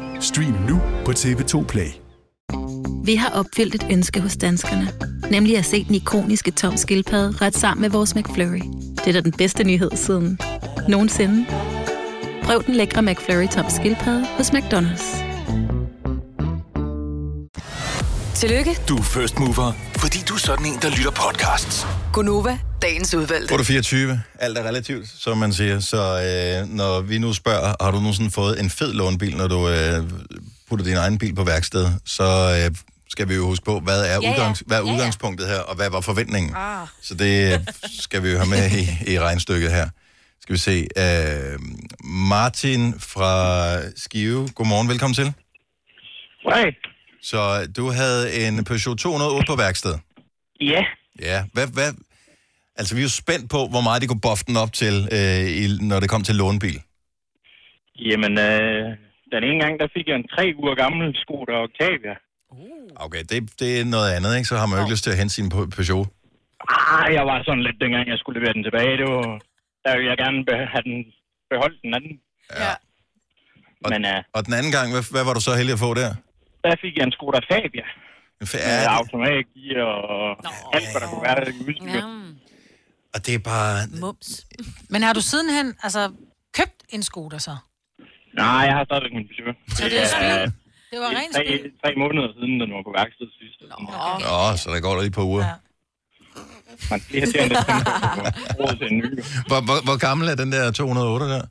Speaker 13: Stream nu på TV2 Play.
Speaker 14: Vi har opfyldt et ønske hos danskerne. Nemlig at se den ikoniske tom skildpadde ret sammen med vores McFlurry. Det er da den bedste nyhed siden nogensinde. Prøv den lækre McFlurry tom skildpadde hos McDonald's.
Speaker 16: Tillykke,
Speaker 15: Du er first mover, fordi du er sådan en, der lytter podcasts.
Speaker 16: Gunova, dagens udvalgte.
Speaker 1: 824, alt er relativt, som man siger. Så øh, når vi nu spørger, har du nogensinde fået en fed lånebil, når du øh, putter din egen bil på værksted, så øh, skal vi jo huske på, hvad er,
Speaker 4: Ja, ja.
Speaker 1: udgangs, hvad er
Speaker 4: Ja, ja.
Speaker 1: udgangspunktet her, og hvad var forventningen?
Speaker 4: Ah.
Speaker 1: Så det øh, skal vi jo have med i, i regnstykket her. Skal vi se. Øh, Martin fra Skive, godmorgen, velkommen til.
Speaker 18: Hej.
Speaker 1: Så øh, du havde en Peugeot 208 på værksted?
Speaker 18: Ja.
Speaker 1: Ja, hvad, hvad, altså vi er jo spændt på, hvor meget de kunne boffe den op til, øh, i, når det kom til lånebil.
Speaker 18: Jamen, øh, den ene gang, der fik jeg en tre uger gammel Skoda Octavia.
Speaker 1: Okay, det, det er noget andet, ikke? Så har man jo ikke lyst til at hente sin Pe- Peugeot.
Speaker 18: Ah, jeg var sådan lidt, dengang jeg skulle levere den tilbage. Det var, der ville jeg gerne be- have den, beholdt den anden.
Speaker 1: Ja.
Speaker 18: Og, Men øh,
Speaker 1: Og den anden gang, hvad, hvad var du så heldig at få der?
Speaker 18: der fik jeg en Skoda Fabia.
Speaker 1: En
Speaker 18: Med automatgear og alt, hvad der kunne være i udstyret.
Speaker 1: Og det er bare...
Speaker 6: Mums. Men har du sidenhen altså, købt en Skoda så?
Speaker 18: Nej, jeg har stadigvæk min Peugeot. Så
Speaker 6: det er spil. Det var
Speaker 18: det
Speaker 6: rent
Speaker 18: er tre,
Speaker 6: spil.
Speaker 18: tre måneder siden, den var på værksted sidst. Nå,
Speaker 1: Okay. Nå, så der går der lige på uger. Ja.
Speaker 18: Man lige har tjent lidt penge på at få råd til en ny.
Speaker 1: Hvor, hvor, hvor gammel er den der 208 der?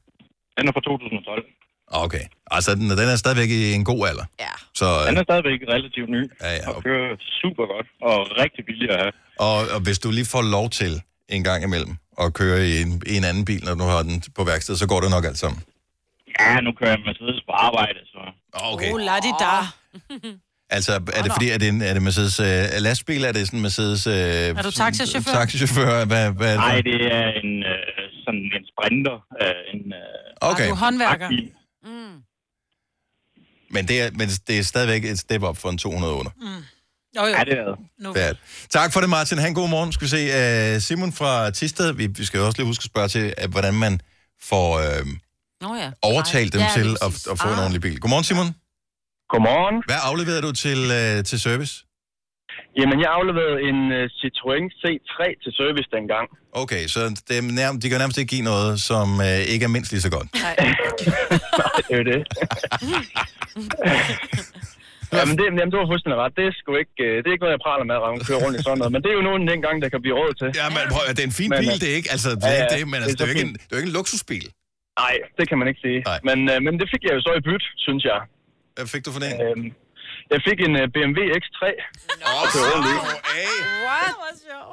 Speaker 18: Den er fra 2012.
Speaker 1: Okay. Altså, den, den er stadigvæk i en god alder. Ja. Så,
Speaker 18: Den
Speaker 1: øh,
Speaker 18: er stadigvæk relativt ny,
Speaker 1: ja, ja,
Speaker 18: og kører super godt, og rigtig billig at have.
Speaker 1: og, og hvis du lige får lov til en gang imellem at køre i en, i en anden bil, når du har den på værksted, så går det nok alt sammen.
Speaker 18: Ja, nu kører jeg Mercedes på arbejde, så...
Speaker 1: Okay.
Speaker 6: Oh, la di da.
Speaker 1: Altså, er det fordi, er det en er det Mercedes øh, lastbil? Er det sådan en Mercedes... Øh, er
Speaker 6: du taxachauffør?
Speaker 1: Taxichauffør? Hvad, hvad er det?
Speaker 18: Nej, det er en, øh, sådan en sprinter. Øh, en, øh,
Speaker 1: Okay.
Speaker 6: Du er håndværker.
Speaker 18: Aktiv.
Speaker 1: Men, det er, men det er stadigvæk et step up for en 200 under.
Speaker 6: Mm. Jo, jo.
Speaker 18: Ja, det er det.
Speaker 6: Nu.
Speaker 1: Det er det. Tak for det, Martin. Han god morgen. Skal vi se uh, Simon fra Tisted. Vi, vi skal jo også lige huske at spørge til, uh, hvordan man får uh,
Speaker 4: Nå ja.
Speaker 1: overtalt dem
Speaker 4: Ja,
Speaker 1: ja, til
Speaker 4: lige
Speaker 1: at,
Speaker 4: præcis.
Speaker 1: at få en
Speaker 4: Ah.
Speaker 1: ordentlig bil. Godmorgen, Simon.
Speaker 18: Godmorgen.
Speaker 1: Hvad afleverede du til, uh, til service?
Speaker 11: Jamen, jeg afleverede en øh, Citroën C3 til service dengang.
Speaker 1: Okay, så det er nærm, de kan nærmest ikke give noget, som uh, ikke er mindst
Speaker 11: <laughs>
Speaker 1: lige så godt. <laughs>
Speaker 11: Nej, det er jo det. Ja, men det, jamen, du har fuldstændig ret. Det er, sgu ikke, øh, det er ikke noget, jeg praler med, at man kører rundt i sådan noget. Men det er jo nogen dengang, der kan blive råd til. øh,
Speaker 1: Ja, men prøv, at- det er en fin bil, det er ikke, altså, det er ikke det, men altså, det er jo ikke en- det er jo ikke en luksusbil.
Speaker 11: Nej, det kan man ikke sige. Men, øh, men det fik jeg jo så i byt, synes jeg.
Speaker 1: Hvad fik du for den?
Speaker 11: Øhm, jeg fik en øh, BMW X3. Nå,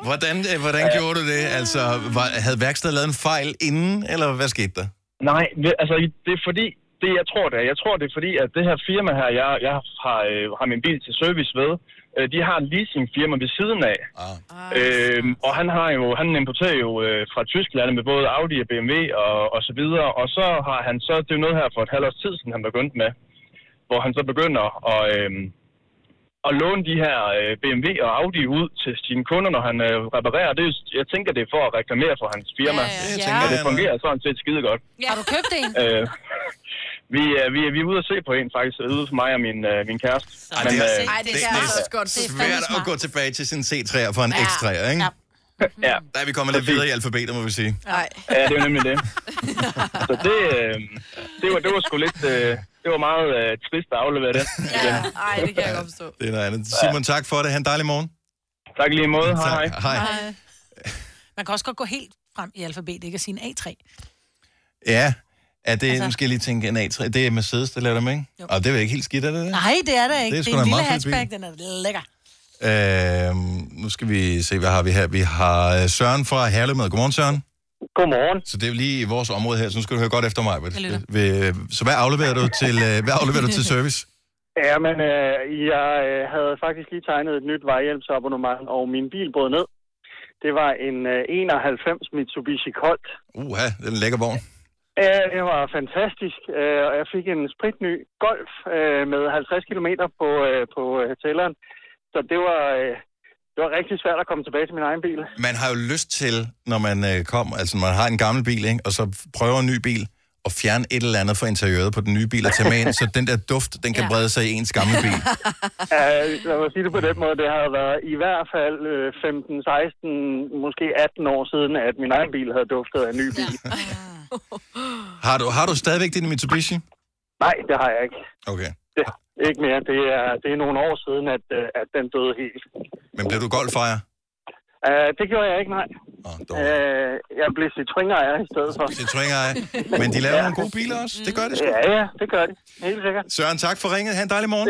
Speaker 1: Hvordan, øh, hvordan ja. gjorde du det? Altså, var, havde værkstedet lavet en fejl inden, eller hvad skete der?
Speaker 11: Nej, det- altså det er fordi, det jeg tror det er, jeg tror det er fordi, at det her firma her, jeg, jeg har, øh, har min bil til service ved, øh, de har en leasingfirma ved siden af.
Speaker 1: Ah.
Speaker 11: Øh, og han har jo, han importerer jo øh, fra Tyskland med både Audi og BMW og, og så videre, og så har han så, det er jo noget her for et halvt års tid siden, han begyndte med, hvor han så begynder at, øh, at låne de her øh, BMW og Audi ud til sine kunder, når han øh, reparerer. Det er, jo- jeg tænker, det er for at reklamere for hans firma. Ja,
Speaker 1: ja.
Speaker 11: ja. Og det fungerer sådan set skide godt.
Speaker 6: Ja. Har du købt en?
Speaker 11: Øh, vi, er, vi, er, vi er ude at se på en faktisk, ude for mig og min, øh, min kæreste.
Speaker 1: Ej, det, er,
Speaker 11: øh,
Speaker 1: det, det, det er svært at gå tilbage til sin C3'er for en
Speaker 11: Ja.
Speaker 1: X3'er, ikke?
Speaker 11: <laughs> Ja.
Speaker 1: Der er vi kommet lidt videre i alfabetet, må vi sige.
Speaker 11: Nej. Ja, det er jo nemlig det. Så det, øh, det, var, det var sgu lidt... Øh, det var meget øh, trist at aflevere det. Ja,
Speaker 3: nej, det kan jeg godt forstå.
Speaker 1: <laughs> Det er noget andet. Simon, tak for det. Ha' en dejlig morgen.
Speaker 11: Tak lige måde.
Speaker 1: Hej. Hej.
Speaker 6: Hej. Man kan også godt gå helt frem i alfabet, ikke? Og sige en A3.
Speaker 1: Ja, er det, altså... nu skal jeg lige tænke, en A3, det er Mercedes, der laver dem, ikke? Og det er jo ikke helt skidt, er det det?
Speaker 6: Nej, det er der ikke.
Speaker 1: Det er
Speaker 6: Det er,
Speaker 1: sgu
Speaker 6: det er
Speaker 1: da
Speaker 6: en lille
Speaker 1: en meget fed bil.
Speaker 6: hatchback, den er lækker.
Speaker 1: Øhm, nu skal vi se, hvad har vi her. Vi har øh, Søren fra Herlev med. Godmorgen, Søren.
Speaker 19: Godmorgen.
Speaker 1: Så det er jo lige i vores område her, så nu skal du høre godt efter mig. Britt.
Speaker 19: Jeg lytter.
Speaker 1: Ved- øh, Så hvad afleverer du til, øh, hvad afleverer
Speaker 19: <laughs>
Speaker 1: du til service?
Speaker 19: Ja, men øh, jeg øh, havde faktisk lige tegnet et nyt vejhjælpsabonnement, og min bil brød ned. Det var en øh, 91 Mitsubishi Colt.
Speaker 1: Uha, den lækker vogn.
Speaker 19: Ja, det var fantastisk, øh, og jeg fik en spritny Golf øh, med 50 km på, øh, på øh, tælleren. Så det var, øh, det var rigtig svært at komme tilbage til min egen bil.
Speaker 1: Man har jo lyst til, når man øh, kommer, altså man har en gammel bil, ikke? og så prøver en ny bil, og fjerne et eller andet fra interiøret på den nye bil og tage med ind, så den der duft, den kan ja. brede sig i ens gamle
Speaker 19: <laughs>
Speaker 1: bil.
Speaker 19: Ja, lad mig sige det på den måde. Det har været i hvert fald øh, 15, 16, måske 18 år siden, at min egen bil havde duftet af en ny bil.
Speaker 1: Har du, har du stadigvæk din Mitsubishi?
Speaker 19: Nej, det har jeg ikke.
Speaker 1: Okay.
Speaker 19: Det, ikke mere. Det er, det er nogle år siden, at, øh, at den døde helt.
Speaker 1: Men blev du golfejer?
Speaker 19: Uh, det gjorde jeg ikke, nej. Uh, jeg blev citriner i stedet for.
Speaker 1: Citriner Men de laver nogle gode biler også. Det gør det sgu.
Speaker 19: Ja, ja, det gør de. Helt sikkert.
Speaker 1: Søren, tak for ringet. Ha' en dejlig morgen.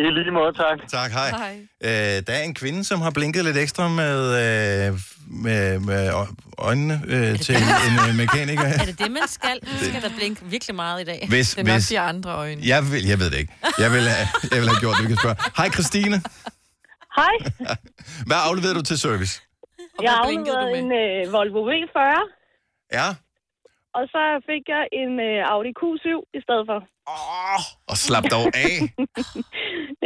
Speaker 19: I lige måde, tak.
Speaker 1: Tak, hej. Øh, der er en kvinde, som har blinket lidt ekstra med, øh, med, med ø- øjnene øh, til en øh, mekaniker.
Speaker 4: Er det det, man skal? Nu skal der blinke virkelig meget i dag.
Speaker 1: Hvis- Det er nok hvis- de
Speaker 4: andre øjne.
Speaker 1: Jeg, vil, jeg ved det ikke. Jeg vil, have, jeg vil have gjort det, vi kan spørge. Hej, Christine.
Speaker 20: Hej,
Speaker 1: Hvad afleverer du til service?
Speaker 20: jeg har afleveret en øh, Volvo V40,
Speaker 1: Ja,
Speaker 20: og så fik jeg en øh, Audi Q7 i stedet
Speaker 10: <laughs>
Speaker 20: for.
Speaker 1: og slap dog af.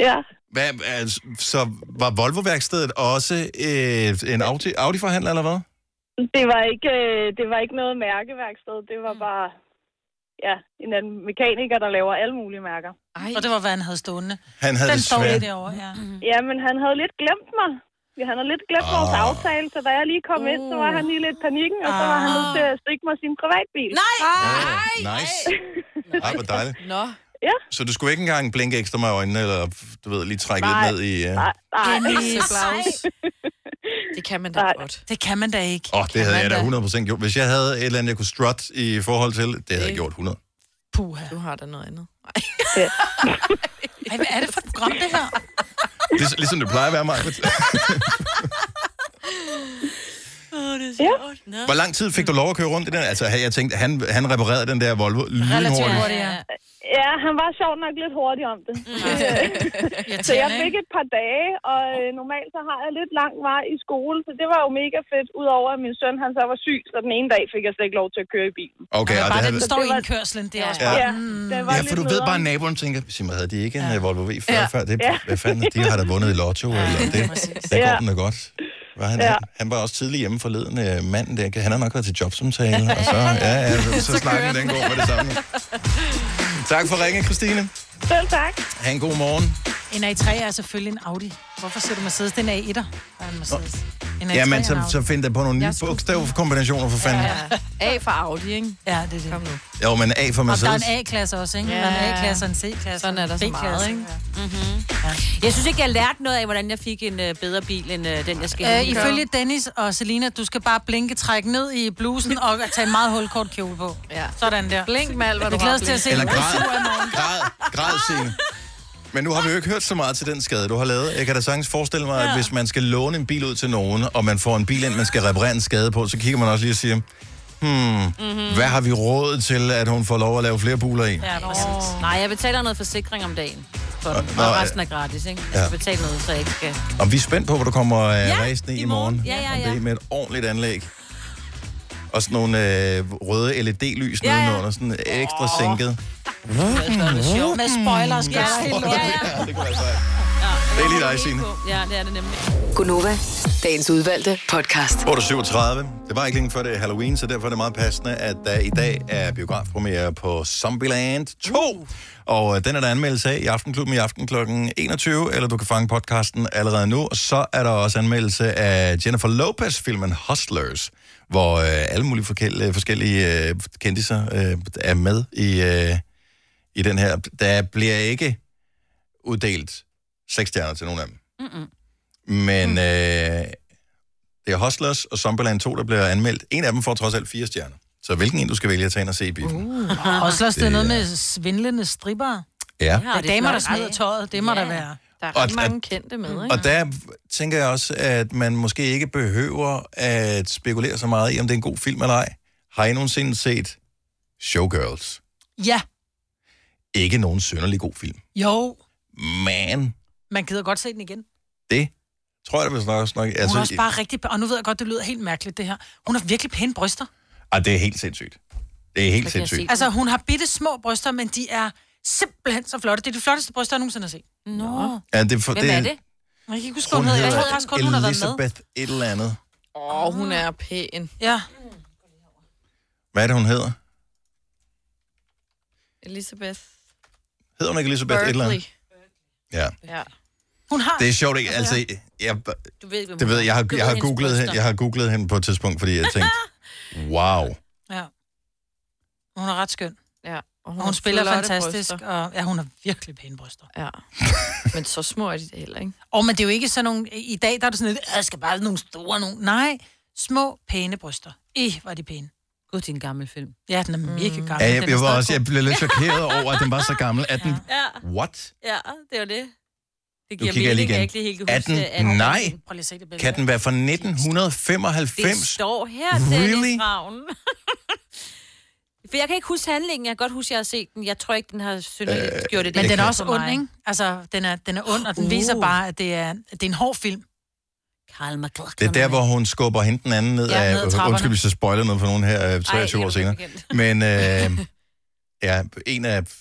Speaker 20: Ja,
Speaker 1: Hvad, altså, så var Volvo-værkstedet også øh, en Audi- Audi-forhandler, eller hvad?
Speaker 20: det var ikke, øh, det var ikke noget mærkeværksted, det
Speaker 10: Mm.
Speaker 20: var bare ja, en anden mekaniker, der laver alle mulige mærker.
Speaker 6: Ej. Og det var, hvad han havde stående.
Speaker 1: Han havde
Speaker 6: den
Speaker 1: det
Speaker 6: står lige
Speaker 1: svært.
Speaker 6: derovre, ja.
Speaker 20: Mm-hmm. Ja, men han havde lidt glemt mig. Ja, Han havde lidt glemt vores
Speaker 1: Ah.
Speaker 20: aftale, så da jeg lige kom ind, så var han lige lidt i panikken, og så var han nødt til at stikke mig sin privatbil. Nej!
Speaker 1: Nice. Ej, hvor dejligt.
Speaker 20: Nå.
Speaker 1: Så du skulle ikke engang blinke ekstra med øjnene, eller du ved, lige trække
Speaker 20: Nej.
Speaker 1: lidt ned i... Øh...
Speaker 20: Nej,
Speaker 6: Dennis.
Speaker 20: Det kan man da Nej. godt.
Speaker 6: Det kan man da ikke.
Speaker 1: Åh, oh, det havde
Speaker 6: man
Speaker 1: jeg
Speaker 6: da.
Speaker 1: da 100% gjort. Hvis jeg havde et eller andet, jeg kunne strut i forhold til, det havde jeg gjort 100.
Speaker 6: Puha.
Speaker 3: Du har da noget <laughs> andet.
Speaker 6: Ej, hvad er det for et program, det her?
Speaker 1: Liges, ligesom det plejer at være, mig.
Speaker 6: <laughs>
Speaker 4: Åh, det er sjovt. Nå.
Speaker 1: Hvor lang tid fik du lov at køre rundt i den? Altså, havde jeg tænkt, han, han reparerede den der Volvo lynhurtigt.
Speaker 20: ja. Ja, han var sjovt nok lidt hurtig om det.
Speaker 6: Mm.
Speaker 20: Øh.
Speaker 6: <laughs>
Speaker 20: så jeg fik et par dage, og øh, normalt så har jeg lidt lang vej i skole, så det var jo mega fedt, udover at min søn han så var syg, så den ene dag fik jeg slet ikke lov til at køre i bilen.
Speaker 1: Okay, og det
Speaker 6: Bare
Speaker 1: havde...
Speaker 6: den står i indkørslen, det er også bare...
Speaker 20: Ja, det var
Speaker 1: Ja, for
Speaker 20: lidt
Speaker 1: du ved bare, at
Speaker 20: nederen.
Speaker 1: naboen tænker, Simon, havde de ikke en øh, Volvo V40
Speaker 20: Ja.
Speaker 1: før? Det,
Speaker 20: Ja.
Speaker 1: hvad fanden, de har da vundet i lotto, eller det, der går
Speaker 20: Ja.
Speaker 1: den da godt. Var han,
Speaker 20: Ja.
Speaker 1: han var også tidlig hjemme forleden, øh, manden der, han har nok været til jobsamtale, og så, ja, ja, så, så, så snakken den går med det samme. Tak for ringen, Christine.
Speaker 20: Selv tak.
Speaker 1: Ha' en god morgen.
Speaker 6: En A3 er selvfølgelig en Audi. Hvorfor siger du Mercedes? Den er A1'er. Der er en Mercedes. En
Speaker 1: Jamen,
Speaker 6: A3
Speaker 1: så,
Speaker 6: og en
Speaker 1: så find da på nogle nye bogstavkombinationer for fanden. Ja,
Speaker 6: A for Audi, ikke? Ja, det er det. Kom nu.
Speaker 1: Jo, men A for
Speaker 6: Og der er
Speaker 1: Mercedes.
Speaker 6: en A-klasse også, ikke?
Speaker 4: Ja.
Speaker 6: Ja. Der er en A-klasse og en C-klasse. Sådan er der
Speaker 4: så meget, ikke? Mm-hmm. Ja. Jeg synes ikke, jeg lærte noget af, hvordan jeg fik en øh, bedre bil, end øh, den, jeg skal have
Speaker 6: Øh,
Speaker 4: lige nu.
Speaker 6: ifølge Dennis og Selina, du skal bare blinke, trække ned i blusen og tage en meget hulkort kjole på. Ja. Sådan der. Blink med alt,
Speaker 3: hvad
Speaker 6: Vi
Speaker 3: du
Speaker 6: glæder
Speaker 3: har
Speaker 6: os til at se.
Speaker 1: Eller
Speaker 6: uge
Speaker 1: græd.
Speaker 6: syv af morgenen.
Speaker 1: Græd, Signe. Men nu har vi jo ikke hørt så meget til den skade, du har lavet. Jeg kan da sagtens forestille mig, at hvis man skal låne en bil ud til nogen, og man får en bil ind, man skal reparere en skade på, så kigger man også lige og siger, hmm, mm-hmm. hvad har vi råd til, at hun får lov at lave flere buler i?
Speaker 4: Ja, præcis. Nej, jeg betaler noget forsikring om dagen. For den.
Speaker 1: Nå,
Speaker 4: og
Speaker 1: ja.
Speaker 4: resten er gratis, ikke? Jeg skal
Speaker 1: Ja.
Speaker 4: betale noget, så jeg ikke øh, skal...
Speaker 1: Og vi er spændt på, hvor du kommer uh, ja, racende i morgen.
Speaker 4: Ja, ja,
Speaker 1: Om
Speaker 4: ja.
Speaker 1: Det er med et ordentligt anlæg. Og sådan nogle øh, røde LED-lys
Speaker 4: Ja,
Speaker 1: ja,
Speaker 4: ja.
Speaker 1: ja. nedenunder, sådan ekstra oh. sænket.
Speaker 6: Med spoiler skal
Speaker 4: Ja,
Speaker 6: der helt
Speaker 4: ja, ja.
Speaker 1: Ja, det kunne være sejt. Det er lige dig, Signe.
Speaker 4: Ja, det er det nemlig.
Speaker 16: Gunova, dagens udvalgte podcast.
Speaker 1: 8.37. Det var ikke længe før det er Halloween, så derfor er det meget passende, at der i dag er biografpremiere på Zombieland 2. Og øh, den er der anmeldelse af i Aftenklubben i aften kl. 21, eller du kan fange podcasten allerede nu. Og så er der også anmeldelse af Jennifer Lopez-filmen Hustlers, hvor øh, alle mulige forskellige, forskellige øh, kendiser øh, er med i, øh, i den her. Der bliver ikke uddelt seks stjerner til nogen af dem.
Speaker 4: Mm-mm.
Speaker 1: Men mm. øh, det er Hustlers og Zombieland 2, der bliver anmeldt. En af dem får trods alt fire stjerner. Så hvilken en du skal vælge at tage ind og se i biffen? Uh.
Speaker 6: Uh, og så er
Speaker 1: Det
Speaker 6: noget med svindlende stripper.
Speaker 1: Ja.
Speaker 6: Der er damer, der smider tøjet. Det må der være.
Speaker 3: Der er
Speaker 1: Og-
Speaker 3: ret mange kendte med, ikke?
Speaker 1: Og der tænker jeg også, at man måske ikke behøver at spekulere så meget i, om det er en god film eller ej. Har I nogensinde set Showgirls?
Speaker 6: Ja,
Speaker 1: Ikke nogen sønderlig god film.
Speaker 6: jo.
Speaker 1: Men
Speaker 6: Man gider godt se den igen.
Speaker 1: det tror jeg, der vil nok også nok...
Speaker 6: Hun er også bare rigtig... Og nu ved jeg godt, det lyder helt mærkeligt, det her. Hun har virkelig pæne bryster.
Speaker 1: Ej, ah, det er helt sindssygt. Det er helt
Speaker 6: Kan jeg
Speaker 1: sindssygt.
Speaker 6: se. Altså, hun har bitte små bryster, men de er simpelthen så flotte. Det er de flotteste bryster, jeg nogensinde har set. Nå.
Speaker 1: Ja, det er for- det er-
Speaker 6: Jeg kan ikke huske, hun, hun hedder. Jeg tror faktisk kun, hun har været med.
Speaker 1: Elizabeth et eller andet.
Speaker 3: Åh, oh, hun er pæn.
Speaker 6: Ja.
Speaker 1: Hvad er det, hun hedder?
Speaker 3: Elizabeth.
Speaker 1: Hedder hun ikke Elizabeth et eller andet? Ja.
Speaker 3: Ja.
Speaker 6: Hun har...
Speaker 1: Det er sjovt, ikke? Altså, jeg,
Speaker 4: Du ved, hvem
Speaker 1: det
Speaker 4: hun
Speaker 1: ved
Speaker 4: er.
Speaker 1: jeg, jeg har,
Speaker 4: Du ved
Speaker 1: jeg har,
Speaker 4: hendes
Speaker 1: googlet, hende,
Speaker 4: bryster.
Speaker 1: jeg har googlet hende på et tidspunkt, fordi jeg tænkte, wow.
Speaker 6: Ja. Hun er ret skøn.
Speaker 3: Ja. Og
Speaker 6: Hun,
Speaker 3: har
Speaker 6: hun spiller
Speaker 3: flotte
Speaker 6: fantastisk,
Speaker 3: bryster.
Speaker 6: og ja, hun har virkelig pæne bryster.
Speaker 3: Ja. Men så små er de da heller, ikke?
Speaker 6: Og men det er jo ikke sådan nogle... I dag der er det sådan lidt, "Øh, jeg skal bare have nogle store nogle. Nej, små, pæne bryster. I var de pæne.
Speaker 4: Gud, det er en gammel film.
Speaker 6: Ja, den er mega gammel.
Speaker 1: Ja,
Speaker 6: Den
Speaker 1: jeg,
Speaker 6: er
Speaker 1: jeg, var
Speaker 6: stadig
Speaker 1: også, jeg
Speaker 6: god.
Speaker 1: blev lidt chokeret over, at den var så gammel. 18...
Speaker 4: Ja.
Speaker 1: What?
Speaker 4: Ja, det er jo det. Det
Speaker 1: Nu kigger jeg lige
Speaker 4: jeg
Speaker 1: igen.
Speaker 4: ikke lige helt kan huske,
Speaker 1: 18... Nej.
Speaker 6: Prøv lige at se det billede.
Speaker 1: Kan den være fra
Speaker 4: Det
Speaker 1: 1995?
Speaker 4: står her,
Speaker 1: Really?
Speaker 4: Dennis Ravn. <laughs> For jeg kan ikke huske handlingen. Jeg kan godt huske, at jeg har set den. Jeg tror ikke, den har synderligt øh, gjort det.
Speaker 6: Men den er også ond, ikke? Altså, den er, den er ond, og den
Speaker 4: Uh.
Speaker 6: uh. viser bare, at det er, at det er en hård film.
Speaker 4: Karl McLaughlin.
Speaker 1: Det er der, hvor hun skubber hende den anden ned
Speaker 6: Ja, ned ad
Speaker 1: af...
Speaker 6: trapperne.
Speaker 1: Undskyld, hvis jeg spoiler noget for nogen her øh, 23
Speaker 6: Ej,
Speaker 1: år
Speaker 6: det
Speaker 1: senere.
Speaker 6: kan
Speaker 1: Men øh, ja, en af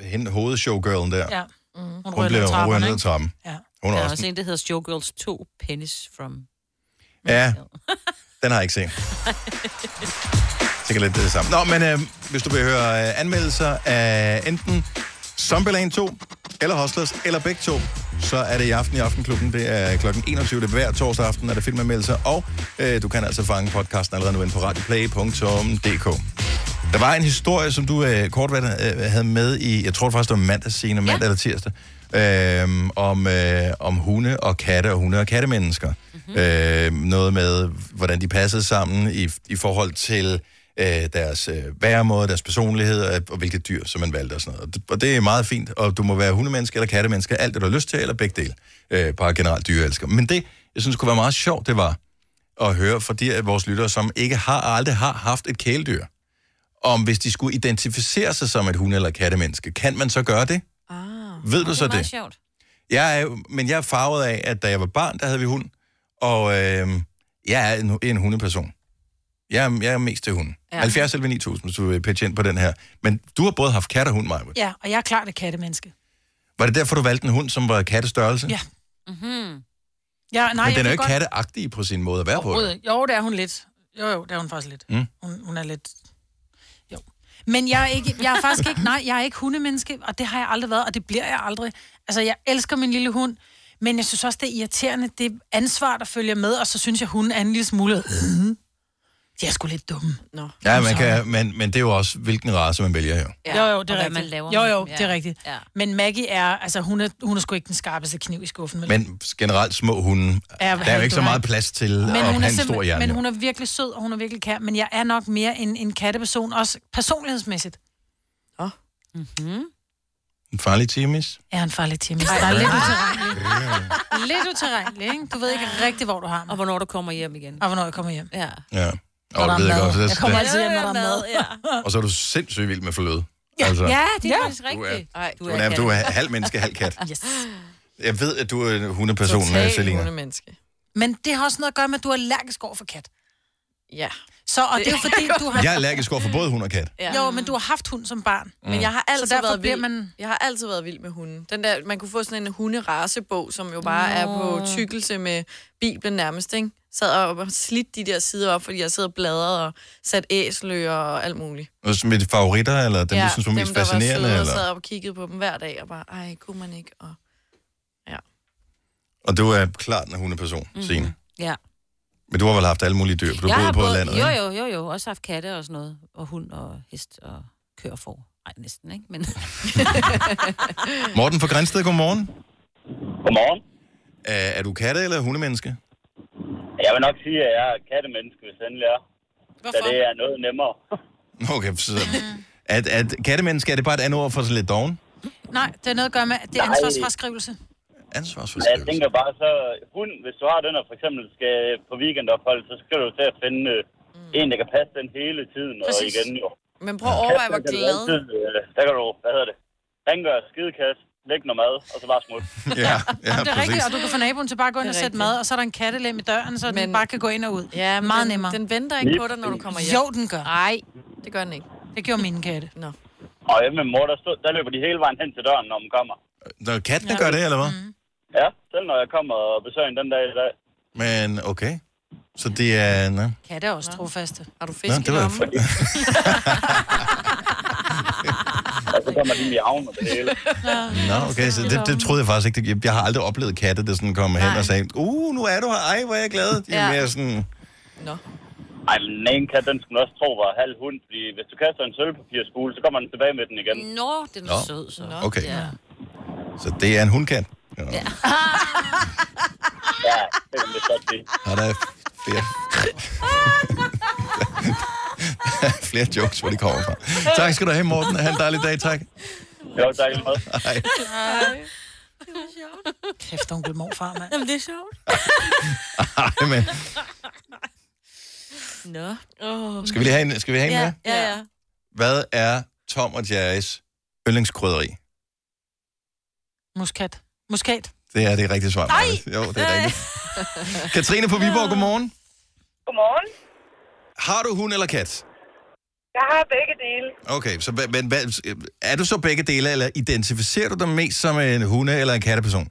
Speaker 1: øh, hende, hovedshowgirlen der,
Speaker 6: Ja.
Speaker 4: Mm. Hun,
Speaker 1: hun bliver røget ned ad trappen.
Speaker 6: Ja.
Speaker 1: Hun
Speaker 4: der
Speaker 1: er
Speaker 4: er
Speaker 1: også...
Speaker 4: også en, der hedder Showgirls 2, Pennies from...
Speaker 1: Ja, den har jeg ikke set. Sikkert lidt det samme. Nå, men øh, hvis du vil høre øh, anmeldelser af enten Zombieland 2, eller Hustlers, eller begge to, så er det i aften i Aftenklubben. Det er kl. 21. Det er hver torsdag aften, er der filmanmeldelser. Og øh, du kan altså fange podcasten allerede nu inde på radioplay.dk. Der var en historie, som du øh, kort øh, havde med i, jeg tror det faktisk, det var mandag, Signe, mandag ja. eller tirsdag, øh, om, øh, om hunde og katte og hunde og kattemennesker. Mm-hmm. Øh, noget med, hvordan de passede sammen i, i forhold til øh, deres øh, væremåde, deres personlighed og, og hvilke dyr, som man valgte og sådan noget. Og det, og det er meget fint, og du må være hundemenneske eller kattemenneske, alt det du har lyst til, eller begge dele. Øh, bare generelt dyreelsker. Men det, jeg synes kunne være meget sjovt, det var at høre fra de af vores lyttere, som ikke har og aldrig har haft et kæledyr, om hvis de skulle identificere sig som et hunde- eller kattemenneske. Kan man så gøre det? Ah, Ved du så det?
Speaker 4: sjovt.
Speaker 1: Jeg er, jo- men jeg er farvet af, at da jeg var barn, der havde vi hund, og øh, jeg er en, en hundeperson. Jeg er, jeg er mest til hunden. Ja.
Speaker 6: Ja.
Speaker 1: 70 eller 9000, hvis du vil pitche ind på den her. Men du har både haft kat og hund, Maja.
Speaker 6: Ja, og jeg er klart et kattemenneske.
Speaker 1: Var det derfor, du valgte en hund, som var kattestørrelse?
Speaker 6: Ja. Mm-hmm. Ja, nej,
Speaker 1: men den er jo
Speaker 6: jeg
Speaker 1: ikke
Speaker 6: kan
Speaker 1: godt...
Speaker 6: godt-
Speaker 1: katteagtig på sin måde at være på.
Speaker 6: Overhovedet ikke. Jo, det er hun lidt. Jo, jo, det er hun faktisk lidt.
Speaker 1: Mm.
Speaker 6: Hun, hun er lidt... Jo. Men jeg er, ikke, jeg er faktisk ikke... Nej, jeg er ikke hundemenneske, og det har jeg aldrig været, og det bliver jeg aldrig. Altså, jeg elsker min lille hund, Men jeg synes også, det er irriterende, det ansvar, der følger med, og så synes jeg, hun er en lille smule... De er sgu lidt dumme. Nå.
Speaker 1: Ja, man kan, men, men det er jo også, hvilken race man vælger jo.
Speaker 6: Ja, jo, jo, det er
Speaker 4: og hvad
Speaker 6: rigtigt.
Speaker 4: man laver
Speaker 6: jo,
Speaker 4: med
Speaker 6: jo,
Speaker 4: dem,
Speaker 6: det er
Speaker 4: ja.
Speaker 6: rigtigt. Ja. Men Maggie er, altså hun er, hun er sgu ikke den skarpeste kniv i skuffen. vel?
Speaker 1: Men generelt små hunde,
Speaker 6: Ja,
Speaker 1: der er jo ikke så
Speaker 6: du har-
Speaker 1: meget plads til
Speaker 6: men
Speaker 1: at
Speaker 6: hun,
Speaker 1: have
Speaker 6: er
Speaker 1: en stor
Speaker 6: simpelthen-
Speaker 1: hjerne.
Speaker 6: men
Speaker 1: jo.
Speaker 6: hun er virkelig sød, og hun er virkelig kær. Men jeg er nok mere en, en katteperson, også personlighedsmæssigt. Åh. Oh.
Speaker 4: Mhm.
Speaker 6: Mm-hmm.
Speaker 1: En farlig timis.
Speaker 6: Er han farlig til mig? Der er lidt uterrenelig.
Speaker 4: <laughs>
Speaker 6: lidt uterrenelig, ikke? Du ved ikke rigtig, hvor du har mig. Og hvornår du kommer hjem igen. Og hvornår jeg kommer hjem.
Speaker 4: Ja.
Speaker 1: Ja.
Speaker 6: Når
Speaker 1: Og,
Speaker 6: der
Speaker 1: det
Speaker 6: er
Speaker 1: ved jeg
Speaker 6: mad.
Speaker 1: godt, så det,
Speaker 6: Jeg kommer
Speaker 1: det-
Speaker 6: altid hjem, når der er mad. <laughs>
Speaker 1: og så er du sindssygt vild med forlød.
Speaker 6: Ja.
Speaker 4: Ja, det er
Speaker 6: Ja.
Speaker 4: faktisk rigtigt.
Speaker 3: Ej,
Speaker 1: Du er, du er halv menneske, halv kat.
Speaker 6: Yes.
Speaker 1: Jeg ved, at du er en hundeperson, øh,
Speaker 3: Total
Speaker 1: Selina.
Speaker 3: hundemenneske.
Speaker 6: Men det har også noget at gøre med, at du er allergisk over for kat.
Speaker 3: Ja.
Speaker 6: Så, og det er jo
Speaker 3: <laughs>
Speaker 6: fordi, du har...
Speaker 1: Jeg er allergisk over for både hund og kat.
Speaker 6: Ja. Jo, men du har haft hund som barn.
Speaker 1: Mm.
Speaker 3: Men jeg har altid
Speaker 6: så derfor
Speaker 3: været
Speaker 6: bliver
Speaker 3: vild.
Speaker 6: man...
Speaker 3: Man... Jeg har altid været vild med hunden. Den der, man kunne få sådan en hunderacebog, som jo bare
Speaker 6: Nå.
Speaker 3: er på tykkelse med Bibelen nærmest, ikke? Sad og slidt de der sider op, fordi jeg sad og bladrede og satte æsler og alt muligt.
Speaker 1: Og som mit favoritter, eller dem, ja, du synes var
Speaker 3: dem,
Speaker 1: mest
Speaker 3: der
Speaker 1: fascinerende?
Speaker 3: Var søde, og
Speaker 1: eller?
Speaker 3: sad op og kiggede på dem hver dag, og bare, ej, kunne man ikke? Og...
Speaker 1: Og du er klart en hundeperson,
Speaker 4: Mhm.
Speaker 1: Signe.
Speaker 4: Ja.
Speaker 1: Men du har vel haft alle mulige dyr, for du boede på
Speaker 4: både-
Speaker 1: landet,
Speaker 4: Jo,
Speaker 1: ikke?
Speaker 4: jo, jo, jo. Også haft katte og sådan noget. Og hund og hest og køer og får. Nej, næsten ikke, men...
Speaker 1: Morten fra Grænsted, godmorgen.
Speaker 9: Godmorgen.
Speaker 1: Er, er du katte- eller hundemenneske?
Speaker 9: Jeg vil nok sige, at jeg er kattemenneske, hvis endelig er. Hvorfor? Så det er noget nemmere.
Speaker 1: Okay, så... At, at kattemenneske, er det bare et andet ord for sådan lidt doven?
Speaker 6: Nej, det er noget at gøre med, at det er
Speaker 9: Nej.
Speaker 6: ansvarsfraskrivelse.
Speaker 1: Ansvarsforskrivelse.
Speaker 9: Jeg tænker bare, så hund, hvis du har den og for eksempel skal på weekendophold, så skal du til at finde øh, en, der kan passe den hele tiden og
Speaker 3: Præcis.
Speaker 9: igen jo.
Speaker 3: Men prøv at overveje, hvor
Speaker 9: Katten kan du
Speaker 3: glad...
Speaker 9: altid, øh, Der kan du, hvad hedder det, rengøre skidekasse, læg noget mad, og så bare smut.
Speaker 1: <laughs> ja,
Speaker 6: Ja, det er rigtigt, og du kan få naboen til bare at gå ind og sætte mad, og så er der en kattelem i døren, så den bare kan gå ind og ud. Ja, meget nemmere.
Speaker 3: Den venter ikke på dig, når du kommer hjem.
Speaker 6: Jo, den gør.
Speaker 3: Nej, det gør den ikke.
Speaker 6: Det gjorde mine katte.
Speaker 3: Nå.
Speaker 9: Og hjemme med mor, der, stod, der løber de hele vejen hen til døren, når man kommer.
Speaker 1: Når kattene ja. gør det, eller hvad?
Speaker 9: Ja, selv når jeg kommer og besøger hende den dag i dag.
Speaker 1: Men okay. Så det er... Nå,
Speaker 6: Katte er også trofaste.
Speaker 3: Har du
Speaker 1: nå det var jeg <laughs>
Speaker 9: Og så kommer de miavne og det hele.
Speaker 1: Nå, okay, så det, det troede jeg faktisk ikke. Jeg- Jeg har aldrig oplevet katte, der sådan kom hen og sagde, uh, nu er du her, ej, hvor er jeg glad. De er
Speaker 9: Ja.
Speaker 1: mere sådan,
Speaker 9: Ej, men den ene kat, den skulle man også tro var halv hund, fordi hvis du kaster en sølvpapirskugle, så kommer den tilbage med den igen.
Speaker 4: Nå, den er
Speaker 1: Nå.
Speaker 4: sød, så.
Speaker 1: Okay.
Speaker 4: Ja.
Speaker 1: så det er en hundkat. <laughs>
Speaker 6: <laughs>
Speaker 4: ja.
Speaker 9: Ja, det kan man vist godt sige.
Speaker 1: Og der er
Speaker 9: <laughs>
Speaker 1: flere... Der er flere jokes, hvor de kommer fra. Tak skal du have, Morten. Ha' en dejlig dag, tak.
Speaker 9: Jo, tak lige meget.
Speaker 1: Hej.
Speaker 6: Kæft, onkel morfar, mand.
Speaker 4: Jamen, det er sjovt.
Speaker 1: Ej, men
Speaker 4: Nå. Oh.
Speaker 1: Skal vi lige have en- skal vi have en
Speaker 4: ja,
Speaker 1: mere?
Speaker 4: Ja, ja.
Speaker 1: hvad er Tom og Jerrys yndlingskrydderi?
Speaker 6: Muskat. Muskat.
Speaker 1: Det er det rigtige svar.
Speaker 6: Nej!
Speaker 1: Maja. Jo, det er rigtigt. Katrine på Viborg, godmorgen.
Speaker 10: <laughs> Godmorgen.
Speaker 1: Har du hund eller kat?
Speaker 10: Jeg har begge dele.
Speaker 1: Okay, så hva- men, hva- er du så begge dele, eller identificerer du dig mest som en hunde- eller en katteperson?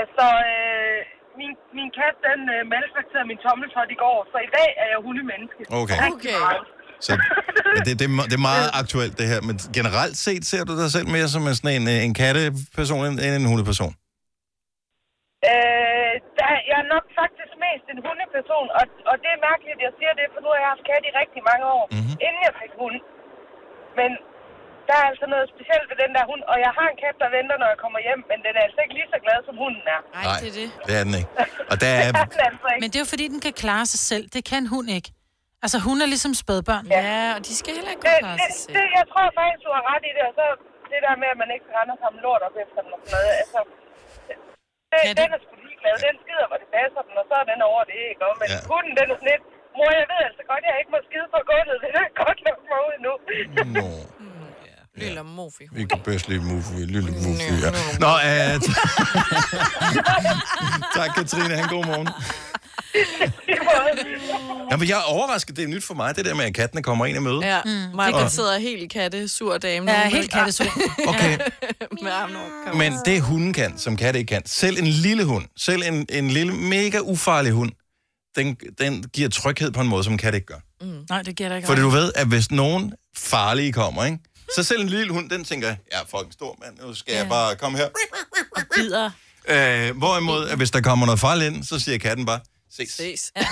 Speaker 10: Altså, øh, min, min kat, den øh, maltrakterede min tommeltot i går, så i dag er jeg hundemenneske.
Speaker 1: Okay.
Speaker 10: Okay.
Speaker 1: Så, men det, det, er, me- det er <laughs> meget aktuelt, det her. Men generelt set ser du dig selv mere som en, sådan en, øh, en katteperson end end en hundeperson?
Speaker 10: Øh, der, jeg er nok faktisk mest en hundeperson, og, og det er mærkeligt, at jeg siger det, for nu har jeg haft kat i rigtig mange år,
Speaker 1: Mhm.
Speaker 10: mm-hmm. inden jeg fik hund. Men der er altså noget specielt ved den der hund, og jeg har en kat, der venter, når jeg kommer hjem, men den er altså ikke lige så glad, som hunden er.
Speaker 1: Nej, det er det. Det er den ikke. Og der er,
Speaker 6: Men det er jo fordi, den kan klare sig selv. Det kan hun ikke. Altså, hun er ligesom spædbørn.
Speaker 10: Ja, og de skal heller ikke kunne klare sig selv. Det, jeg tror faktisk, du har ret i det, og så det der med, at man ikke render sammen lort op efter den og sådan noget. Altså, det, ja, det... den er sgu ligeglad. Den skider, hvor det passer den, og så er den over det, ikke? Og, men ja. hunden, den er sådan lidt, mor, jeg ved altså godt, jeg ikke må skide på gulvet. Det er godt nok mig ud nu.
Speaker 1: Nå.
Speaker 10: Mm,
Speaker 3: Lille morfi.
Speaker 1: Ikke bedst lille mufi, lille mufi, ja. Nå, øh, <laughs> t- tak Katrine, han god morgen. Jamen, jeg er overrasket, det er nyt for mig, det der med, at kattene kommer ind i møde.
Speaker 3: Ja, mm, Maja
Speaker 1: Og-
Speaker 3: sidder helt katte, sur dame.
Speaker 6: Ja, helt kattesur.
Speaker 1: Okay.
Speaker 3: Med armen over. koppen.
Speaker 1: Men det hunden kan, som katte ikke kan, selv en lille hund, selv en, en lille mega ufarlig hund, den, den giver tryghed på en måde, som katte ikke gør.
Speaker 6: Mm. Nej, det giver dig ikke.
Speaker 1: Fordi
Speaker 6: ret.
Speaker 1: du ved, at hvis nogen farlige kommer, ikke? så selv en lille hund, den tænker, jeg er fucking stor mand, nu skal jeg bare komme her.
Speaker 4: Og bider.
Speaker 1: Øh, hvorimod, at hvis der kommer noget fejl ind, så siger katten bare, ses.
Speaker 3: <laughs> Ses. Ja.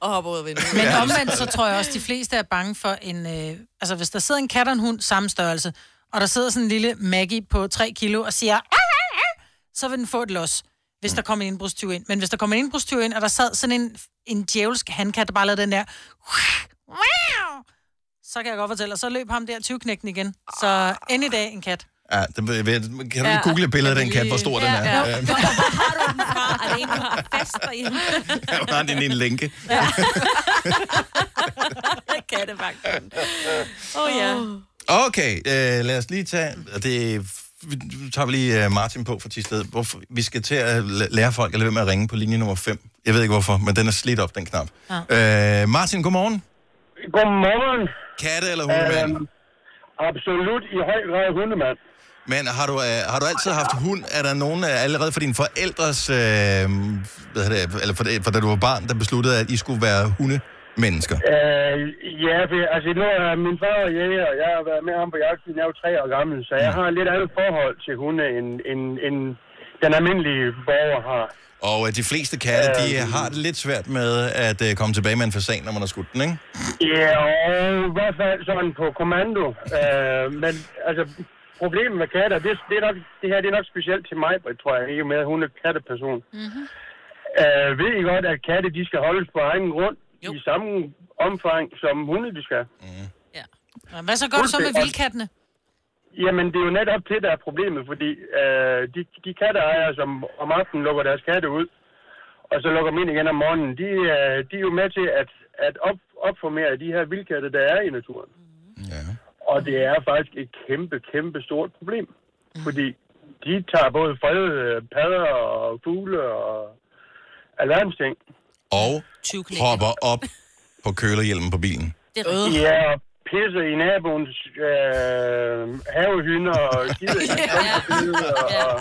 Speaker 3: og hopper ud af vinduet.
Speaker 6: Men omvendt, så tror jeg også, at de fleste er bange for en... Øh, altså, hvis der sidder en kat og en hund samme størrelse, og der sidder sådan en lille Maggie på 3 kilo og siger, "Ah, ah, ah," så vil den få et los, hvis
Speaker 1: Mm.
Speaker 6: der kommer en indbrudstyv ind. Men hvis der kommer en indbrudstyv ind, og der sad sådan en, en djævelsk handkat, der bare lavede den der... Så kan jeg godt fortælle, og så løb ham der tyvknækken igen. Så end i dag en kat.
Speaker 1: Ja, det, ved jeg- ved- kan du
Speaker 6: Ja.
Speaker 1: lige google et billede af
Speaker 6: Kan
Speaker 1: den
Speaker 6: vi
Speaker 1: kat,
Speaker 6: lige-
Speaker 1: hvor stor
Speaker 6: Ja,
Speaker 1: den er?
Speaker 6: ja.
Speaker 1: Ja.
Speaker 4: Er det en, du har fast
Speaker 6: <laughs>
Speaker 4: derhjemme?
Speaker 1: <laughs> Hun har Øh, den i en lænke.
Speaker 4: Kattevagten. Åh oh, ja.
Speaker 1: Okay, øh, lad os lige tage... og Det vi- nu tager vi lige øh, Martin på for Tisted. Hvorfor, vi skal til at la- lære folk at lade være med at ringe på linje nummer 5. Jeg ved ikke hvorfor, men den er slidt op, den knap. Ja. Øh, Martin, godmorgen.
Speaker 2: Godmorgen.
Speaker 1: Katte eller hundemand?
Speaker 2: Øhm, absolut i høj grad hundemand.
Speaker 1: Men har du, øh, har du altid haft hund? Er der nogen øh, allerede fra dine forældres... Øh, hvad hedder det, eller fra, det- fra da du var barn, der besluttede, at I skulle være hundemennesker?
Speaker 2: Øh, ja, for, altså nu er min far og jæger, og jeg har været med ham på jagt, siden jeg var tre år gammel, så
Speaker 1: Mm.
Speaker 2: jeg har lidt andet forhold til hunde, end, end, end den almindelige borger har.
Speaker 1: Og øh, de fleste katte, de
Speaker 2: Øhm.
Speaker 1: øh, har det lidt svært med at øh, komme tilbage med en fasan, når man har skudt den, ikke?
Speaker 2: Ja, og i hvert fald sådan på kommando. Øh, men altså, problemet med katter, det, det, er nok, det her det er nok specielt til mig, Britt, tror jeg, i og med, at hun er katteperson.
Speaker 8: Mm-hmm.
Speaker 2: Øh, ved I godt, at katte, de skal holdes på egen grund jo. i samme omfang, som hunde, de skal?
Speaker 1: Mhm.
Speaker 6: Nå, Hvad så gør du så med vildkattene?
Speaker 2: Jamen, det er jo netop det, der er problemet, fordi øh, de, de katteejere, som om aftenen lukker deres katte ud, og så lukker dem ind igen om morgenen, de, øh, de er jo med til at, at op, opformere de her vildkatte, der er i naturen. Ja. Og det er faktisk et kæmpe, kæmpe stort problem, fordi de tager både fredede øh, padder og fugle og alverdens ting.
Speaker 1: Og hopper op på kølerhjelmen på bilen.
Speaker 2: Ja, og pisser i naboens øh, havehynder og skider i ja. og...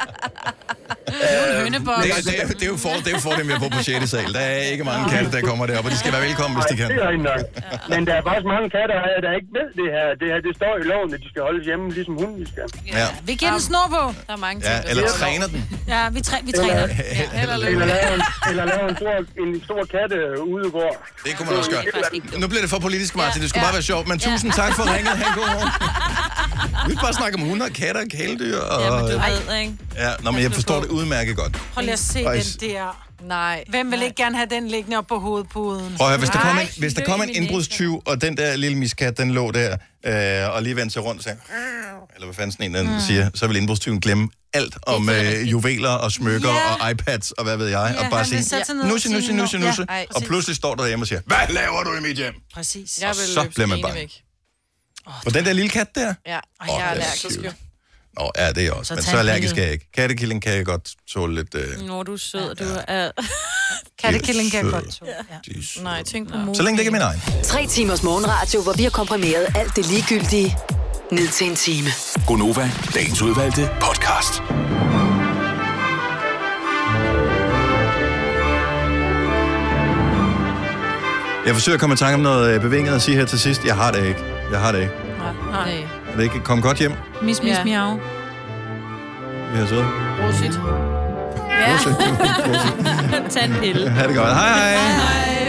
Speaker 6: Øh,
Speaker 1: Det, er- det, er- det, er jo for, det er jo fordelen ved at bo på 6. sal. Der er ikke mange katte, der kommer derop, og de skal være velkommen, hvis de
Speaker 2: Nej,
Speaker 1: kan.
Speaker 2: det er rigtigt nok. Men der er faktisk mange katter her, der ikke ved det her. Det her, det står i loven, at de skal holdes hjemme, ligesom hunden de skal.
Speaker 1: Ja.
Speaker 6: Vi giver den snor på.
Speaker 3: Der er mange
Speaker 1: Ja, eller træner den.
Speaker 6: Ja, vi, træ, vi træner. den.
Speaker 1: Eller
Speaker 2: Eller lave en, eller lave en stor, en stor katte udegård.
Speaker 1: Det kunne man også gøre. Nu bliver det for politisk, Martin. Det skulle bare være sjovt. Men tusind tak for ringet. Ha' en god morgen. Vi vil bare snakke om hunde og katter og kæledyr. Og...
Speaker 6: Jamen, du ved, ikke?
Speaker 1: Ja, nå, men jeg forstår det udmærket godt.
Speaker 6: Prøv lige at se
Speaker 1: Og
Speaker 6: den
Speaker 1: is-
Speaker 6: der. Nej. Hvem vil ikke gerne have den liggende op på hovedpuden?
Speaker 1: Prøv at høre, hvis der kom en,
Speaker 6: Nej,
Speaker 1: hvis der
Speaker 6: løb
Speaker 1: kom en
Speaker 6: i næsen.
Speaker 1: indbrudstyv, og den der lille miskat, den lå der, øh, og lige vendte sig rundt og sagde, "Rrrr," eller hvad fanden sådan en den
Speaker 6: Mm.
Speaker 1: mm. siger, så vil indbrudstyven glemme alt om øh, juveler og smykker
Speaker 6: Ja.
Speaker 1: og iPads og hvad ved jeg,
Speaker 6: Ja,
Speaker 1: og bare
Speaker 6: han vil
Speaker 1: sige,
Speaker 6: sætte sig ned og
Speaker 1: nusse,
Speaker 6: sige,
Speaker 1: nusse,
Speaker 6: "Nå."
Speaker 1: nusse,
Speaker 6: Ja,
Speaker 1: nusse,
Speaker 6: ej,
Speaker 1: og pludselig står der hjemme og siger, hvad laver du i mit hjem?
Speaker 6: Præcis.
Speaker 3: Jeg
Speaker 1: Og
Speaker 3: vil
Speaker 1: så
Speaker 3: løbe
Speaker 1: bliver man
Speaker 3: skrigende
Speaker 1: bange.
Speaker 3: væk.
Speaker 1: Og den der lille kat der?
Speaker 3: Ja, og
Speaker 1: Åh,
Speaker 3: jeg er
Speaker 1: det er
Speaker 3: allergisk.
Speaker 1: cute. Nå, ja, det er jeg også,
Speaker 4: Så
Speaker 1: så men
Speaker 4: tag
Speaker 1: så
Speaker 4: en
Speaker 1: allergisk
Speaker 4: billede.
Speaker 1: er jeg ikke. Kattekilling kan jeg godt tåle lidt... Øh.
Speaker 4: Nå, du er sød. Du
Speaker 3: <laughs>
Speaker 4: er...
Speaker 1: Kattekilling kan jeg godt
Speaker 4: tåle.
Speaker 3: Nej, tænk på mor.
Speaker 1: Så længe det ikke er min egen.
Speaker 16: Tre timers morgenradio, hvor vi har komprimeret alt det ligegyldige ned til en time.
Speaker 15: Gonova, dagens udvalgte podcast.
Speaker 1: Jeg forsøger at komme i tanke om noget øh, bevinget at sige her til sidst. Jeg har det ikke. Jeg har det ikke.
Speaker 6: Nej.
Speaker 1: Er det ikke kom godt hjem?
Speaker 6: Mis, mis, ja. miau.
Speaker 1: Vi har siddet.
Speaker 3: Rosit.
Speaker 6: <laughs>
Speaker 4: Ja. Tag en pille.
Speaker 1: Ha' det godt. Hej hej.
Speaker 4: hej.